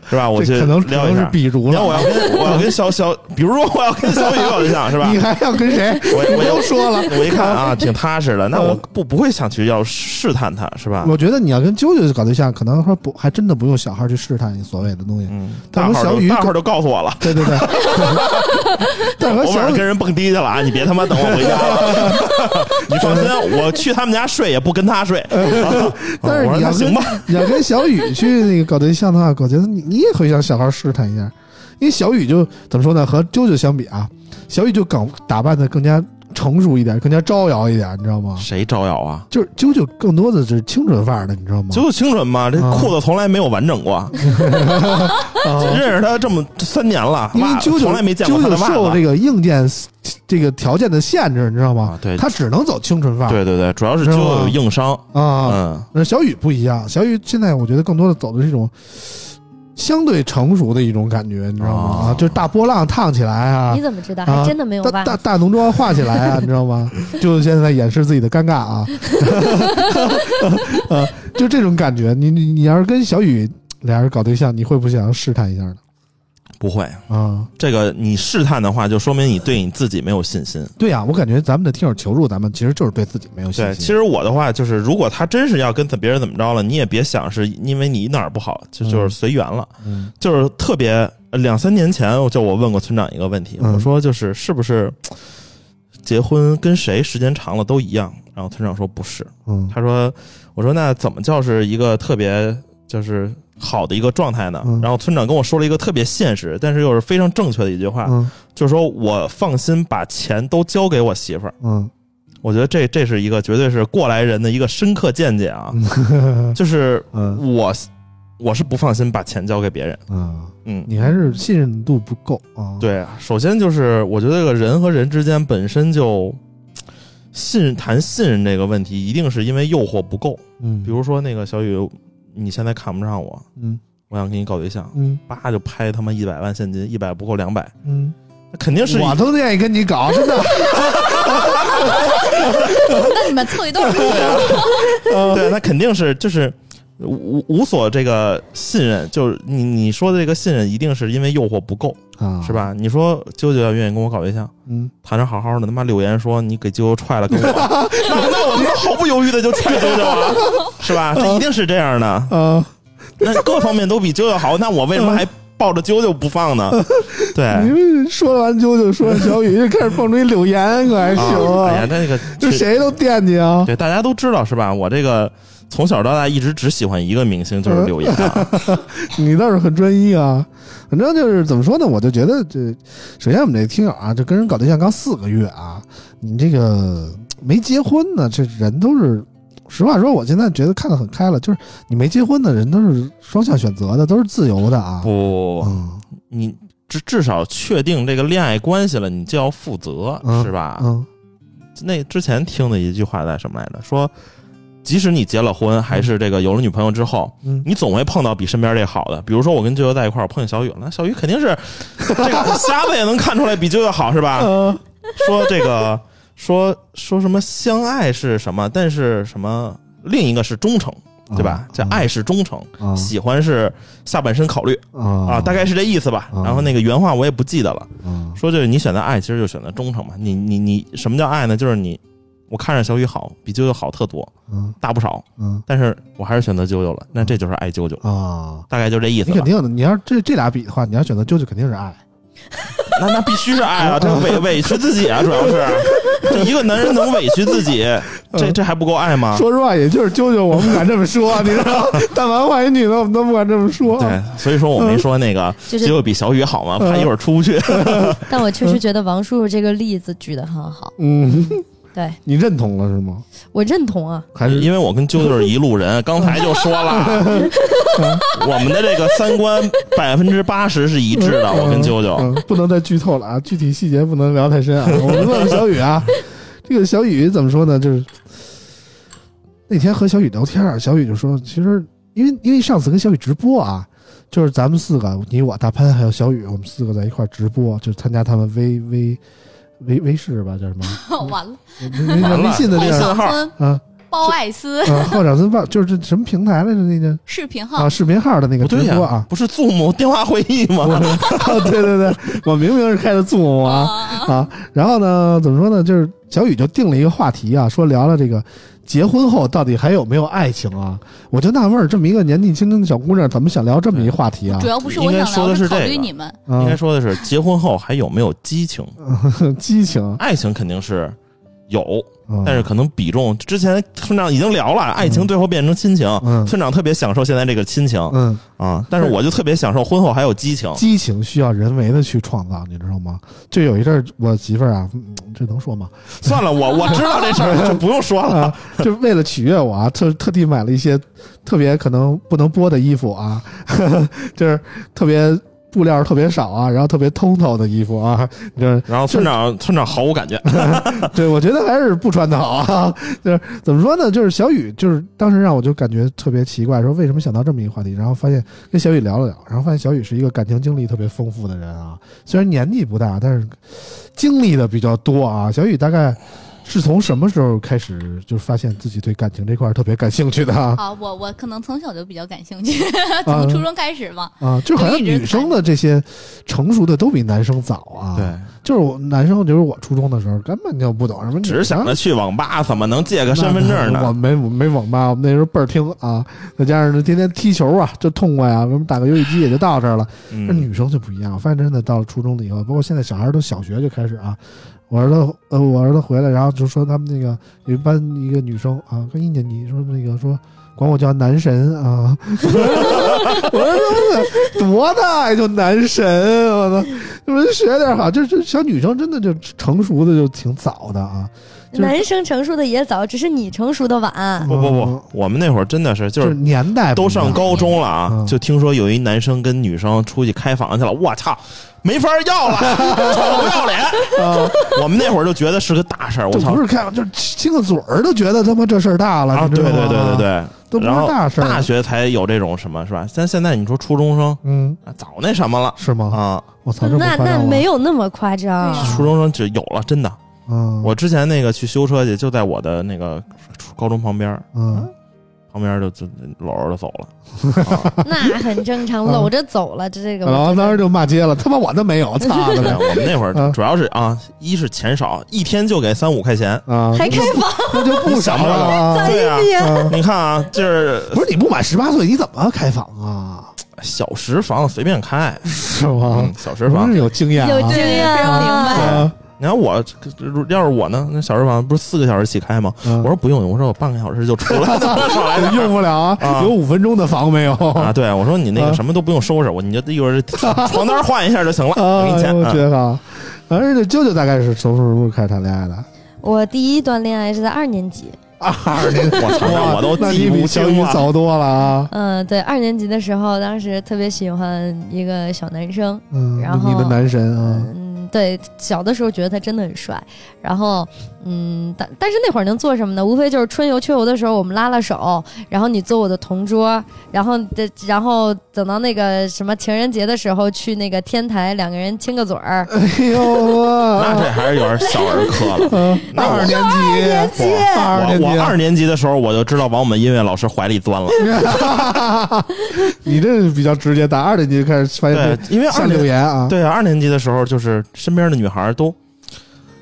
D: 是吧？我去
C: 这可能可
D: 撩一
C: 能是
D: 下。
C: 比如
D: 你看，
C: 了
D: 我。要跟我要跟小小，比如说我要跟小雨搞对象，是 吧
C: 你？还要跟谁？
D: 我
C: 你都
D: 我要
C: 说了，
D: 我一看啊，挺踏实的，那
C: 嗯
D: 我不不会想去要试探他，是吧？
C: 我觉得你要跟啾啾搞对象，可能说不，还真的不用小号去试探你所谓的东西。
D: 嗯，
C: 但
D: 大
C: 我
D: 号
C: 小
D: 就
C: 雨
D: 大
C: 可
D: 号就告诉我了，
C: 对对对， 但和
D: 我晚
C: 小
D: 上
C: 雨
D: 跟人蹦迪去了啊！你别他妈等我回家了， 你放心，啊我去他们家睡也不跟他睡。啊
C: 呃但是
D: 我
C: 你要
D: 说那
C: 跟
D: 行吧，
C: 你要跟小雨去那个搞对象的话，我觉得你你也可以让小孩试探一下，因为小雨就怎么说呢，和啾啾相比啊，小雨就更打扮的更加成熟一点，更加招摇一点，你知道吗？
D: 谁招摇啊？
C: 就是啾啾更多的是清纯范儿的，你知道吗？
D: 九九清纯嘛，这
C: 啊
D: 裤子从来没有完整过。
E: 啊
D: 认识他这么三年了，
C: 因为
D: 袜子
C: 啾
D: 从来没
C: 啾
D: 见过
C: 啾
D: 他的
C: 啾受
D: 袜
C: 这
D: 子。
C: 个硬件这个条件的限制，你知道吗
D: 啊？对
C: 他只能走清纯范儿
D: 对对对，主要是
C: 是
D: 啾
C: 吗
D: 啾有硬伤。
C: 啊。
D: 嗯，
C: 那小雨不一样，小雨现在我觉得更多的走的是一种相对成熟的一种感觉，你知道吗？
D: 哦
C: 啊，就是大波浪烫起来啊
E: 你。怎么知道？
C: 啊
E: 还真的没有
C: 大
E: 办
C: 大
E: 法。
C: 大浓妆化起来啊，你知 道吗？就是现在掩饰自己的尴尬啊， 呃，就这种感觉。你你你要是跟小雨俩人搞对象，你会不会想要试探一下呢？
D: 不会，
C: 啊，
D: 这个你试探的话，就说明你对你自己没有信心。
C: 对呀、我感觉咱们的听友求助，咱们其实就是对自己没有信
D: 对，
C: 心。
D: 其实我的话就是，如果他真是要跟别人怎么着了，你也别想是因为你哪儿不好，就就是
C: 嗯
D: 随缘了。
C: 嗯
D: 就是特别呃两三年前，就我问过村长一个问题，
C: 嗯
D: 我说就是是不是结婚跟谁时间长了都一样？然后村长说不是，
C: 嗯
D: 他说我说那怎么叫是一个特别就是好的一个状态呢
C: 嗯？
D: 然后村长跟我说了一个特别现实，但是又是非常正确的一句话，
C: 嗯
D: 就是说我放心把钱都交给我媳妇儿。
C: 嗯
D: 我觉得这这是一个绝对是过来人的一个深刻见 解啊，就是
C: 嗯
D: 我我是不放心把钱交给别人，
C: 嗯，
D: 嗯，
C: 你还是信任度不够啊。，
D: 对啊，首先就是我觉得这个人和人之间本身就信任谈信任这个问题，一定是因为诱惑不够。
C: 嗯，
D: 比如说那个小雨，你现在看不上我，
C: 嗯
D: 我想跟你搞对象，
C: 嗯
D: 叭就拍他妈一百万现金，一百不够两百，
C: 嗯，
D: 那肯定是
C: 我都愿意跟你搞，真的。
F: 那你们凑一对儿，
D: 对，那肯定是就是。无无所这个信任，就是你你说的这个信任，一定是因为诱惑不够，
C: 啊，
D: 是？吧？你说啾啾要愿意跟我搞对象，
C: 嗯，
D: 谈着好好的，他妈柳岩说你给啾啾踹了，跟我，那 那我他妈毫不犹豫的就踹啾啾 了，是吧？这一定是这样的，
C: 呃，
D: 那各方面都比啾啾好，那我为什么还抱着啾啾不放 呢？对，
C: 你们说完啾啾，说完小雨，就开始蹦出一柳岩，可还行
D: 啊，哎呀，
C: 啊？
D: 那 个
C: 就
D: 确
C: 谁都惦记啊。
D: 对，大家都知道是吧？我这个从小到大一直只喜欢一个明星，就是柳岩 啊。
C: 你倒是很专一啊。反正就是怎么说呢，我就觉得这，首先我们这听友啊，这跟人搞对象刚四个月啊，你这个没结婚呢，这人都是。实话说，我现在觉得看得很开了，就是你没结婚的人都是双向选择的，都是自由的啊。
D: 不，
C: 嗯
D: 你至至少确定这个恋爱关系了，你就要负责，
C: 嗯
D: 是吧？
C: 嗯
D: 那之前听的一句话在什么来着？说，即使你结了婚，还是这个有了女朋友之后，
C: 嗯，
D: 你总会碰到比身边这好的。比如说，我跟舅舅在一块儿，我碰见小雨了，那小雨肯定是这个瞎子也能看出来比舅舅好，是吧？
C: 嗯
D: 说这个，说说什么相爱是什么，但是什么另一个是忠诚，对吧？这爱是忠诚，
C: 啊
D: 喜欢是下半身考虑啊，
C: 啊
D: 大概是这意思吧。
C: 啊
D: 然后那个原话我也不记得了，
C: 啊
D: 说就是你选择爱，其实就选择忠诚嘛。你你你，什么叫爱呢？就是你，我看着小雨好，比啾啾好特多，
C: 嗯
D: 大不少，
C: 嗯
D: 但是我还是选择啾啾了。那这就是爱啾啾，
C: 啊，
D: 大概就这意思
C: 你肯
D: 吧。
C: 定的，你要是这这俩比的话，你要选择啾啾肯定是爱。
D: 那那必须是爱啊，这委委屈自己啊，主要是这一个男人能委屈自己，这这还不够爱吗？
C: 嗯说实话，也就是啾啾，我们敢这么 说，你知道？但凡换一女的，我们都不敢这么说。
D: 对，所以说我
C: 嗯
D: 没说那个
E: 就是
D: 结果比小雨好嘛，怕一会儿出不去。
E: 但我确实觉得王叔叔这个例子举得很好，
C: 嗯，
E: 对
C: 你认同了是吗？
E: 我认同啊。
C: 还是
D: 因为我跟啾啾是一路人，刚才就说了，
C: 嗯
D: 我们的这个三观百分之八十是一致的。我跟啾啾，
C: 嗯嗯不能再剧透了啊，具体细节不能聊太 深啊。我们问问小雨啊，这个小雨怎么说呢？就是那天和小雨聊天啊，小雨就说，其实因为因为上次跟小雨直播啊，就是咱们四个，你我大潘还有小雨，我们四个在一块儿直播，就是参加他们微微微微视吧，叫什 么？
F: 完了，
C: 微
D: 完
C: 微微
D: 了，
C: 信的那
D: 微
C: 个
D: 信
F: 小
D: 号，
F: 村
C: 啊
F: 包艾斯
C: 啊，后场村报就是这什么平台来着？那个
F: 视频号
C: 啊，视频号的那个
D: 不
C: 直
D: 对
C: 播
D: 呀
C: 啊，。
D: 不是 Zoom 电话会议
C: 我
D: 吗？
C: 对对对，我明明是开的 Zoom 啊。
F: 啊
C: 啊，然后呢，怎么说呢？就是小雨就定了一个话题啊，说聊聊这个结婚后到底还有没有爱情啊？我就纳闷儿，这么一个年纪轻轻的小姑娘，怎么想聊这么一话题啊
F: 主？要不是我想
D: 应该说
F: 聊，
D: 的是
F: 考
D: 这
F: 虑
D: 个
F: 你们。
D: 应该
C: 啊，
D: 说的是结婚后还有没有激情？
C: 激情，
D: 爱情肯定是有，
C: 嗯
D: 但是可能比重之前村长已经聊了，爱情最后变成亲情。
C: 嗯
D: 村长特别享受现在这个亲情
C: 嗯，
D: 啊，但是我就特别享受婚后还有 激情。
C: 激情需要人为的去创造，你知道吗？就有一阵儿，我媳妇儿啊，嗯这能说吗？
D: 算了，我我知道这事儿，就不用说了。
C: 啊，就为了取悦我啊，特特地买了一些特别可能不能播的衣服啊， 呵呵就是特别布料特别少啊，然后特别通透的衣服啊， 就是啊
D: 然后村长村长毫无感觉，
C: 对，我觉得还是不穿的好啊。 就是怎么说呢？就是小雨，就是当时让我就感觉特别奇怪，说为什么想到这么一个话题？然后发现跟小雨聊了聊，然后发现小雨是一个感情经历特别丰富的人啊。虽然年纪不大，但是经历的比较多啊。小雨大概是从什么时候开始就发现自己对感情这块儿特别感兴趣的啊？
F: 啊，我我可能从小就比较感兴趣，
C: 啊
F: 从初中开始嘛。
C: 啊，就好像女生的这些成熟的都比男生早啊。，，就是我男生，就是我初中的时候根本就不懂什么女生，
D: 只是想着去网吧，怎么能借个身份证
C: 那我
D: 呢？
C: 没我没网吧，我们那时候倍儿听啊，再加上天天踢球啊，就痛快啊，我们打个游戏机也就到这儿了。那、
D: 嗯，
C: 女生就不一样，我发现真的到了初中了以后，包括现在小孩都小学就开始啊。我儿子，呃，我儿子回来，然后就说他们那个有一班一个女生啊，刚一年级，说那个说管我叫男神啊， 我说多大呀就男神，啊我操，你们学点好，就是小女生真的就成熟的就挺早的啊，就是嗯
E: 男生成熟的也早，只是你成熟的晚。
D: 不不不，我们那会儿真的是就
C: 就是
D: 是。
C: 年代哎不一
D: 都
C: 样
D: 上高中了啊
C: 嗯，
D: 就听说有一男生跟女生出去开房去了，我操，没法 要了，臭不要脸！
C: 啊，
D: 我们那会儿就觉得是个大事儿，我
C: 就
D: 操
C: 不！是开玩笑，就是亲个嘴儿都觉得他妈这事儿大了，
D: 啊，
C: 你
D: 对
C: 知道
D: 对
C: 吗
D: 对对，对，
C: 都不
D: 然
C: 是
D: 后
C: 大事儿。
D: 大学才有这种什么是吧？但现在你说初中生
C: 嗯，
D: 啊早那什么了
C: 是吗？
D: 啊，
C: 我操，这么
E: 那
C: 夸
E: 那
C: 张吗
E: 没有那么夸张，
F: 对啊
D: 初中生就有了，真的。
C: 嗯，
D: 我之前那个去修车去，就在我的那个初高中旁边儿，
C: 嗯
D: 旁边就就搂着就走了。
H: 那很正常，
C: 啊
H: 搂着走了，这这个我
C: 然后
H: 觉得
C: 啊当时就骂街了，他妈我都没有，操的
D: 对，
C: 了
D: 我们那会
C: 啊
D: 儿主要是啊，一是钱少，一天就给三五块钱。
C: 啊，
H: 还开房，
C: 那就不少了啊。
D: 对啊，
C: 啊
D: 你看啊，就是
C: 不是你不满十八岁，你怎么开房啊？
D: 小时房随便开，
C: 是吗
D: 嗯，？小时
C: 不
D: 房。
C: 是有经验
H: 有
C: 啊
H: 经验
F: 非常明白
C: 啊！
D: 你看我要是我呢，那小时房不是四个小时起开吗？
C: 我
D: 我说不用，我说我半个小时就出来了， 我少来点儿
C: 用不了啊，
D: 啊
C: 有五分钟的房没有
D: 啊。对，我说你那
C: 啊
D: 个什么都不用收拾，我你就一会儿床单换一下就行了， 我给你
C: 哎
D: 钱
C: 呦我
D: 啊
C: 觉。得啊，而且舅舅大概是从什么时候开始谈恋爱的？
E: 我第一段恋爱是在二年级，
C: 二年，
D: 嗯我操，哎那我都
C: 那
D: 记
C: 你
D: 不
C: 比小
D: 清
C: 雨
D: 了。
C: 早多了啊。
E: 嗯，对，二年级的时候，当时特别喜欢一个小男生，
C: 嗯，
E: 然后
C: 你的男神啊，
E: 嗯，对，小的时候觉得他真的很帅，然后，嗯，但但是那会儿能做什么呢？无非就是春游、秋游的时候，我们拉拉手，然后你坐我的同桌，然后这，然后等到那个什么情人节的时候，去那个天台，两个人亲个嘴儿，
C: 哎呦，
D: 那
C: 我
D: 这还是有点小儿科了。
C: 嗯
D: 那我
C: 二年级，二
D: 我
C: 年级，啊
D: 我二年级的时候我就知道往我们音乐老师怀里钻了。
C: 你这比较直接，打二年级就开始发
D: 对
C: 现，
D: 因为二
C: 上柳
D: 年
C: 岩啊，
D: 对啊，二年级的时候就是身边的女孩都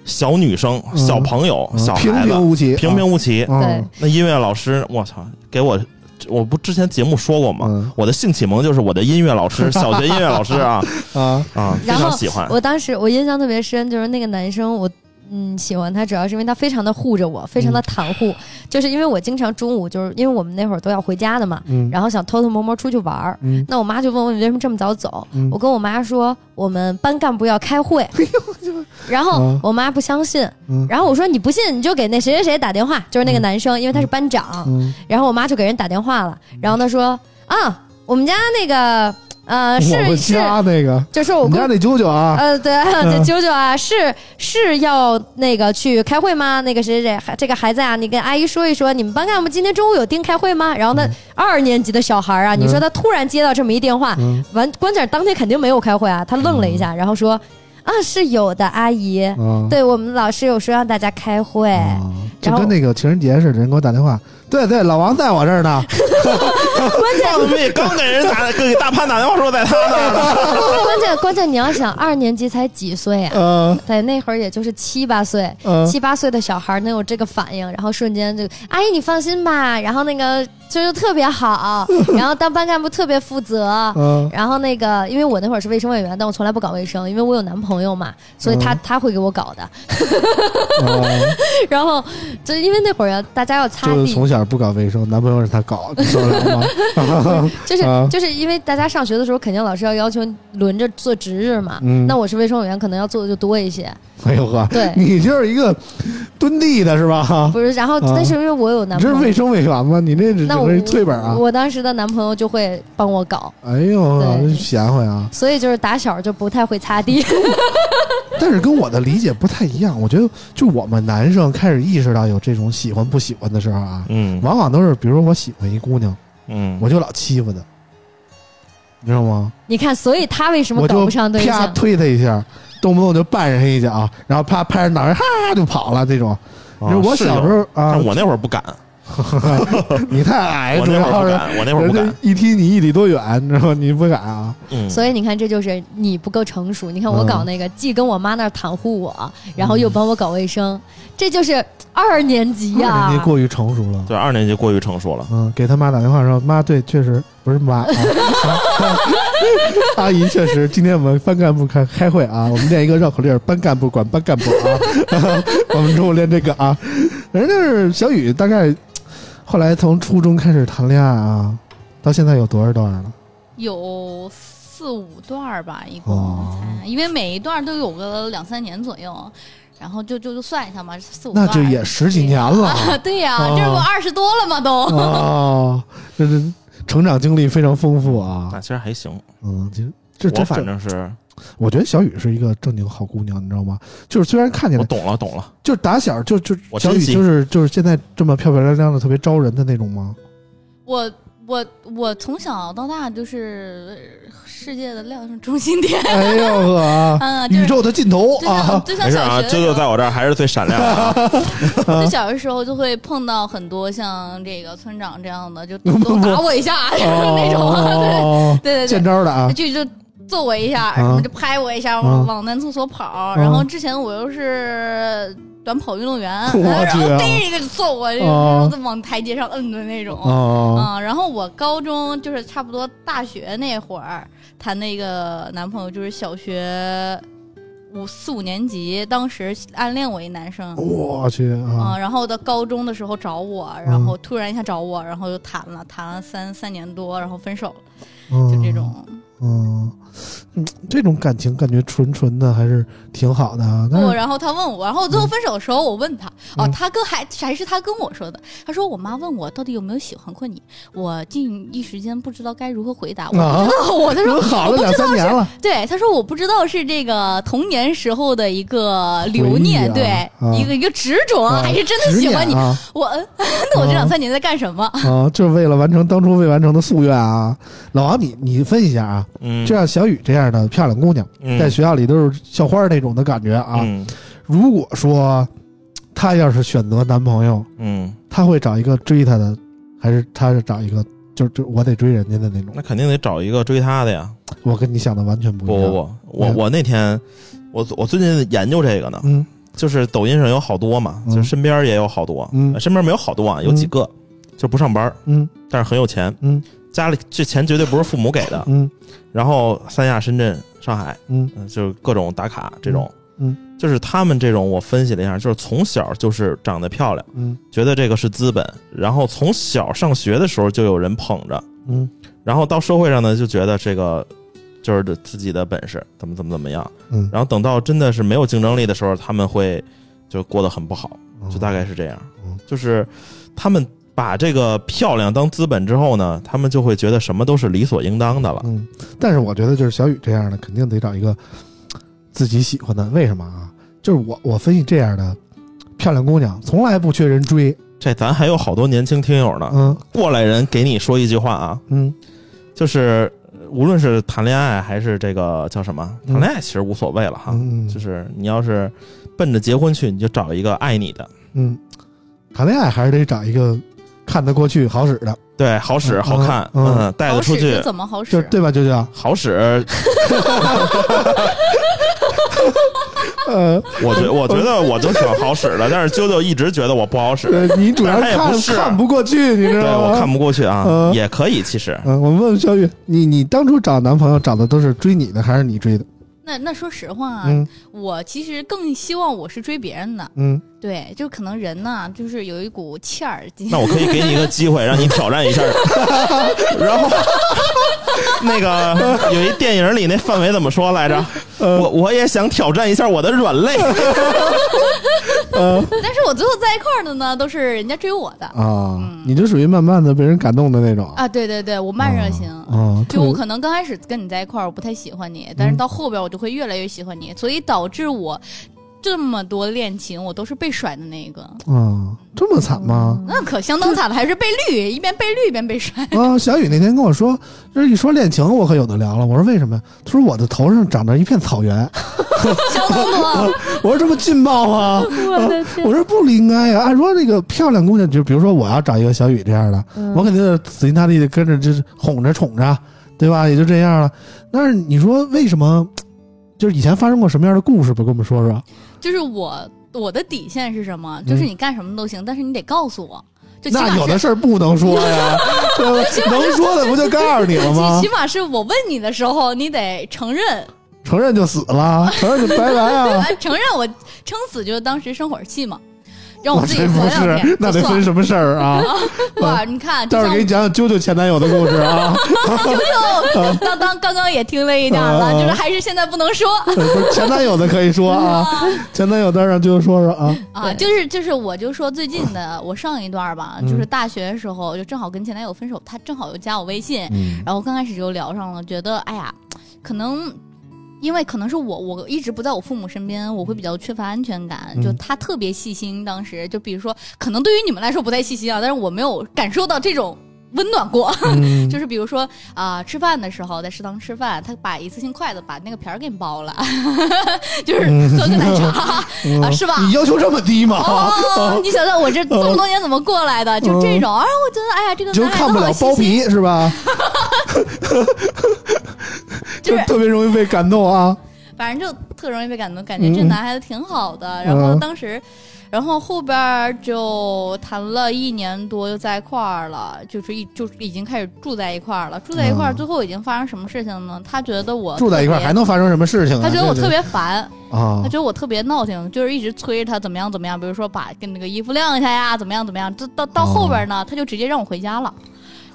D: 小女生、
C: 嗯
D: 小朋友、
C: 嗯，
D: 小
C: 平
D: 孩
C: 平
D: 子，
C: 无奇，
D: 平平无奇。
C: 啊，
E: 对
D: 那音乐老师，我操，给我，我不之前节目说过吗？
C: 嗯
D: 我的性启蒙就是我的音乐 老师，小学音乐老师啊
C: 啊，
D: 啊，非
E: 然后
D: 常喜欢。
E: 我当时我印象特别深，就是那个男生我。嗯，喜欢他主要是因为他非常的护着我，非常的袒护，就是因为我经常中午就是因为我们那会儿都要回家的嘛，
C: 嗯，
E: 然后想偷偷摸摸出去玩儿。
C: 嗯
E: 那我妈就问我你为什么这么早走？
C: 嗯哎
E: 我跟我妈说我们班干部要 开会，然后
C: 啊
E: 我妈不相信，
C: 嗯
E: 然后我说你不信你就给那谁谁谁打电话，就是那个
C: 嗯
E: 男生，因为他是班长。
C: 嗯，
E: 然后我妈就给人打电话了，然后她说啊，我们家那个呃
C: 我
E: 是
C: 们
E: 是，
C: 家那个，
E: 就是我
C: 我们
E: 公
C: 家那舅舅啊，
E: 呃，对，对， 九九啊，是是要那个去开会吗？那个谁谁谁还这个孩子啊，你跟阿姨说一说，你们班干部今天中午有定开会吗？然后
C: 嗯
E: 呢，二年级的小孩啊，你说他突然接到这么一电话，
C: 嗯
E: 完关键当天肯定没有开会啊，他愣了一下，然后说啊是有的，阿姨，
C: 啊，
E: 对我们老师有说让大家开会，
C: 啊，就
E: 然后
C: 跟那个情人节似的，人给我打电话，对对，老王在我这儿呢，
D: 我怎么也刚给人打给大潘打电话说在他那 儿呢？
E: 关键关键你要想二年级才几岁啊？
C: 呃
E: 对，那会儿也就是七八岁，
C: 呃，
E: 七八岁的小孩能有这个反应，然后瞬间就阿姨你放心吧，然后那个就是特别 好，然后当班干部特别负责。
C: 嗯
E: 然后那个，因为我那会儿是卫生委员，但我从来不搞卫生，因为我有男朋友嘛，所以他、
C: 嗯
E: 他会给我搞的。
C: 呃，
E: 然后就因为那会儿要啊大家要擦
C: 就
E: 地，
C: 是从小不搞卫生，男朋友是他搞，你受得了 吗？
E: 就是、
C: 啊
E: 就是因为大家上学的时候，肯定老师要要求轮着做值日嘛。
C: 嗯
E: 那我是卫生委员，可能要做的就多一些。
C: 哎呦呵，
E: 对
C: 你就是一个蹲地的是吧？
E: 不是，然后、
C: 啊
E: 但是因为我有
C: 你
E: 男
C: 这
E: 朋
C: 是
E: 友，
C: 卫生委员吗？你这只
E: 那我
C: 是退本啊！
E: 我当时的男朋友就会帮我搞。
C: 哎呦，
E: 对
C: 这贤惠啊！
E: 所以就是打小就不太会擦地。
C: 但是跟我的理解不太一样，我觉得就我们男生开始意识到有这种喜欢不喜欢的时候啊，
D: 嗯
C: 往往都是比如说我喜欢一姑娘，
D: 嗯，
C: 我就老欺负她，你知道吗？
E: 你看，所以他为什么
C: 我
E: 搞
C: 就
E: 不上对
C: 啪
E: 象？
C: 推她一下，动不动就绊上她一脚，然后啪拍着脑袋哈哈就跑了这种。你说
D: 啊
C: 我
D: 是
C: 小
D: 有
C: 时候啊
D: 但，我那会儿不敢，
C: 你太矮，
D: 我
C: 主
D: 那会儿
C: 要
D: 不
C: 是
D: 敢，我那会儿
C: 人
D: 不
C: 家
D: 敢。
C: 一踢你一里多远，你知道吗？你不敢啊？
D: 嗯，
E: 所以你看，这就是你不够成熟。你看
C: 嗯
E: 我搞那个，既跟我妈那儿袒护我，然后又帮我搞卫生，这就是二年级呀、
C: 二年级过 于成熟了。
D: 对二年级过于成熟了。
C: 嗯，给他妈打电话说：“妈，对，确实不是妈，啊 啊阿姨确实，今天我们班干部开开会啊，我们练一个绕口令儿，班干部管班干部啊， 我们中午练这个啊。人家是小雨，大概后来从初中开始谈恋爱啊，到现在有多少段了？
F: 有四五段儿吧，一
C: 哦
F: 共才，因为每一段儿都有个两三年左右，然后就就就算一下嘛，四五
C: 那
F: 段
C: 就
F: 儿
C: 也十几年了
F: 啊，对呀、
C: 哦
F: 这不二十多了吗都？
C: 哦，这是成长经历非常丰富啊
D: 那。其实还行，
C: 嗯，其实这
D: 我
C: 这
D: 反正是
C: 我觉得小雨是一个正经好姑娘，你知道吗？就是虽然看起来
D: 我懂了，懂了。
C: 就是打小就就
D: 我
C: 小
D: 真
C: 雨
D: 信
C: 就是就是现在这么漂漂亮亮的，特别招人的那种吗？
F: 我我我从小到大就是世界的亮中心点，
C: 哎呦呵，
F: 啊， 就
C: 宇
F: 是
C: 宙的尽头
F: 就像
C: 啊，
F: 就像
D: 没事
F: 小
D: 啊，
F: 学的
D: 啾
F: 时
D: 啾
F: 候，
D: 在我这儿还是最闪亮的 啊。
C: 嗯
F: 就小的时候就会碰到很多像这个村长这样的，就都打我一下就是那种啊，对
C: 哦，
F: 对对对
C: 见，招的啊，
F: 就就揍我一下，然后就拍我一下，往往男厕所
C: 啊
F: 跑。然后之前我又是短跑运动员，
C: 我
F: 然
C: 去
F: 后
C: 啊
F: 逮一个就揍我，然后往台阶上摁的那种。
C: 哦，
F: 啊，然后我高中就是差不多大学那会儿谈的一个男朋友，就是小学五四五年级，当时暗恋我一男生。
C: 我去
F: 啊，
C: 啊，
F: 然后到高中的时候找我，然
C: 嗯
F: 后突然一下找我，然后就谈了，谈了三三年多，然后分手了，哦就这种。
C: 嗯，嗯，这种感情感觉纯纯的还是挺好的啊，但
F: 不，
C: 是
F: 哦然后他问我，然后最后分手的时候，我问他，哦
C: 嗯，
F: 他跟还还是他跟我说的，他说我妈问我到底有没有喜欢过你，我竟一时间不知道该如何回答，我不
C: 啊
F: 知道， 我他说
C: 都 好了两三年了，
F: 对，他说我不知道是这个童年时候的一个留
C: 回忆
F: 念，
C: 啊
F: 对，
C: 啊
F: 一个一个执着，
C: 啊
F: 还是真的喜欢你
C: 执念，啊
F: 我，嗯那我这两三年在干什么？
C: 啊，就是为了完成当初未完成的夙愿啊。老王，你你分析一下啊，
D: 嗯，
C: 就像小雨这样的漂亮姑娘，
D: 嗯
C: 在学校里都是校花那种的感觉啊。
D: 嗯
C: 如果说她要是选择男朋友，
D: 嗯，
C: 她会找一个追她的，还是她是找一个就是就我得追人家的那种？
D: 那肯定得找一个追她的呀。
C: 我跟你想的完全不
D: 不
C: 一样。
D: 不不，我
C: 嗯
D: 我那天我我最近研究这个呢，
C: 嗯
D: 就是抖音上有好多嘛，
C: 嗯
D: 就是身边也有好多，
C: 嗯
D: 呃身边没有好多啊，有几个就不上班，
C: 嗯
D: 但是很有钱，
C: 嗯
D: 家里这钱绝对不是父母给的，
C: 嗯
D: 然后三亚、深圳、上海，
C: 嗯
D: 嗯，就是各种打卡这种，
C: 嗯
D: 就是他们这种，我分析了一下，就是从小就是长得漂亮，
C: 嗯
D: 觉得这个是资本，然后从小上学的时候就有人捧着，
C: 嗯
D: 然后到社会上呢就觉得这个就是自己的本事，怎么怎么怎么样，
C: 嗯，
D: 然后等到真的是没有竞争力的时候，他们会就过得很不好，就大概是这样
C: 嗯，
D: 就是他们。把这个漂亮当资本之后呢，他们就会觉得什么都是理所应当的了。
C: 嗯，但是我觉得就是小雨这样的，肯定得找一个自己喜欢的。为什么啊？就是我我分析这样的漂亮姑娘，从来不缺人追。
D: 这咱还有好多年轻听友呢，
C: 嗯
D: 过来人给你说一句话啊，
C: 嗯
D: 就是呃无论是谈恋爱还是这个叫什么，
C: 嗯
D: 谈恋爱其实无所谓了哈，
C: 嗯嗯
D: 啊就是你要是奔着结婚去，你就找一个爱你的，
C: 嗯，谈恋爱还是得找一个看得过去、好使的，
D: 对，好使
C: 嗯
D: 好看，
C: 嗯嗯
D: 嗯，带
F: 好
D: 得出
F: 使
D: 去
F: 是，怎么好
C: 就
D: 啊
F: 使？
C: 对吧？舅舅，
D: 好使。
C: 呃，
D: 我觉我觉得我就挺好使的，但是啾啾一直觉得我不好使，
C: 呃你主要
D: 但是他也
C: 看
D: 不是啊
C: 看不过去，你知
D: 对
C: 道吗？
D: 我看不过去啊，
C: 嗯
D: 也可以其实。
C: 嗯，我问问小雨，你你当初找男朋友找的都是追你的，还是你追的？
F: 那那说实话啊，
C: 嗯
F: 我其实更希望我是追别人的，嗯
C: 嗯，
F: 对，就可能人呐，就是有一股欠儿劲。
D: 那我可以给你一个机会，让你挑战一下。 然后，那个有一电影里那范伟怎么说来着？
C: 嗯
D: 我我也想挑战一下我的软肋。
F: 但是我最后在一块儿的呢，都是人家追我的
C: 啊，
F: 嗯
C: 你就属于慢慢的被人感动的那种
F: 啊，对对对，我慢热型。
C: 啊，
F: 就
C: 特别
F: 我可能刚开始跟你在一块儿，我不太喜欢
C: 嗯
F: 你，但是到后边我就会越来越喜欢你，所以导致我这么多恋情，我都是被甩的那一个。
C: 啊，这么惨吗？
F: 那可相当惨了，还是被绿，一边被绿一边被 甩。
C: 啊，小雨那天跟我说，就是一说恋情，我可有的聊了。我说为什么呀？他说我的头上长着一片草原。
F: 相当 多，
C: 我说这么劲爆 吗？
E: 我的天，
C: 我说不应该呀、按说那个漂亮姑娘，就比如说我要找一个小雨这样的，
E: 嗯
C: 我肯定是死心塌地的跟着，就是哄着宠着，对吧？也就这样了。但是你说为什么？就是以前发生过什么样的故事？不跟我们说说？
F: 就是我我的底线是什么？就是你干什么都行，但是你得告诉我。就起
C: 嗯那
F: 码
C: 有的
F: 是
C: 事儿不能说 呀，呃能说的不就告诉你了吗
F: 起？起码是我问你的时候，你得 承认，
C: 承认就死了，承认就拜拜啊！
F: 哎承认我撑死就是当时生会儿气嘛，让 我
C: 我
F: 自己
C: 这
F: 活
C: 不
F: 两
C: 是
F: 天，，
C: 那得
F: 就算
C: 分
F: 了
C: 什么事儿啊？
F: 哇，你看，就
C: 待会
F: 像
C: 儿给你讲讲啾啾前男友的故事啊，
F: 就当当刚刚也听了一点儿
C: 啊
F: 了，就是还是现在不能说
C: 不是 前男友的可以说 啊，前男友待会儿让啾啾说说啊，
F: 啊，就是就是，我就说最近的，我上一段儿吧，
C: 嗯
F: 就是大学的时候，就正好跟前男友分手，他正好又加我微信，
D: 嗯
F: 然后刚开始就聊上了，觉得哎呀，可能。因为可能是我，我一直不在我父母身边，我会比较缺乏安全感。就
C: 嗯
F: 他特别细心，当时就比如说，可能对于你们来说不太细心啊，但是我没有感受到这种温暖过。
C: 嗯
F: 就是比如说啊、吃饭的时候在食堂吃饭，他把一次性筷子把那个皮儿给你剥了， 就是
C: 嗯
F: 喝个 奶茶、啊，是吧？
C: 你要求这么低吗？啊
F: 哦，
C: 嗯
F: 你想想我这这么多年怎么过来的？就这种，啊，我觉得哎呀，这个
C: 你就
F: 男孩
C: 看不
F: 都好
C: 了
F: 细
C: 包
F: 心，
C: 皮是吧？
F: 就
C: 就是特别容易被感动啊！
F: 反正就特容易被感动，感觉这
C: 嗯
F: 男孩子挺好的。然后当时，然后后边儿就谈了一年多，又在一块儿了，就是一就已经开始住在一块儿了。住在一块儿，
C: 嗯
F: 最后已经发生什么事情呢？他觉得我
C: 住在一块儿
F: 哦特别
C: 还能发生什么事情啊？
F: 他觉得我
C: 这
F: 特别烦，
C: 啊
F: 他觉得我特别闹挺，就是一直催着他怎么样怎么样，比如说把跟那个衣服晾一下呀，怎么样怎么样。这到到
C: 哦
F: 后边呢，他就直接让我回家了，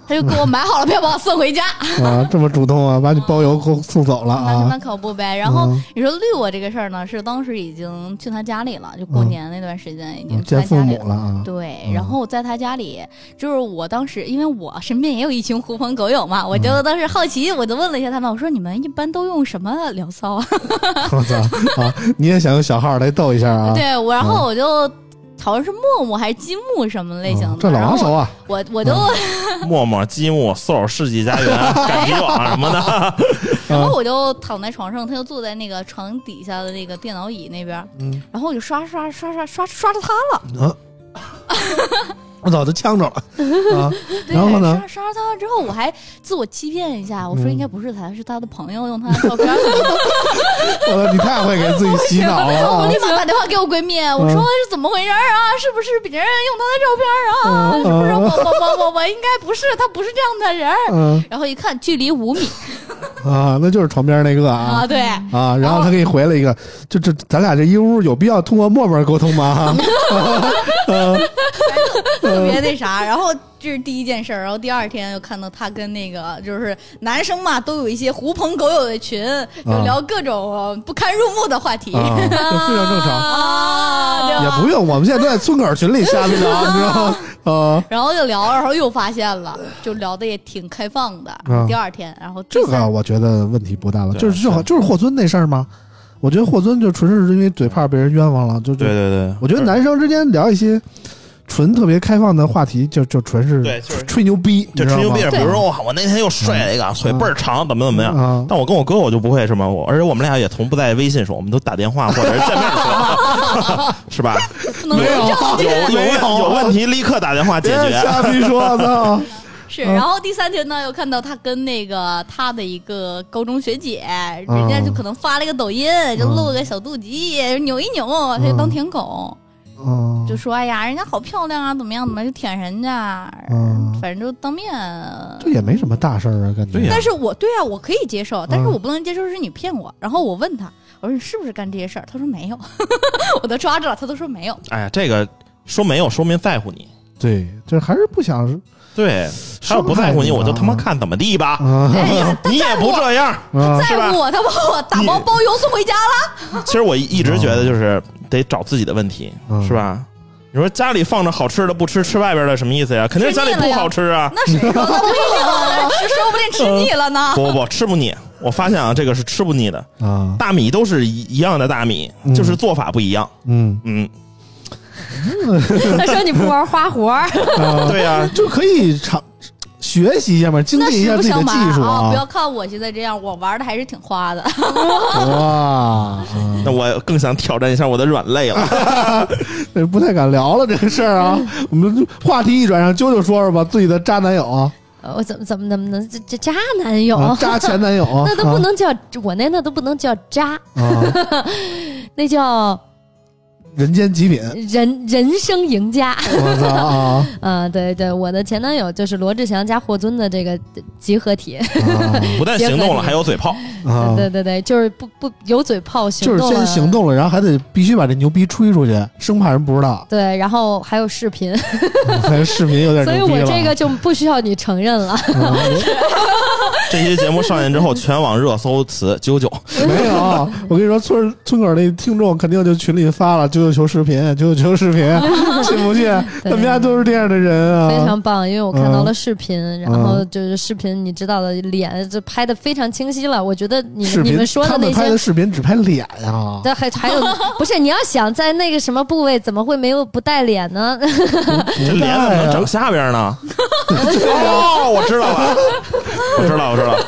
F: 他就给我买好了票把我送回家。
C: 啊，这么主动啊，把你包邮给我送走了
F: 那那
C: 啊！
F: 可不呗。然后
C: 嗯
F: 你说绿我这个事儿呢，是当时已经去他家里了，就过年那段时间已经
C: 嗯
F: 去他
C: 见父
F: 家里
C: 母了
F: 了。
C: 啊！
F: 对
C: 嗯，
F: 然后在他家里，就是我当时，因为我身边也有一群狐朋狗友嘛，我
C: 嗯
F: 就当时好奇，我就问了一下他们，我说你们一般都用什么聊骚啊？
C: 我操啊！你也想用小号来逗一下啊？
F: 对我，然后我就好像是陌陌还是积木什么类型的，
C: 嗯这老
F: 然后
C: 王熟啊！
F: 我我就、
D: 陌陌、积木、搜世纪佳缘、赶集网什么的，
F: 然后我就躺在床上，他就坐在那个床底下的那个电脑椅那边，
C: 嗯
F: 然后我就刷刷刷刷刷刷着他了，
C: 啊！ 我早就呛着了啊！
F: 对，
C: 然后呢
F: 刷刷着他之后，我还自我欺骗一下，我说
C: 嗯
F: 应该不是他，是他的朋友用他的 照片什么的。
C: 我操，你太会给自己洗脑了
F: 我
C: 啊嗯
F: 立！马打电话给我闺蜜，我说是怎么回事儿啊？是不是别人用
C: 嗯
F: 他的照片啊？是不是我我我我我应该不是，他不是这样的人。
C: 嗯
F: 然后一看距离五米
C: 啊，那就是床边那个啊
F: 啊，对，
C: 啊！然后他给你回了一个，就这咱俩这一屋有必要通过陌陌沟通 吗？
F: 特别那啥。然后这是第一件事儿，然后第二天又看到他跟那个就是男生嘛，都有一些狐朋狗友的群，就聊各种呃不堪入目的话题
C: 啊，这非常正常。
F: 啊，对
C: 也
F: 吧？
C: 不用，我们现在在村口群里瞎聊，你知道吗？ 啊，
F: 然后就聊，然后又发现了，就聊的也挺开放的。
C: 嗯
F: 第二天，然后第
C: 这
F: 三
C: 个我觉得问题不大吧，
D: 对啊
C: 就是正好
D: 是
C: 就是霍尊那事儿吗？我觉得霍尊就纯是因为嘴炮被人冤枉了，就
D: 对
C: 就
D: 对对，
C: 我觉得男生之间聊一些纯特别开放的话题，就就纯是
D: 对就是
C: 吹牛逼，
D: 就吹牛逼，
C: 你知道吗
D: 比如说我我那天又摔了一
C: 嗯
D: 个，腿倍儿长，怎么怎么样。
C: 啊
D: 但我跟我哥我就不会什么，我而且我们俩也从不在微信说，我们都打电话或者是见面说， 是吧？
F: 不能够照
D: 有有问有
F: 啊
D: 问题立刻打电话解
C: 别
D: 决。
C: 瞎逼说， 操！
F: 是，
C: 嗯
F: 然后第三天呢，又看到他跟那个他的一个高中学姐，人
C: 嗯
F: 家就可能发了一个抖音，就露个小肚脐，扭一扭，他就当舔狗，
C: 嗯，
F: 就说哎呀，人家好漂亮啊，怎么样怎么样，就舔人家，
C: 嗯
F: 反正就当面。
C: 这也没什么大事儿啊，感觉。
D: 对呀
F: 但是我对啊，我可以接受，但是
C: 嗯
F: 我不能接受是你骗我。然后我问他，我说你是不是干这些事儿？他说没有， 我都抓着了，他都说没有。
D: 哎呀，这个说没有说明在乎你，
C: 对，就是还是不想
D: 对，还有不在乎你，我就他妈看怎么地吧。
C: 啊
F: 哎呀，
D: 你也不这样。
C: 啊！
D: 是吧
F: 在乎我，他把我打包
D: 你
F: 包邮送回家了。
D: 其实我一直觉得就是得找自己的问题，
C: 嗯
D: 是吧？你说家里放着好吃的不吃，吃外边的什么意思呀？肯定是家里不好吃 啊！
F: 那谁说的不一定啊？说不定吃腻了呢。
D: 不不不，吃不腻。我发现啊，这个是吃不腻的。
C: 啊，
D: 大米都是一一样的大米，
C: 嗯
D: 就是做法不一样。
C: 嗯，
D: 嗯，
E: 他说你不玩花活儿，
C: 啊
D: 对呀、
C: 就可以尝学习一下嘛，精
F: 那
C: 进一
F: 实
C: 下
F: 不
C: 自己的
F: 相瞒
C: 技术
F: 啊！
C: 啊
F: 不要！看我现在这样，我玩的还是挺花的。
C: 哇，嗯
D: 那我更想挑战一下我的软肋 了。
C: 这 不太敢聊了这个事儿啊。
E: 嗯
C: 我们就话题一转，让啾啾说说吧，自己的渣男友啊，
E: 呃我怎么怎么怎么能这这渣男友？
C: 啊渣前男友啊，
E: 那都不能叫我那那都不能叫渣，
C: 啊，
E: 那叫
C: 人间极 品，
E: 人人生赢家。
C: 我操啊！
E: 嗯，对对，我的前男友就是罗志祥加霍尊的这个集合体。
D: 不但行动了，还有嘴炮。
C: 啊啊
E: 对对对，就是不不有嘴炮行
C: 就
E: 动
C: 是
E: 了，。
C: 先行动了，然后还得必须把这牛逼吹出去，生怕人不知道
E: 对，然后还有视频，
C: 这视频有点
E: 所以
C: 牛逼
E: 我
C: 了。
E: 这个就不需要你承认了。
D: 这期节目上映之后，全网热搜词“九九
C: 啊没有，我跟你说，村村口那听众肯定就群里发了，就九九视频，九九九视 频，信不信？他们家都是这样的人啊，
E: 非常棒，因为我看到了
C: 嗯
E: 视频，然后就是视频，你知道的脸就拍的非常清晰了。我觉得你
C: 视
E: 们
C: 频
E: 你们说
C: 他
E: 那
C: 们拍
E: 些
C: 的视频只拍脸啊呀，
E: 对，还还有不是你要想在那个什么部位，怎么会没有不带脸呢？
D: 这脸怎么能长下边呢？ 哦，我知道了，我知道，我知道，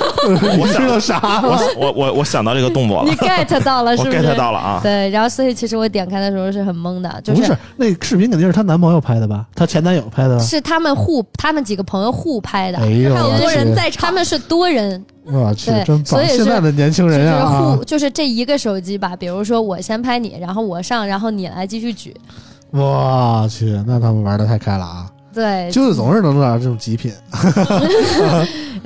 C: 你
D: 我
C: 知
D: 想
C: 道啥？
D: 我我我我想到这个动作了
E: 你，get 到了是
D: 我
E: 不
D: get
E: 是？
D: 到了啊！
E: 对，然后所以其实我点开的时候是很懵的，就
C: 不是啊那视频肯定是她男朋友拍的吧？她前男友拍的吧？
E: 是他们互他们几个朋友互拍的，
C: 哎呦，
E: 还有
C: 我
E: 多
C: 去
E: 人在场，他们是多人，
C: 我去，
E: 对
C: 真
E: 所
C: 棒！
E: 以是
C: 现在的年轻
E: 就是
C: 人呀啊
E: 互，就是这一个手机吧，比如说我先拍你，然后我上，然后你来继续举，
C: 我去，那他们玩的太开了啊！
E: 对，
C: 就是总是能弄到这种极品。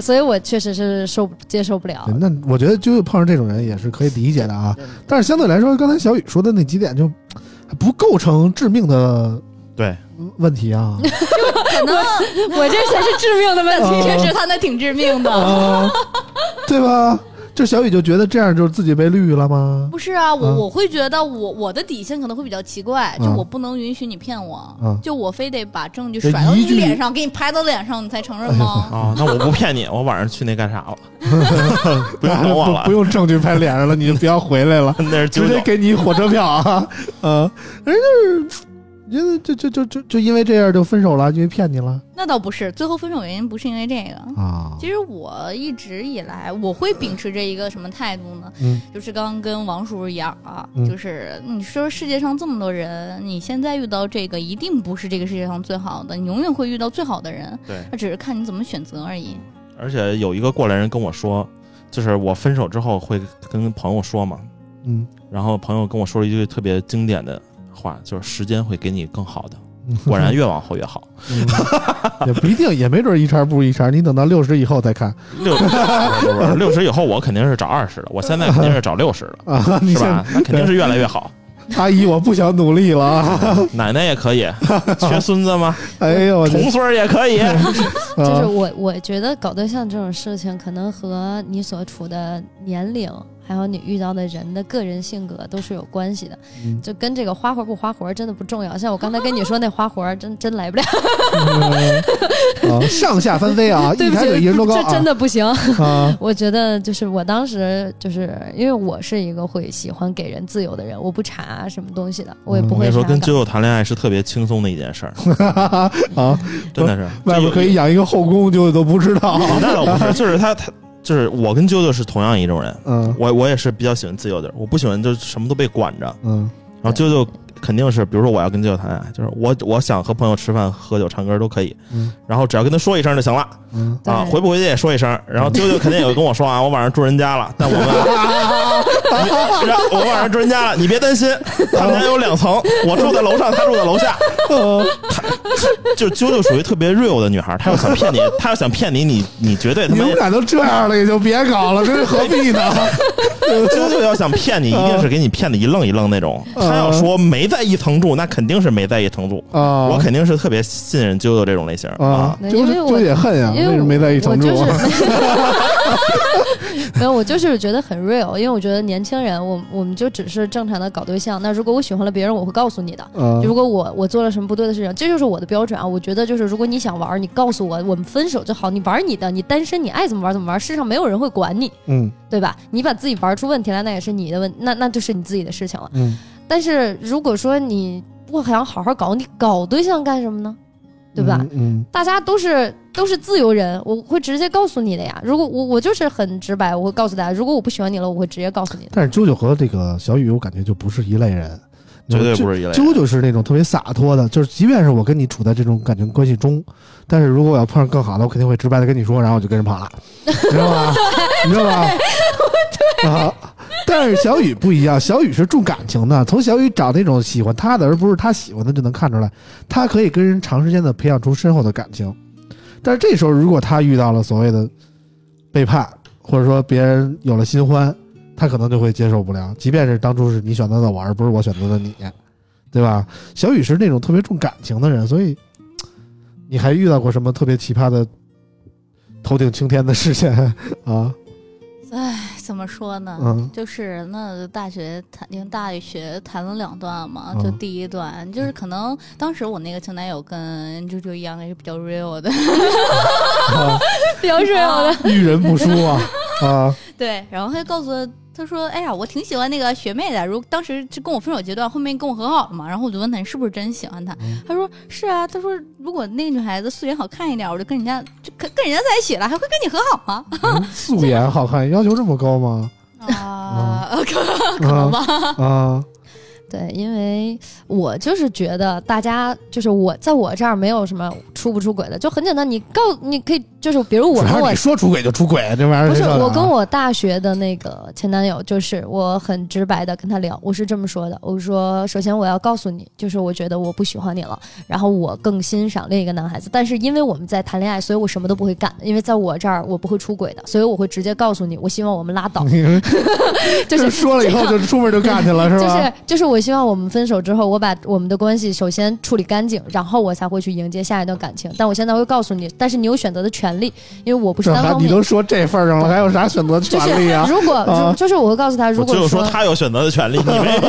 E: 所以我确实是受不接受不了。
C: 那我觉得就是碰上这种人也是可以理解的啊。但是相对来说，刚才小雨说的那几点就还不构成致命的
D: 对，
C: 问题啊。
E: 我这才是致命的问
C: 题
F: 确实他那挺致命的。
C: 啊， 对吧？就小雨就觉得这样就是自己被绿了吗？
F: 不是啊，我、
C: 嗯
F: 我会觉得我我的底线可能会比较奇怪，就
C: 嗯
F: 我不能允许你骗我，
C: 嗯
F: 就我非得把证据
C: 这哎
F: 甩到
C: 一
F: 你
C: 句
F: 脸上，给你拍到脸上，你才承认吗？
D: 哦，那我不骗你，我晚上去那干啥了？不用等我
C: 不
D: 了
C: 不，用证据拍脸上了，你就不要回来 了，
D: 那是九
C: 直接
D: 九。
C: 给你火车票 啊！啊，人家是，觉得就就就就就因为这样就分手了，因为骗你了
F: 那倒不是，最后分手原因不是因为这个。
C: 啊
F: 其实我一直以来，我会秉持着一个什么态度呢？
C: 嗯
F: 就是刚刚跟王叔叔一样啊，
C: 嗯
F: 就是你说世界上这么多人，你现在遇到这个一定不是这个世界上最好的，你永远会遇到最好的人，
D: 对，
F: 那只是看你怎么选择而已。
D: 而且有一个过来人跟我说，就是我分手之后会跟朋友说嘛，
C: 嗯，
D: 然后朋友跟我说了一句特别经典的话，就是时间会给你更好的。果然越往后越好，
C: 嗯 也不一定，也没准一茬不如一茬，你等到六十以后再看
D: 六不是不是六十以后我肯定是找二十的，我现在肯定是找六十的，
C: 啊！你
D: 是
C: 先
D: 吧？那肯定是越来越好。
C: 阿姨，我不想努力了啊！
D: 奶奶也可以，缺孙子吗？
C: 哎呦，我这
D: 重孙儿也 可以。
E: 就是
C: 啊
E: 我，我觉得搞对象这种事情，可能和你所处的年龄，还有你遇到的人的个人性格都是有关系的，
C: 嗯
E: 就跟这个花活不花活真的不重要。像我刚才跟你说那花活，真真来不了，
C: 啊上下翻飞啊，
E: 对
C: 一
E: 不
C: 抬
E: 起，
C: 腿一人多高
E: 这
C: 啊！
E: 真的不行。
C: 啊，
E: 我觉得就是我当时就是因为我是一个会喜欢给人自由的人，我不查什么东西
C: 嗯
E: 的，我也不
D: 我跟
E: 会
D: 你
E: 查
D: 说，
E: 岗。
D: 跟九九谈恋爱是特别轻松的一件事儿，
C: 啊，
D: 真的是。
C: 外边可以养一个后宫，就都不知道。
D: 那倒不是，就是他他就是我跟啾啾是同样一种人，
C: 嗯
D: 我我也是比较喜欢自由的人，我不喜欢就是什么都被管着。
C: 嗯
D: 然后啾啾肯定是，比如说我要跟啾啾谈恋爱，就是我我想和朋友吃饭、喝酒、唱歌都可以，
C: 嗯
D: 然后只要跟他说一声就行了
C: 嗯，
E: 对
D: 啊，回不回去也说一声。然后啾啾肯定也会跟我说啊，我晚上住人家了，但我们。你然后我晚上住人家了，你别担心，他们家有两层，我住在楼上，他住在楼下。
C: 呃
D: 就啾啾属于特别 real 的女孩，她要想骗你，她要想骗你，你你绝对他
C: 你
D: 妈
C: 们俩都这样了，也就别搞了，这是何必呢？
D: 啾啾要想骗你，一定是给你骗的一愣一愣那种。他要说没在一层住，那肯定是没在一层住。
C: 啊，
D: 我肯定是特别信任啾啾这种类型
C: 啊
D: 啊，，
E: 对
C: 就是
E: 因为我
C: 就也恨呀，为
E: 因为
C: 什么
E: 我
C: 没在一
E: 我
C: 城住
E: 就？是 没有，我就是觉得很 real，因为我觉得年轻人，我我们就只是正常的搞对象。那如果我喜欢了别人，我会告诉你的。
C: 啊
E: 如果我我做了什么不对的事情，这就是我的标准啊！我觉得就是，如果你想玩，你告诉我，我们分手就好。你玩你的，你单身，你爱怎么玩怎么玩，世上没有人会管你，
C: 嗯
E: 对吧？你把自己玩出问题来，那也是你的问，那那就是你自己的事情了。
C: 嗯，
E: 但是如果说你不想好好搞，你搞对象干什么呢？对吧？
C: 嗯，
E: 大家都是都是自由人，我会直接告诉你的呀。如果我我就是很直白，我会告诉大家，如果我不喜欢你了，我会直接告诉你的。
C: 但是啾啾和这个小雨，我感觉就不是一类人，
D: 绝对不
C: 是。
D: 是一类。
C: 嗯啾啾是那种特别洒脱的，就是即便是我跟你处在这种感情关系中，但是如果我要碰上更好的，我肯定会直白的跟你说，然后我就跟人跑 了，你知道吧？你知道吧？啊！但是小雨不一样，小雨是重感情的，从小雨找那种喜欢他的，而不是他喜欢的就能看出来，他可以跟人长时间的培养出深厚的感情。但是这时候，如果他遇到了所谓的背叛，或者说别人有了新欢，他可能就会接受不了，即便是当初是你选择的我，而不是我选择的你，对吧？小雨是那种特别重感情的人，所以嘖你还遇到过什么特别奇葩的头顶青天的事件啊？
F: 唉，哎怎么说呢？
C: 嗯
F: 就是那大学谈，因为大学谈了两段嘛，
C: 嗯
F: 就第一段就是可能当时我那个前男友跟啾啾一样也是比较 real 的，
C: 啊，
F: 比较 real 的，
C: 遇人不淑啊啊，
F: 对，然后他就告诉我，他说：“哎呀，我挺喜欢那个学妹的。如当时就跟我分手阶段，后面跟我和好了嘛。然后我就问他，你是不是真喜欢她？他说是啊。他说如果那个女孩子素颜好看一点，我就跟人家就跟跟人家在一起了，还会跟你和好吗？
C: 嗯素颜好看，要求这么高 吗？
F: 啊，
C: 可能吧啊，
E: 对，因为我就是觉得大家就是我在我这儿没有什么出不出轨的，就很简单，你告你可以就是比如我
C: 主
E: 跟
C: 要
E: 我
C: 你说出轨就出轨，这玩意儿
E: 不是
C: 谁受得了
E: 我
C: 啊
E: 跟 我大学的那个前男友，就是我很直白的跟他聊，我是这么说的，我说首先我要告诉你，就是我觉得我不喜欢你了，然后我更欣赏另一个男孩子，但是因为我们在谈恋爱，所以我什么都不会干，因为在我这儿我不会出轨的，所以我会直接告诉你，我希望我们拉 倒，
C: 你
E: 就
C: 这
E: 是
C: 说了以后就出门就干去了是
E: 就
C: 吧
E: 是？就是，我希望我们分手之后，我把我们的关系首先处理干净，然后我才会去迎接下一段感情。但我现在会告诉你，但是你有选择的权利，因为我不是
C: 这
E: 单
C: 还
E: 方
C: 你
E: 面。
C: 都说这份儿上了，还有啥选择
E: 就是
C: 权利啊？
E: 如果、
C: 啊
E: 如就是我会告诉他，如
D: 我
E: 果
D: 只有说他有选择的权利，你没有。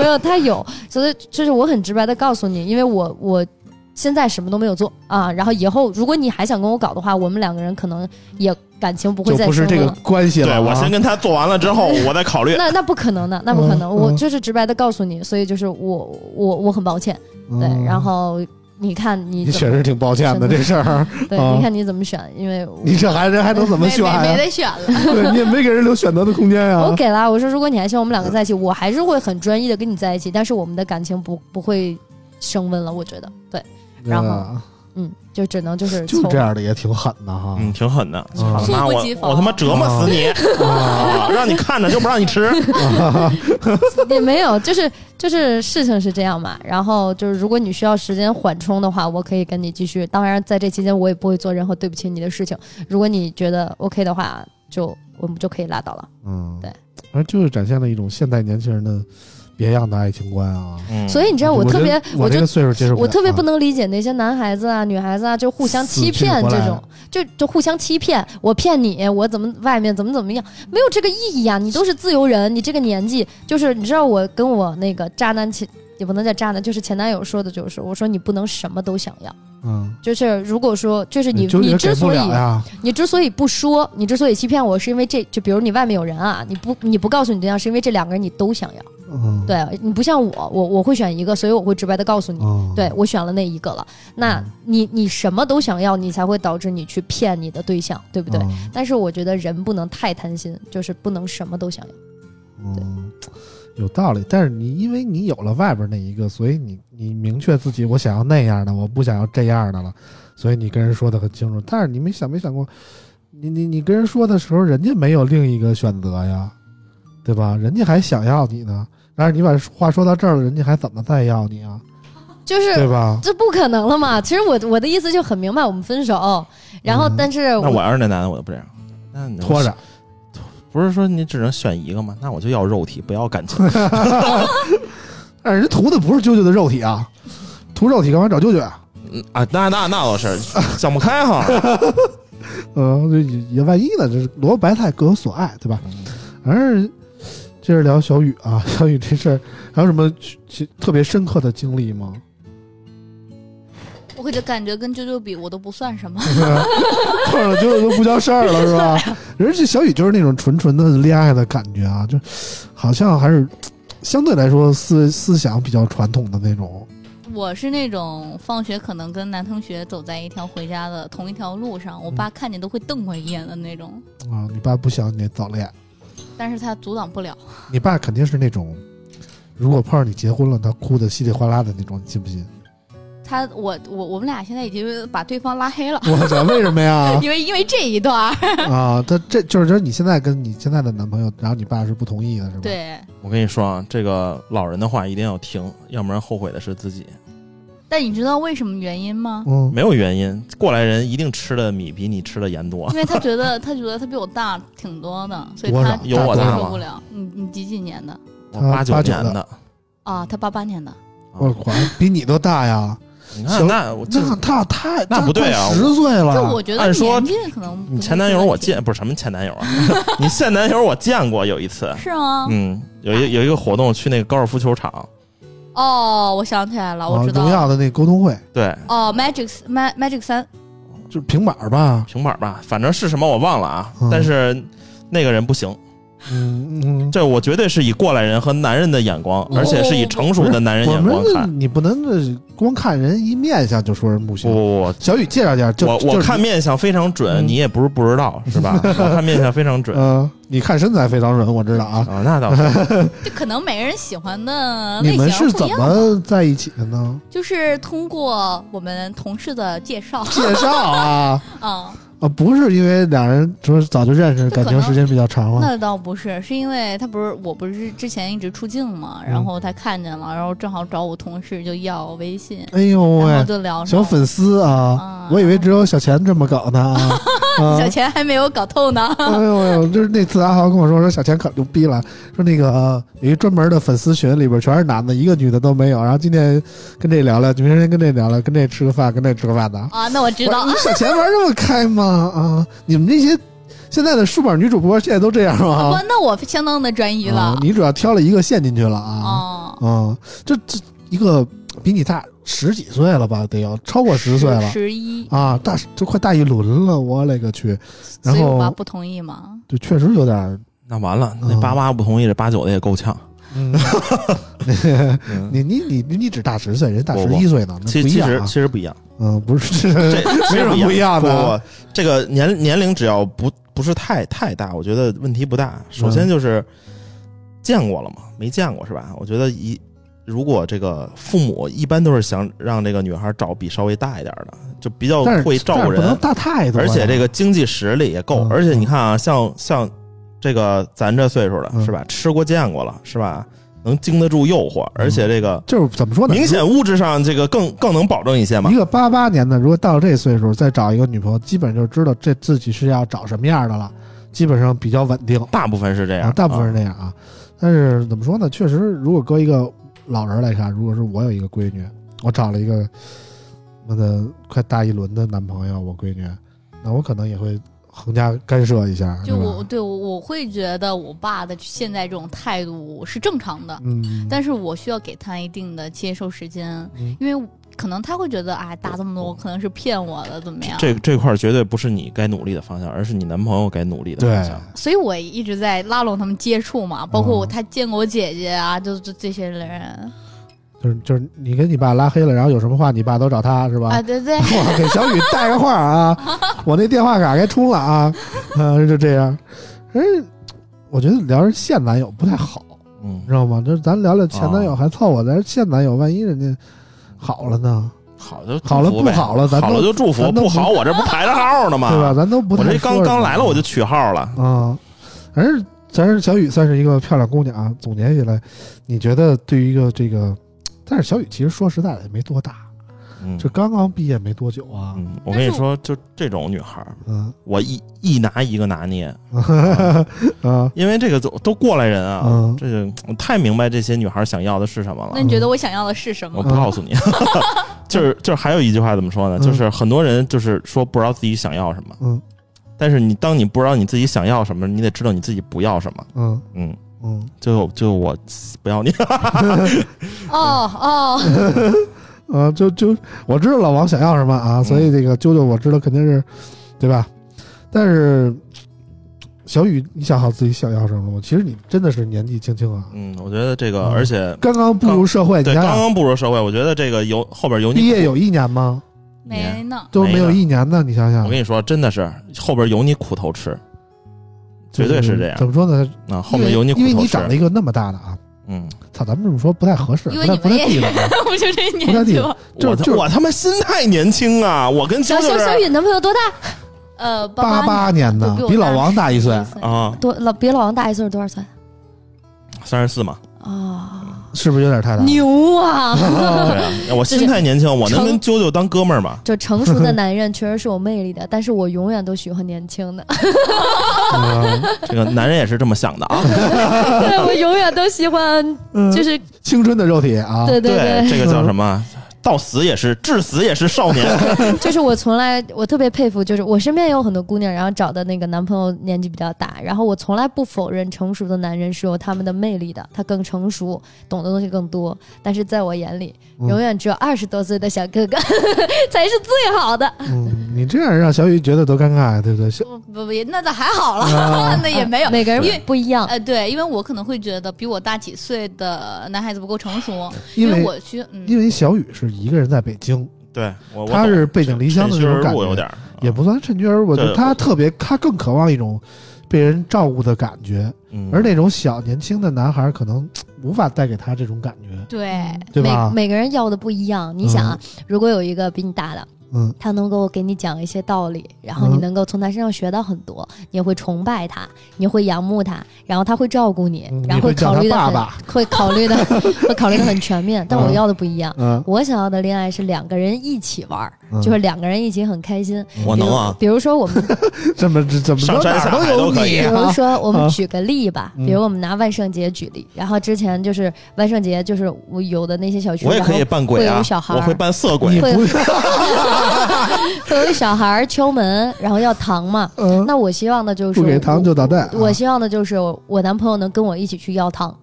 E: 没有他有，所以就是我很直白的告诉你，因为我我现在什么都没有做啊，然后以后如果你还想跟我搞的话，我们两个人可能也感情不会
C: 就
E: 再
C: 不是
E: 升
C: 这
E: 温
C: 个
E: 了。
C: 关系了
D: 对
C: 啊。
D: 我先跟他做完了之后，我再考虑。
E: 那那不可能的，那不可能，
C: 嗯
E: 我
C: 嗯
E: 就是直白的告诉你，所以就是我我我很抱歉，对，
C: 嗯
E: 然后你看你
C: 你
E: 怎么
C: 确实挺抱歉的这事儿，
E: 对，
C: 啊
E: 你看你怎么选，因为我
C: 你这还人还 能怎么
F: 没
C: 选啊
F: 没
C: 呀？
F: 没得选了。
C: 对，你也没给人留选择的空间呀。
E: 我给了我说，如果你还希望我们两个在一起，我还是会很专一的跟你在一起，但是我们的感情不不会升温了，我觉得对，
C: 对吧
E: 然后嗯，就只能就是
C: 就
E: 从
C: 这样的也挺狠的哈。
D: 嗯，挺狠的，
C: 嗯
D: 操妈
F: 猝
D: 我
F: 不及防
D: 我他妈折磨死你啊！让你看着就不让你吃，
E: 也没有，就是就是事情是这样嘛，然后就是如果你需要时间缓冲的话，我可以跟你继续，当然在这期间我也不会做任何对不起你的事情，如果你觉得 OK 的话，就我们就可以拉倒了。
C: 嗯，
E: 对，
C: 反正就是展现了一种现代年轻人的别样的爱情观啊。
D: 嗯
E: 所以你知道
C: 我
E: 特别
C: 觉，得
E: 我
C: 我这
E: 就
C: 个岁数接受了，
E: 我特别不
C: 啊
E: 能理解那些男孩子啊、女孩子啊，就互相欺骗
C: 死去活
E: 这
C: 来
E: 种，就就互相欺骗，我骗你，我怎么外面怎么怎么样，没有这个意义啊！你都是自由人，你这个年纪，就是你知道我跟我那个渣男前也不能叫渣男，就是前男友说的就是，我说你不能什么都想要，
C: 嗯，
E: 就是如果说就是你
C: 就
E: 你
C: 也
E: 之
C: 给不
E: 所以
C: 了呀，
E: 你之所以不说，你之所以欺骗我，是因为这就比如你外面有人啊，你不你不告诉你对象，是因为这两个人你都想要，
C: 嗯，
E: 对你不像我，我我会选一个，所以我会直白的告诉你。
C: 嗯，
E: 对我选了那一个了。那你你什么都想要，你才会导致你去骗你的对象，对不对？
C: 嗯
E: 但是我觉得人不能太贪心，就是不能什么都想要。
C: 嗯，有道理。但是你因为你有了外边那一个，所以你你明确自己我想要那样的，我不想要这样的了，所以你跟人说的很清楚。但是你没想没想过，你你你跟人说的时候，人家没有另一个选择呀，对吧？人家还想要你呢。但是你把话说到这儿了，人家还怎么再要你啊？对
E: 就是
C: 吧？
E: 这不可能了嘛！其实我我的意思就很明白，我们分手，然后
C: 嗯
E: 但是
D: 那我要是那男的，我就不这样。那你
C: 拖着，
D: 不是说你只能选一个吗？那我就要肉体，不要 感情。
C: 但是人图的不是啾啾的肉体啊，图肉体干嘛找啾啾啊？
D: 嗯啊，那那那倒是想不开哈。
C: 嗯，这也也万一呢？这是萝卜白菜各有所爱，对吧？反正接着聊小雨啊， 小雨这事儿还有什么其其特别深刻的经历吗？
F: 我就感觉跟啾啾比，我都不算什么。
C: 碰上了就都不叫事儿了，是吧？人家这小雨就是那种纯纯的恋爱的感觉啊，就好像还是相对来说思思想比较传统的那种。
F: 我是那种放学可能跟男同学走在一条回家的同一条路
C: 嗯
F: 上，我爸看见都会瞪我一眼的那种，
C: 啊，你爸不想你早恋，
F: 但是他阻挡不了。
C: 你爸肯定是那种，如果碰上你结婚了，他哭的稀里哗啦的那种，你信不信？
F: 他我我我们俩现在已经把对方拉黑了，
C: 我操，为什么
D: 啊
C: 呀？
F: 因为因为这一段 儿。
C: 啊，他这就是说你现在跟你现在的男朋友，然后你爸是不同意的，是吧？，
F: 对，
D: 我跟你说啊，这个老人的话一定要听，要不然后悔的是自己。
F: 但你知道为什么原因吗？
C: 嗯，
D: 没有原因，过来人一定吃的米比你吃的盐多
F: 因。为他觉 得他觉得他比我大挺多的，所以
C: 多
F: 他
C: 少
D: 有我
F: 接
D: 大
F: 受
D: 吗
F: 不了。你你几几年的？
D: 我
C: 他
D: 八九
C: 八九
D: 年
C: 的
D: 的，
F: 啊，他八八年的。
C: 哦我管比你都大呀，
D: 你
C: 行
D: 看，那我这
C: 那他太
D: 那不对啊
C: 十岁
F: 就
C: 了
F: 我，觉得
D: 按说
F: 年纪可能不
D: 你
F: 是
D: 前男友
F: 问
D: 我
F: 题
D: 见不是什么前 男友啊，你现男友我见过有一次，
F: 是吗？
D: 嗯，有一有一个活动去那个高尔夫球场，
F: 哦，我想起来了，我
C: 啊
F: 知道
C: 荣
F: 了。
C: 耀的那沟通会
D: 对，
F: 哦，Magic Ma- Magic 三，
C: 就是平板儿吧，
D: 平板吧，反正是什么我忘了啊
C: 嗯，
D: 但是那个人不行，
C: 嗯嗯，
D: 这我绝对是以过来人和男人的眼光，而且是以成熟的男人
C: 我
D: 眼光
C: 们
D: 看。
C: 哦你不能这光看人一面相就说人不
D: 不
C: 行。
D: 不不，
C: 小雨介绍介绍，就
D: 我我看，面相非常准，
C: 嗯
D: 你也不是不知道 是吧？我看面相非常
C: 就
D: 准
C: 是你呃，你看身材非常准，我知道啊。
D: 啊，那倒是，
F: 就可能每个人喜欢的类
C: 你们
F: 型
C: 是
F: 不
C: 怎
F: 一样吧。
C: 么在一起的 呢？
F: 就是通过我们同事的介绍，
C: 介绍啊
F: 啊，
C: 啊，不是因为俩人说早就认识，
F: 这可
C: 感
F: 能
C: 情时间比较长了。
F: 那倒不是，是因为他不是我不是之前一直出镜嘛，然
C: 嗯后
F: 后他看见了，然后正好找我同事就要微信，
C: 哎呦
F: 然后
C: 喂，
F: 就聊
C: 小粉丝啊
F: 啊，
C: 我以为只有小钱这么搞呢 啊。啊
F: 小钱还没有搞透呢，
C: 哎呦哎呦！就是那次阿豪跟我说说小钱可牛逼了，说那个、呃有一专门的粉丝群，里边全是男的，一个女的都没有。然后今天跟这聊聊，明天跟这聊聊，跟这吃个饭，跟这吃个饭的。
F: 啊，那我知道
C: 我说，你小钱玩这么开吗？啊，你们这些现在的书本女主播现在都这样吗
F: 哇？，啊那我相当的专一
C: 啊
F: 了，
C: 你主要挑了一个陷进去了啊
F: 哦，
C: 啊！这这一个比你大十几岁了吧？得要超过十岁了
F: 十一，
C: 啊，大都快大一轮了，我勒个去！然
F: 所以我爸
C: 后
F: 不同意嘛，
C: 就确实有点儿。
D: 那完了，那八八不同意，这八九的也够呛。
C: 嗯，
D: 嗯，
C: 你你你你只大十岁，人大
D: 不
C: 十
D: 不
C: 一岁呢，那
D: 其
C: 不一
D: 其
C: 样
D: 实
C: 啊
D: 其。实不一样，
C: 嗯，不是，
D: 这
C: 没什么不一样的啊
D: 不不不这个年年龄只要不不是太太大，我觉得问题不大。首
C: 嗯
D: 先就是见过了嘛，没见过是吧？我觉得一如果这个父母一般都是想让这个女孩找比稍微大一点的，就比较
C: 但是
D: 会照
C: 但
D: 顾
C: 是不能
D: 人，
C: 大太多了。啊
D: 而且这个经济实力也够。
C: 嗯
D: 而且你看啊，像像这个咱这岁数的
C: 嗯
D: 是吧？吃过见过了是吧？能经得住诱惑，而
C: 嗯
D: 且这个
C: 就是怎么说呢？
D: 明显物质上这个更更能保证一些嘛
C: 一。个八八年的，如果到这岁数再找一个女朋友，基本就知道这自己是要找什么样的了，基本上比较稳定，
D: 大部分是这样，
C: 啊大部分是那样啊。但是怎么说呢？确实，如果搁一个老人来看，如果是我有一个闺女，我找了一个我的快大一轮的男朋友，我闺女，那我可能也会横加干涉一下，
F: 就是
C: 吧
F: 我对我我会觉得我爸的现在这种态度是正常的，
C: 嗯，
F: 但是我需要给他一定的接受时间，
C: 嗯
F: 因为可能他会觉得啊，打这么
C: 哦
F: 多可能是骗我的，怎么样？
D: 这这块儿绝对不是你该努力的方向，而是你男朋友该努力的
C: 对
D: 方，向。
F: 所以我一直在拉拢他们接触嘛，包括我
C: 嗯
F: 他见过我姐姐啊，就就这些人
C: 就是就是你跟你爸拉黑了，然后有什么话你爸都找他是吧？
F: 啊，对对，
C: 我给小雨带个话啊，我那电话卡该充了啊，嗯、就这样。哎，我觉得聊人现男友不太好，
D: 嗯
C: 你知，道吗？就是咱聊聊前男友
D: 哦
C: 还凑合，但是现男友万一人家好了呢，
D: 好就祝福呗
C: 好了不好了咱都
D: 好了就祝福，
C: 咱都
D: 不好我这不排着号呢吗？
C: 对吧？咱都不
D: 我
C: 太
D: 这
C: 说
D: 刚
C: 什么
D: 刚来了我就取号了，
C: 啊，反正咱是小雨算是一个漂亮姑娘啊。总结起来，你觉得对于一个这个，但是小雨其实说实在的也没多大，
D: 嗯
C: 就刚刚毕业没多久啊，
D: 嗯，我跟你说，就这种女孩儿，
C: 嗯
D: 我一一拿一个拿捏，
C: 啊，
D: 因为这个都都过来人啊
C: 嗯，
D: 这个我太明白这些女孩儿想要的是什么
F: 那
D: 了。
F: 你觉得我想要的是什
D: 我
C: 哦
F: 么？
D: 不告诉你， 就是就是还有一句话怎么说呢？就是很多人就是说不知道自己想要什么，
C: 嗯
D: 但是你当你不知道你自己想要什么，你得知道你自己不要什么。
C: 嗯
D: 嗯，
C: 嗯，
D: 就就我不要你，
F: 哦哦，
C: 啊，就就我知道老王想要什么啊，所以
D: 嗯
C: 这个啾啾我知道肯定是，对吧？但是小雨，你想好自己想要什么了吗？其实你真的是年纪轻轻啊，
D: 嗯，我觉得这个，
C: 嗯
D: 而且
C: 刚刚步入社会，你
D: 对
C: 想
D: 刚
C: 想
D: 刚步入社会，我觉得这个有后边有你
C: 毕业
D: 苦
C: 有一年吗？
F: 没呢，
C: 都没有
D: 没的
C: 一年呢，你想想
D: 我，跟你说，真的是后边有你苦头吃，
C: 就
D: 绝对是这
C: 怎
D: 样。
C: 么说呢？
D: 啊，后面有你苦
C: 因为因为
D: 头
C: 你
D: 吃
C: 长。了一个那么大的啊，
D: 嗯，
C: 操，咱们这么说不太合适，
F: 因
C: 不
F: 为
C: 太
F: 你
C: 不
F: 们
C: 太地
F: 也
C: 道 啊，
F: 不就这
C: 不太地
F: 年纪
C: 道
F: 吗？
C: 就
D: 我
C: 就
D: 他我他妈心太年轻啊！我跟
E: 小
D: 娇
E: 小
D: 娇
E: 小
D: 是
E: 雨男朋友多大？
F: 呃，
C: 八
F: 八
C: 八年的，
F: 我
C: 比老
F: 大
C: 王大一岁，哦
F: 岁
D: 啊，
E: 多老比老王大一岁是多少岁？
D: 三十四嘛，
E: 啊，
C: 是不是有点太大？
E: 牛啊！
D: 对啊，我心太年轻，我能跟啾啾当哥们儿吗？
E: 就成熟的男人确实是有魅力的，但是我永远都喜欢年轻 的，
C: 嗯
D: 这个男人也是这么想的啊。
E: 对我永远都喜欢，
C: 嗯
E: 就是
C: 青春的肉体啊，
E: 对对
D: 对，这个叫什么？嗯到死也是，至死也是少年。
E: 就是我从来我特别佩服，就是我身边也有很多姑娘，然后找的那个男朋友年纪比较大，然后我从来不否认成熟的男人是有他们的魅力的，他更成熟，懂的东西更多。但是在我眼里，
C: 嗯
E: 永远只有二十多岁的小哥 哥才是最好的。
C: 嗯，你这样让小雨觉得多尴尬呀，对不对？小
F: 不不不，那倒还好了，
C: 啊
F: 那也没有。
E: 每个人不一样，
F: 呃，对，因为我可能会觉得比我大几岁的男孩子不够成熟，
C: 因
F: 为
C: 为
F: 我去，嗯，
C: 因为小雨是一个人在北京，
D: 对，我我
C: 他
D: 懂
C: 是背井离乡的那
D: 趁虚
C: 种
D: 而
C: 感
D: 入有
C: 觉
D: 点儿
C: 也不算趁虚而入，我觉得
D: 对
C: 他
D: 我
C: 特别，他更渴望一种被人照顾的感觉，
D: 嗯
C: 而那种小年轻的男孩可能嘖无法带给他这种感觉，
F: 对，
C: 对吧
E: 每每个人要的不一样。你想啊，如果有一个比你大的，
C: 嗯
E: 他能够给你讲一些道理，然后你
C: 嗯
E: 能够从他身上学到很多，你也会崇拜他，你会仰慕他，然后他会照顾你
C: 嗯，
E: 然后
C: 你会叫
E: 考虑的
C: 他
E: 很，
C: 爸
E: 会考 虑的会考虑的很全面。但我
C: 嗯
E: 要的不一样，
C: 嗯，
E: 我想要的恋爱是两个人一起玩儿，
C: 嗯
E: 就是两个人一起很开心。
D: 我能啊，
E: 比如说我们，
C: 这么这怎么
D: 上
C: 着
D: 山
C: 哪
D: 下
C: 儿都
D: 海
C: 有
D: 都可
C: 你
D: 以
E: 比
C: 啊
E: 如说我
C: 啊
E: 们举个例吧，
C: 嗯
E: 比如我们拿万圣节举例，然后之前就是万圣节就是我有的那些小区，
D: 我也
E: 然
D: 可
E: 后
D: 以扮鬼
E: 会
D: 啊
E: 有小，孩儿
D: 我会扮色
C: 你
D: 鬼。
C: 不
E: 会有一小孩儿敲门，然后要糖嘛。
C: 嗯，
E: 那我希望的就是
C: 不给糖就捣蛋。啊
E: 我希望的就是我男朋友能跟我一起去要糖，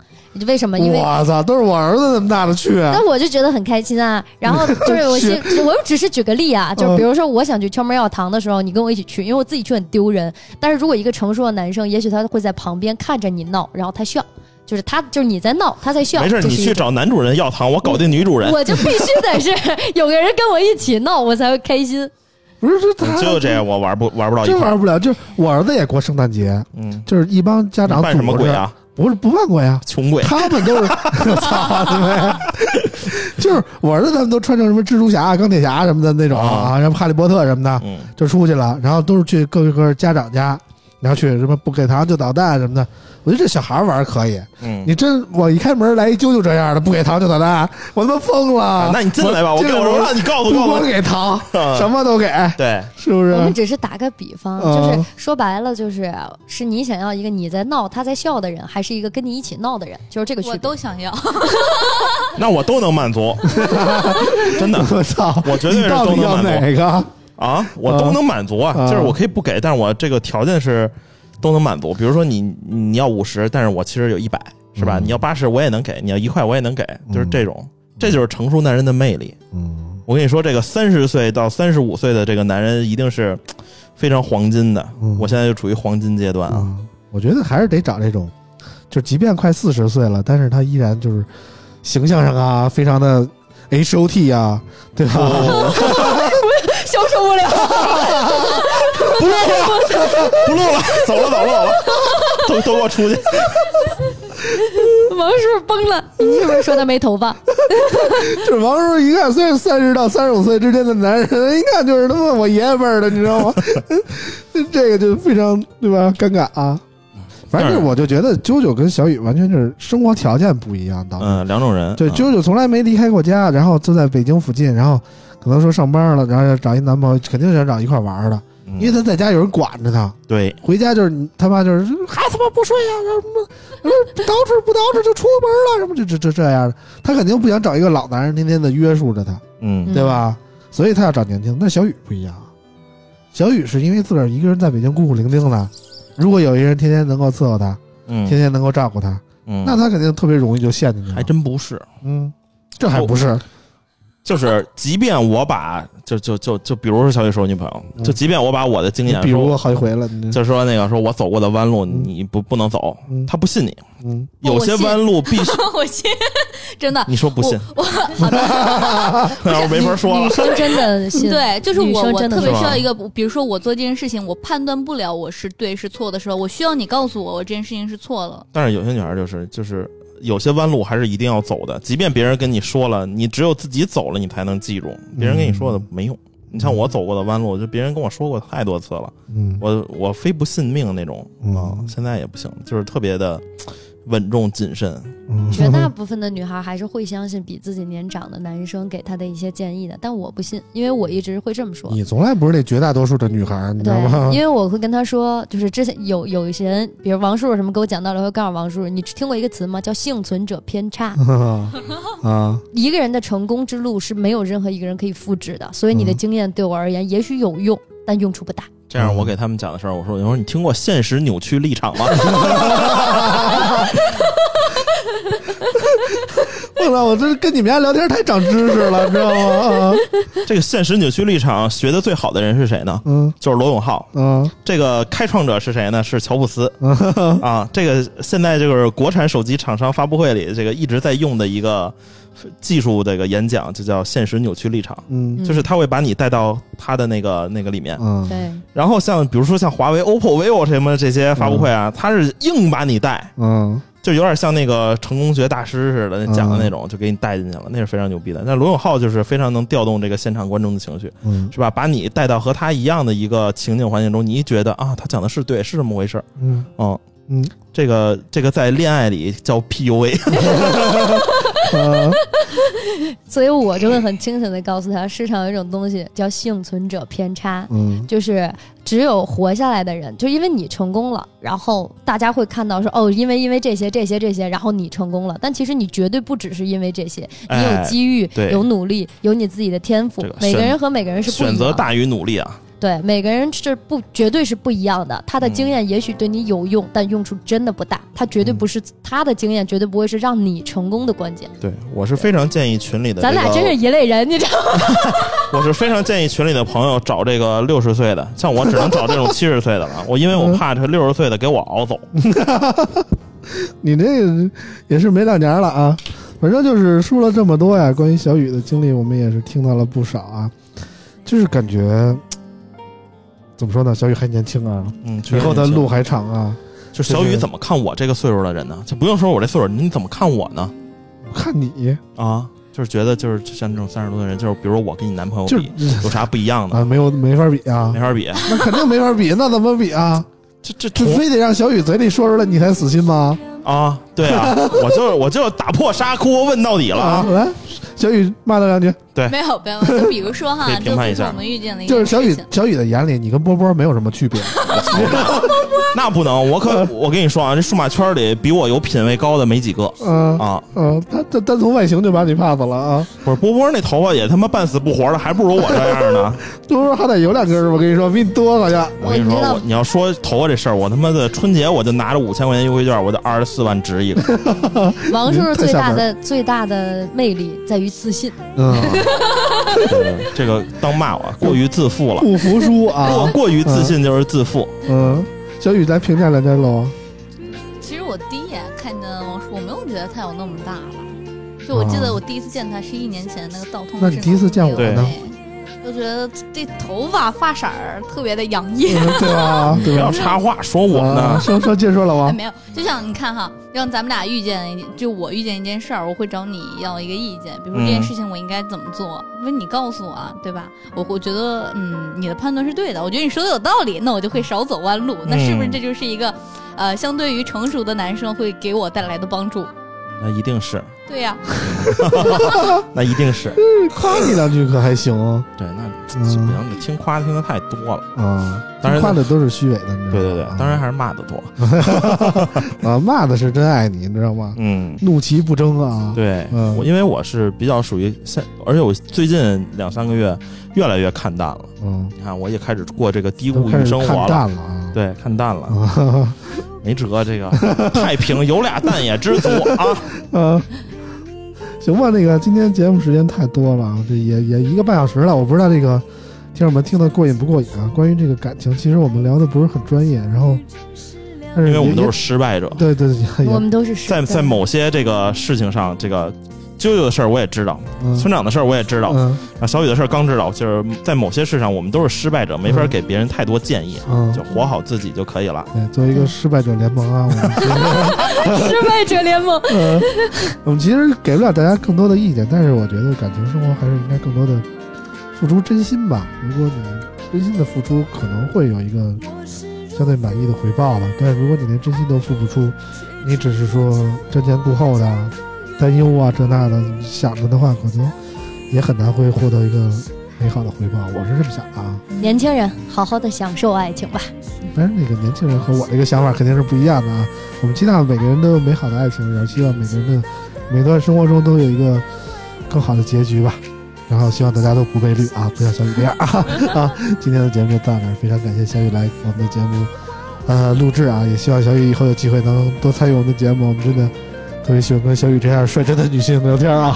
E: 为什么？因为
C: 我操，都是我儿子那么大的去，啊
E: 那我就觉得很开心啊。然 后就是我心，我又只是举个例啊，
D: 嗯
E: 就是比如说我想去敲门要糖的时候，你跟我一起去，因为我自己去很丢人。但是如果一个成熟的男生，也许他会在旁边看着你闹，然后他笑，就是他就是你在闹，他在笑。
D: 没事，
E: 这
D: 你
E: 是一
D: 去
E: 种
D: 找男主人要糖，我搞定女主人。
E: 我就必须 得是有个人跟我一起闹，我才会开心。
C: 不是这他
D: 嗯就这样，我玩不玩不到一
C: 真
D: 块儿。
C: 玩不了。就是我儿子也过圣诞节，
D: 嗯，
C: 就是一帮家
D: 你
C: 长
D: 扮什么
C: 组织
D: 鬼？啊？
C: 不是不扮鬼 啊，
D: 穷鬼。
C: 他们都是 操你妹！就是我儿子他们都穿成什么蜘蛛侠、钢铁侠什么的那种啊，然后哈利波特什么的，
D: 嗯，
C: 就出去了，然后都是去各个家长家。然后去什么不给糖就捣蛋什么的，我觉得这小孩玩儿可以。
D: 嗯
C: 你真我一开门来一啾啾这样的，不给糖就捣蛋，我他妈疯了
D: 啊。那你进来吧，我
C: 进
D: 跟
C: 来
D: 我
C: 我
D: 说，你告诉
C: 不
D: 告
C: 光
D: 诉
C: 给糖，
D: 我。
C: 什么都给，
D: 对，
C: 是不是？
E: 我们只是打个比方，
C: 嗯
E: 就是说白了，就是是你想要一个你在闹他在笑的人，还是一个跟你一起闹的人，就是这个区
F: 我
E: 别。
F: 都想要。
D: 那我都能满足，真的
C: 我操！
D: 我绝对
C: 你
D: 是
C: 到
D: 都
C: 底
D: 能
C: 要
D: 满足
C: 哪个？
D: 啊，我都能满足啊，
C: 啊
D: 就是我可以不给，但是我这个条件是都能满足。比如说你你要五十，但是我其实有一百，是吧？
C: 嗯
D: 你要八十我也能给，你要一块我也能给，就是这种，这就是成熟男人的魅力。
C: 嗯
D: 我跟你说，这个三十岁到三十五岁的这个男人一定是嘖非常黄金的。
C: 嗯
D: 我现在就处于黄金阶段啊，
C: 啊，我觉得还是得找这种，就即便快四十岁了，但是他依然就是形象上啊，非常的 H O T 啊，对吧？
D: 哦
E: 销售不了，
D: 不录了，
C: 嗯
D: 不 录了，走了，走了，走了， 都都给我出去。
E: 王叔崩了。你是不是说他没头发？
C: 就是王叔一看，虽然三十到三十五岁之间的男人，一看就是他妈我爷爷辈儿的，你知道吗？ 这个就非常对吧？尴尬啊！反正就是我就觉得啾啾跟小雨完全就是生活条件不一样，导致
D: 嗯，两种人，
C: 对，
D: 嗯
C: 啾啾从来没离开过家，然后就在北京附近，然后可能说上班了，然后要找一男朋友，肯定想找一块玩儿的，
D: 嗯
C: 因为他在家有人管着他，
D: 对，
C: 回家就是你他妈就是还他妈不睡呀、然后什么，然后不捯饬不捯饬就出门了，什么这这这这样的，他肯定不想找一个老男人天天的约束着他，
D: 嗯，
C: 对吧？所以他要找年轻。但小雨不一样，小雨是因为自个儿一个人在北京孤苦伶仃的，如果有一个人天天能够伺候他，天
D: 嗯，
C: 天能够照顾他，
D: 嗯
C: 那他肯定特别容易就陷进去了
D: 还。真不是，
C: 嗯，这还不是。
D: 就是即便我把就就就就比如说小雨是我女朋友，
C: 嗯
D: 就即便我把我的经
C: 你
D: 验，
C: 比如
D: 说
C: 我好几回了，你
D: 就说那个说我走过的弯路，
C: 嗯
D: 你不不能走
C: 嗯，
D: 他不信你，
C: 嗯，
F: 我
D: 有些
F: 信
D: 弯路必 须，
F: 我信，真的
D: 你说不信，
F: 我
D: 那我没法说
E: 女
D: 了。
E: 生真的信，
F: 对，就是
E: 女
F: 我，
E: 生
F: 我
E: 真的
F: 特别
D: 是
F: 需
D: 吧
F: 要一个，比如说我做这件事情，我判断不了我是对是错的时候，我需要你告诉我，我这件事情是错了。
D: 但是有些女孩就是就是有些弯路还是一定要走的，即便别人跟你说了，你只有自己走了，你才能记住，别人跟你说的没用。
C: 嗯
D: 你像我走过的弯路，就别人跟我说过太多次了，
C: 嗯，
D: 我我非不信命那种
C: 嗯
D: 啊，现在也不行，就是特别的稳重谨慎。
C: 嗯
E: 绝大部分的女孩还是会相信比自己年长的男生给她的一些建议的，但我不信，因为我一直会这么说。
C: 你从来不是那绝大多数的女孩儿，你知道吗
E: 对，因？为我会跟她说，就是之前有有一些人，比如王叔什么给我讲到了，我会告诉王叔，你听过一个词吗？叫幸存者偏差。
C: 嗯啊，
E: 一个人的成功之路是没有任何一个人可以复制的，所以你的
C: 嗯
E: 经验对我而言也许有用，但用处不大。
D: 这样，我给他们讲的时候，我说：“我说你听过现实扭曲立场吗？
C: 我操！我这跟你们家聊天太长知识了，你知道吗？啊
D: 这个现实扭曲立场学的最好的人是谁呢？
C: 嗯
D: 就是罗永浩。
C: 嗯
D: 这个开创者是谁呢？是乔布斯
C: 嗯
D: 啊。这个现在就是国产手机厂商发布会里，这个一直在用的一个技术这个演讲，就叫现实扭曲立场，
C: 嗯
D: 就是他会把你带到他的那个那个里面。
C: 嗯，
E: 对，
D: 然后像比如说像华为、OPPO、vivo 什么这些发布会啊，他是硬把你带，
C: 嗯
D: 就有点像那个成功学大师似的那讲的那
E: 嗯
D: 种，就给你带进去了，那是非常牛逼的。但罗永浩就是非常能调动这个现场观众的情绪，
C: 嗯
D: 是吧？把你带到和他一样的一个情境环境中，你一觉得啊，他讲的是对，是这么回事儿，
C: 嗯
D: 嗯。
C: 嗯
D: 这个这个在恋爱里叫 PUA，
C: 嗯
E: 所以我就会很清醒的告诉她，市场有一种东西叫幸存者偏差。
C: 嗯
E: 就是只有活下来的人，就因为你成功了，然后大家会看到说哦，因为因为这些这些这些，然后你成功了。但其实你绝对不只是因为这些，你有
D: 哎
E: 机遇，
D: 对
E: 有努力，有你自己的天赋
D: 这个。
E: 每个
D: 选
E: 人和每个人是不一
D: 选
E: 样
D: 择大于努力啊，
E: 对，每个人是不绝对是不一样的。他的经验也许对你有用，但用处真的不大。他绝对不
D: 嗯
E: 是他的经验，绝对不会是让你成功的关键。
D: 对我是非常建议群里的、
E: 咱俩真是，一类人，你知道吗？
D: 我是非常建议群里的朋友找这个六十岁的，像我只能找这种七十岁的了，我因为
E: 嗯
D: 我怕这六十岁的给我熬走，
C: 你这个也是没两年了啊。反正就是说了这么多呀，关于小雨的经历，我们也是听到了不少啊。就是感觉怎么说呢？小雨还年轻啊，
D: 嗯，确
C: 以
D: 实
C: 后的
D: 年轻
C: 路还长啊。就
D: 就
C: 是
D: 小雨怎么看我这个岁数的人呢？就不用说我这岁数，你怎么看我呢？
C: 我看你
D: 啊，就是觉得就是像这种三十多的人，就是比如说我跟你男朋友
C: 就是
D: 比，有啥不一样的？
C: 啊，没有没法比啊
D: 没，法比，
C: 那肯定没法比，那怎么比 啊？
D: 这这
C: 这
D: 同
C: 非得让小雨嘴里说出来，你才死心吗？
D: 啊，对 啊，我就我就打破砂锅问到底了
C: 啊，
D: 啊！
C: 来，小雨骂他两句。
F: 没有，没有，就比如说
D: 哎 可
F: 哈，
D: 以评判一
F: 就比如
D: 下
F: 说我们遇见了一
C: 就是
F: 件
C: 小雨
F: 事情，
C: 小雨的眼里，你跟波波没有什么区 别。
D: 啊 那不能，我可我跟你说啊，这数码圈里比我有品位高的没几个
C: 嗯、
D: 啊！
C: 嗯，他他单从外形就把你 pass 了啊。
D: 不是波波那头发也他妈半死不活的，还不如我这样 呢。
C: 波波好歹有两根儿，我跟你说，比你多好像。
D: 我跟你
E: 我
D: 说，
E: 知道
D: 我你要说头发这事儿，我他妈的春节我就拿着五千块钱优惠券，我就二十四万值一个。
E: 王叔叔
C: 太
E: 最
C: 吓
E: 大
C: 门
E: 的最大的魅力在于自信。
C: 嗯，
D: 对 这个当骂我过于自负 了。
C: 不服输啊
D: 过。过于自信就是自负，
C: 嗯，小雨来评价梁家 楼啊。
F: 其实我第一眼看见王叔，我没有觉得他有那么大了。就我记
C: 啊
F: 得我第一次见他是一年前那个道通，
C: 那你第一次见我
D: 呢？
F: 哎就觉得这头发发色儿特别的洋溢。
C: 嗯对吧？
D: 不
C: 对
D: 要
C: 吧？
D: 插话说我
C: 啊，
D: 呢。
C: 说说接着说了啊
D: 啊
F: 哎，
C: 吗？
F: 没有，就像你看哈，让咱们俩遇见一，就我遇见一件事儿，我会找你要一个意见，比如说
D: 嗯
F: 这件事情我应该怎么做，因为你告诉我啊，对吧？我我觉得，嗯，你的判断是对的，我觉得你说的有道理，那我就会少走弯路。那是不是
D: 嗯
F: 这就是一个，呃，相对于成熟的男生会给我带来的帮助？
D: 那一定是，
F: 对呀、
D: 那一定是，
C: 夸你两句可还行
D: 对，那不
C: 嗯
D: 行，你听夸听的太多了。
C: 啊。
D: 当然
C: 夸的都是虚伪的，你知道吗？
D: 对对对，当然还是骂的多。
C: 啊，骂的是真爱你，你知道吗？
D: 嗯，
C: 怒其不争啊。
D: 对，
C: 嗯
D: 我因为我是比较属于现，而且我最近两三个月越来越看淡了。
C: 嗯，
D: 你看，我也开始过这个低
C: 都
D: 谷
C: 开
D: 与
C: 始
D: 生活
C: 看
D: 了。
C: 淡了啊。
D: 对，看淡了，
C: 啊，
D: 没辙。这个太平有俩蛋也知足 啊。
C: 嗯，行吧，那个今天节目时间太多了，啊，这也也一个半小时了，我不知道这个听友们听得过瘾不过瘾啊。关于这个感情，其实我们聊的不是很专业，然后但是
D: 因为我们
C: 也
D: 都是失败者
C: 也，对对对，也
E: 我们都是实
D: 在在
E: 在
D: 某些这个事情上，这个啾啾的事儿我也知道，
C: 嗯
D: 村长的事儿我也知道，
C: 嗯
D: 啊，小雨的事儿刚知道，就是在某些事上我们都是失败者，没法给别人太多建议，
C: 嗯
D: 就，活好自己就可以了。
C: 对，作为一个失败者联盟啊，我们其实
E: 失败者联盟。
C: 嗯我们其实给不了大家更多的意见，但是我觉得感情生活还是应该更多的付出真心吧。如果你真心的付出，可能会有一个相对满意的回报了。但是如果你连真心都付不出，你只是说瞻前顾后的担忧啊，这那的想着的话，可能也很难会获得一个美好的回报。我是这么想的啊，
H: 年轻人，好好的享受爱情吧。
C: 但是那个年轻人和我这个想法肯定是不一样的啊。我们期待每个人都有美好的爱情，也希望每个人的每段生活中都有一个更好的结局吧。啊然后希望大家都不被绿啊，不像小雨这样啊啊！今天的节目就到这儿，非常感谢小雨来我们的节目呃录制啊，也希望小雨以后有机会能多参与我们的节目，我们真的特别喜欢跟小雨这样率真的女性聊天啊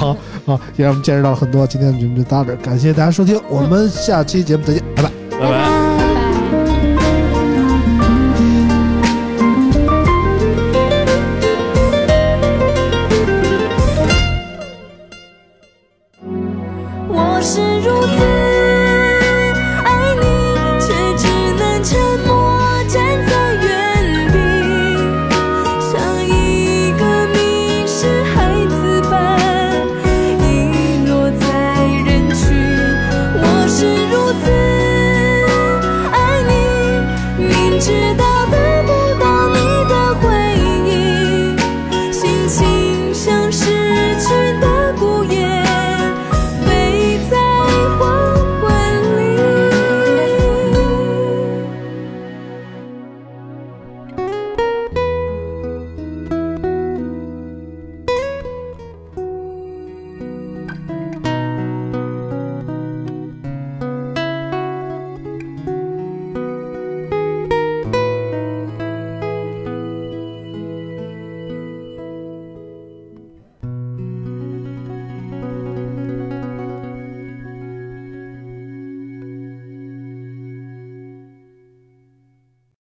C: 啊，也让我们见识到了很多。今天的节目就到这儿，感谢大家收听，我们下期节目再见，拜拜。
D: 拜拜。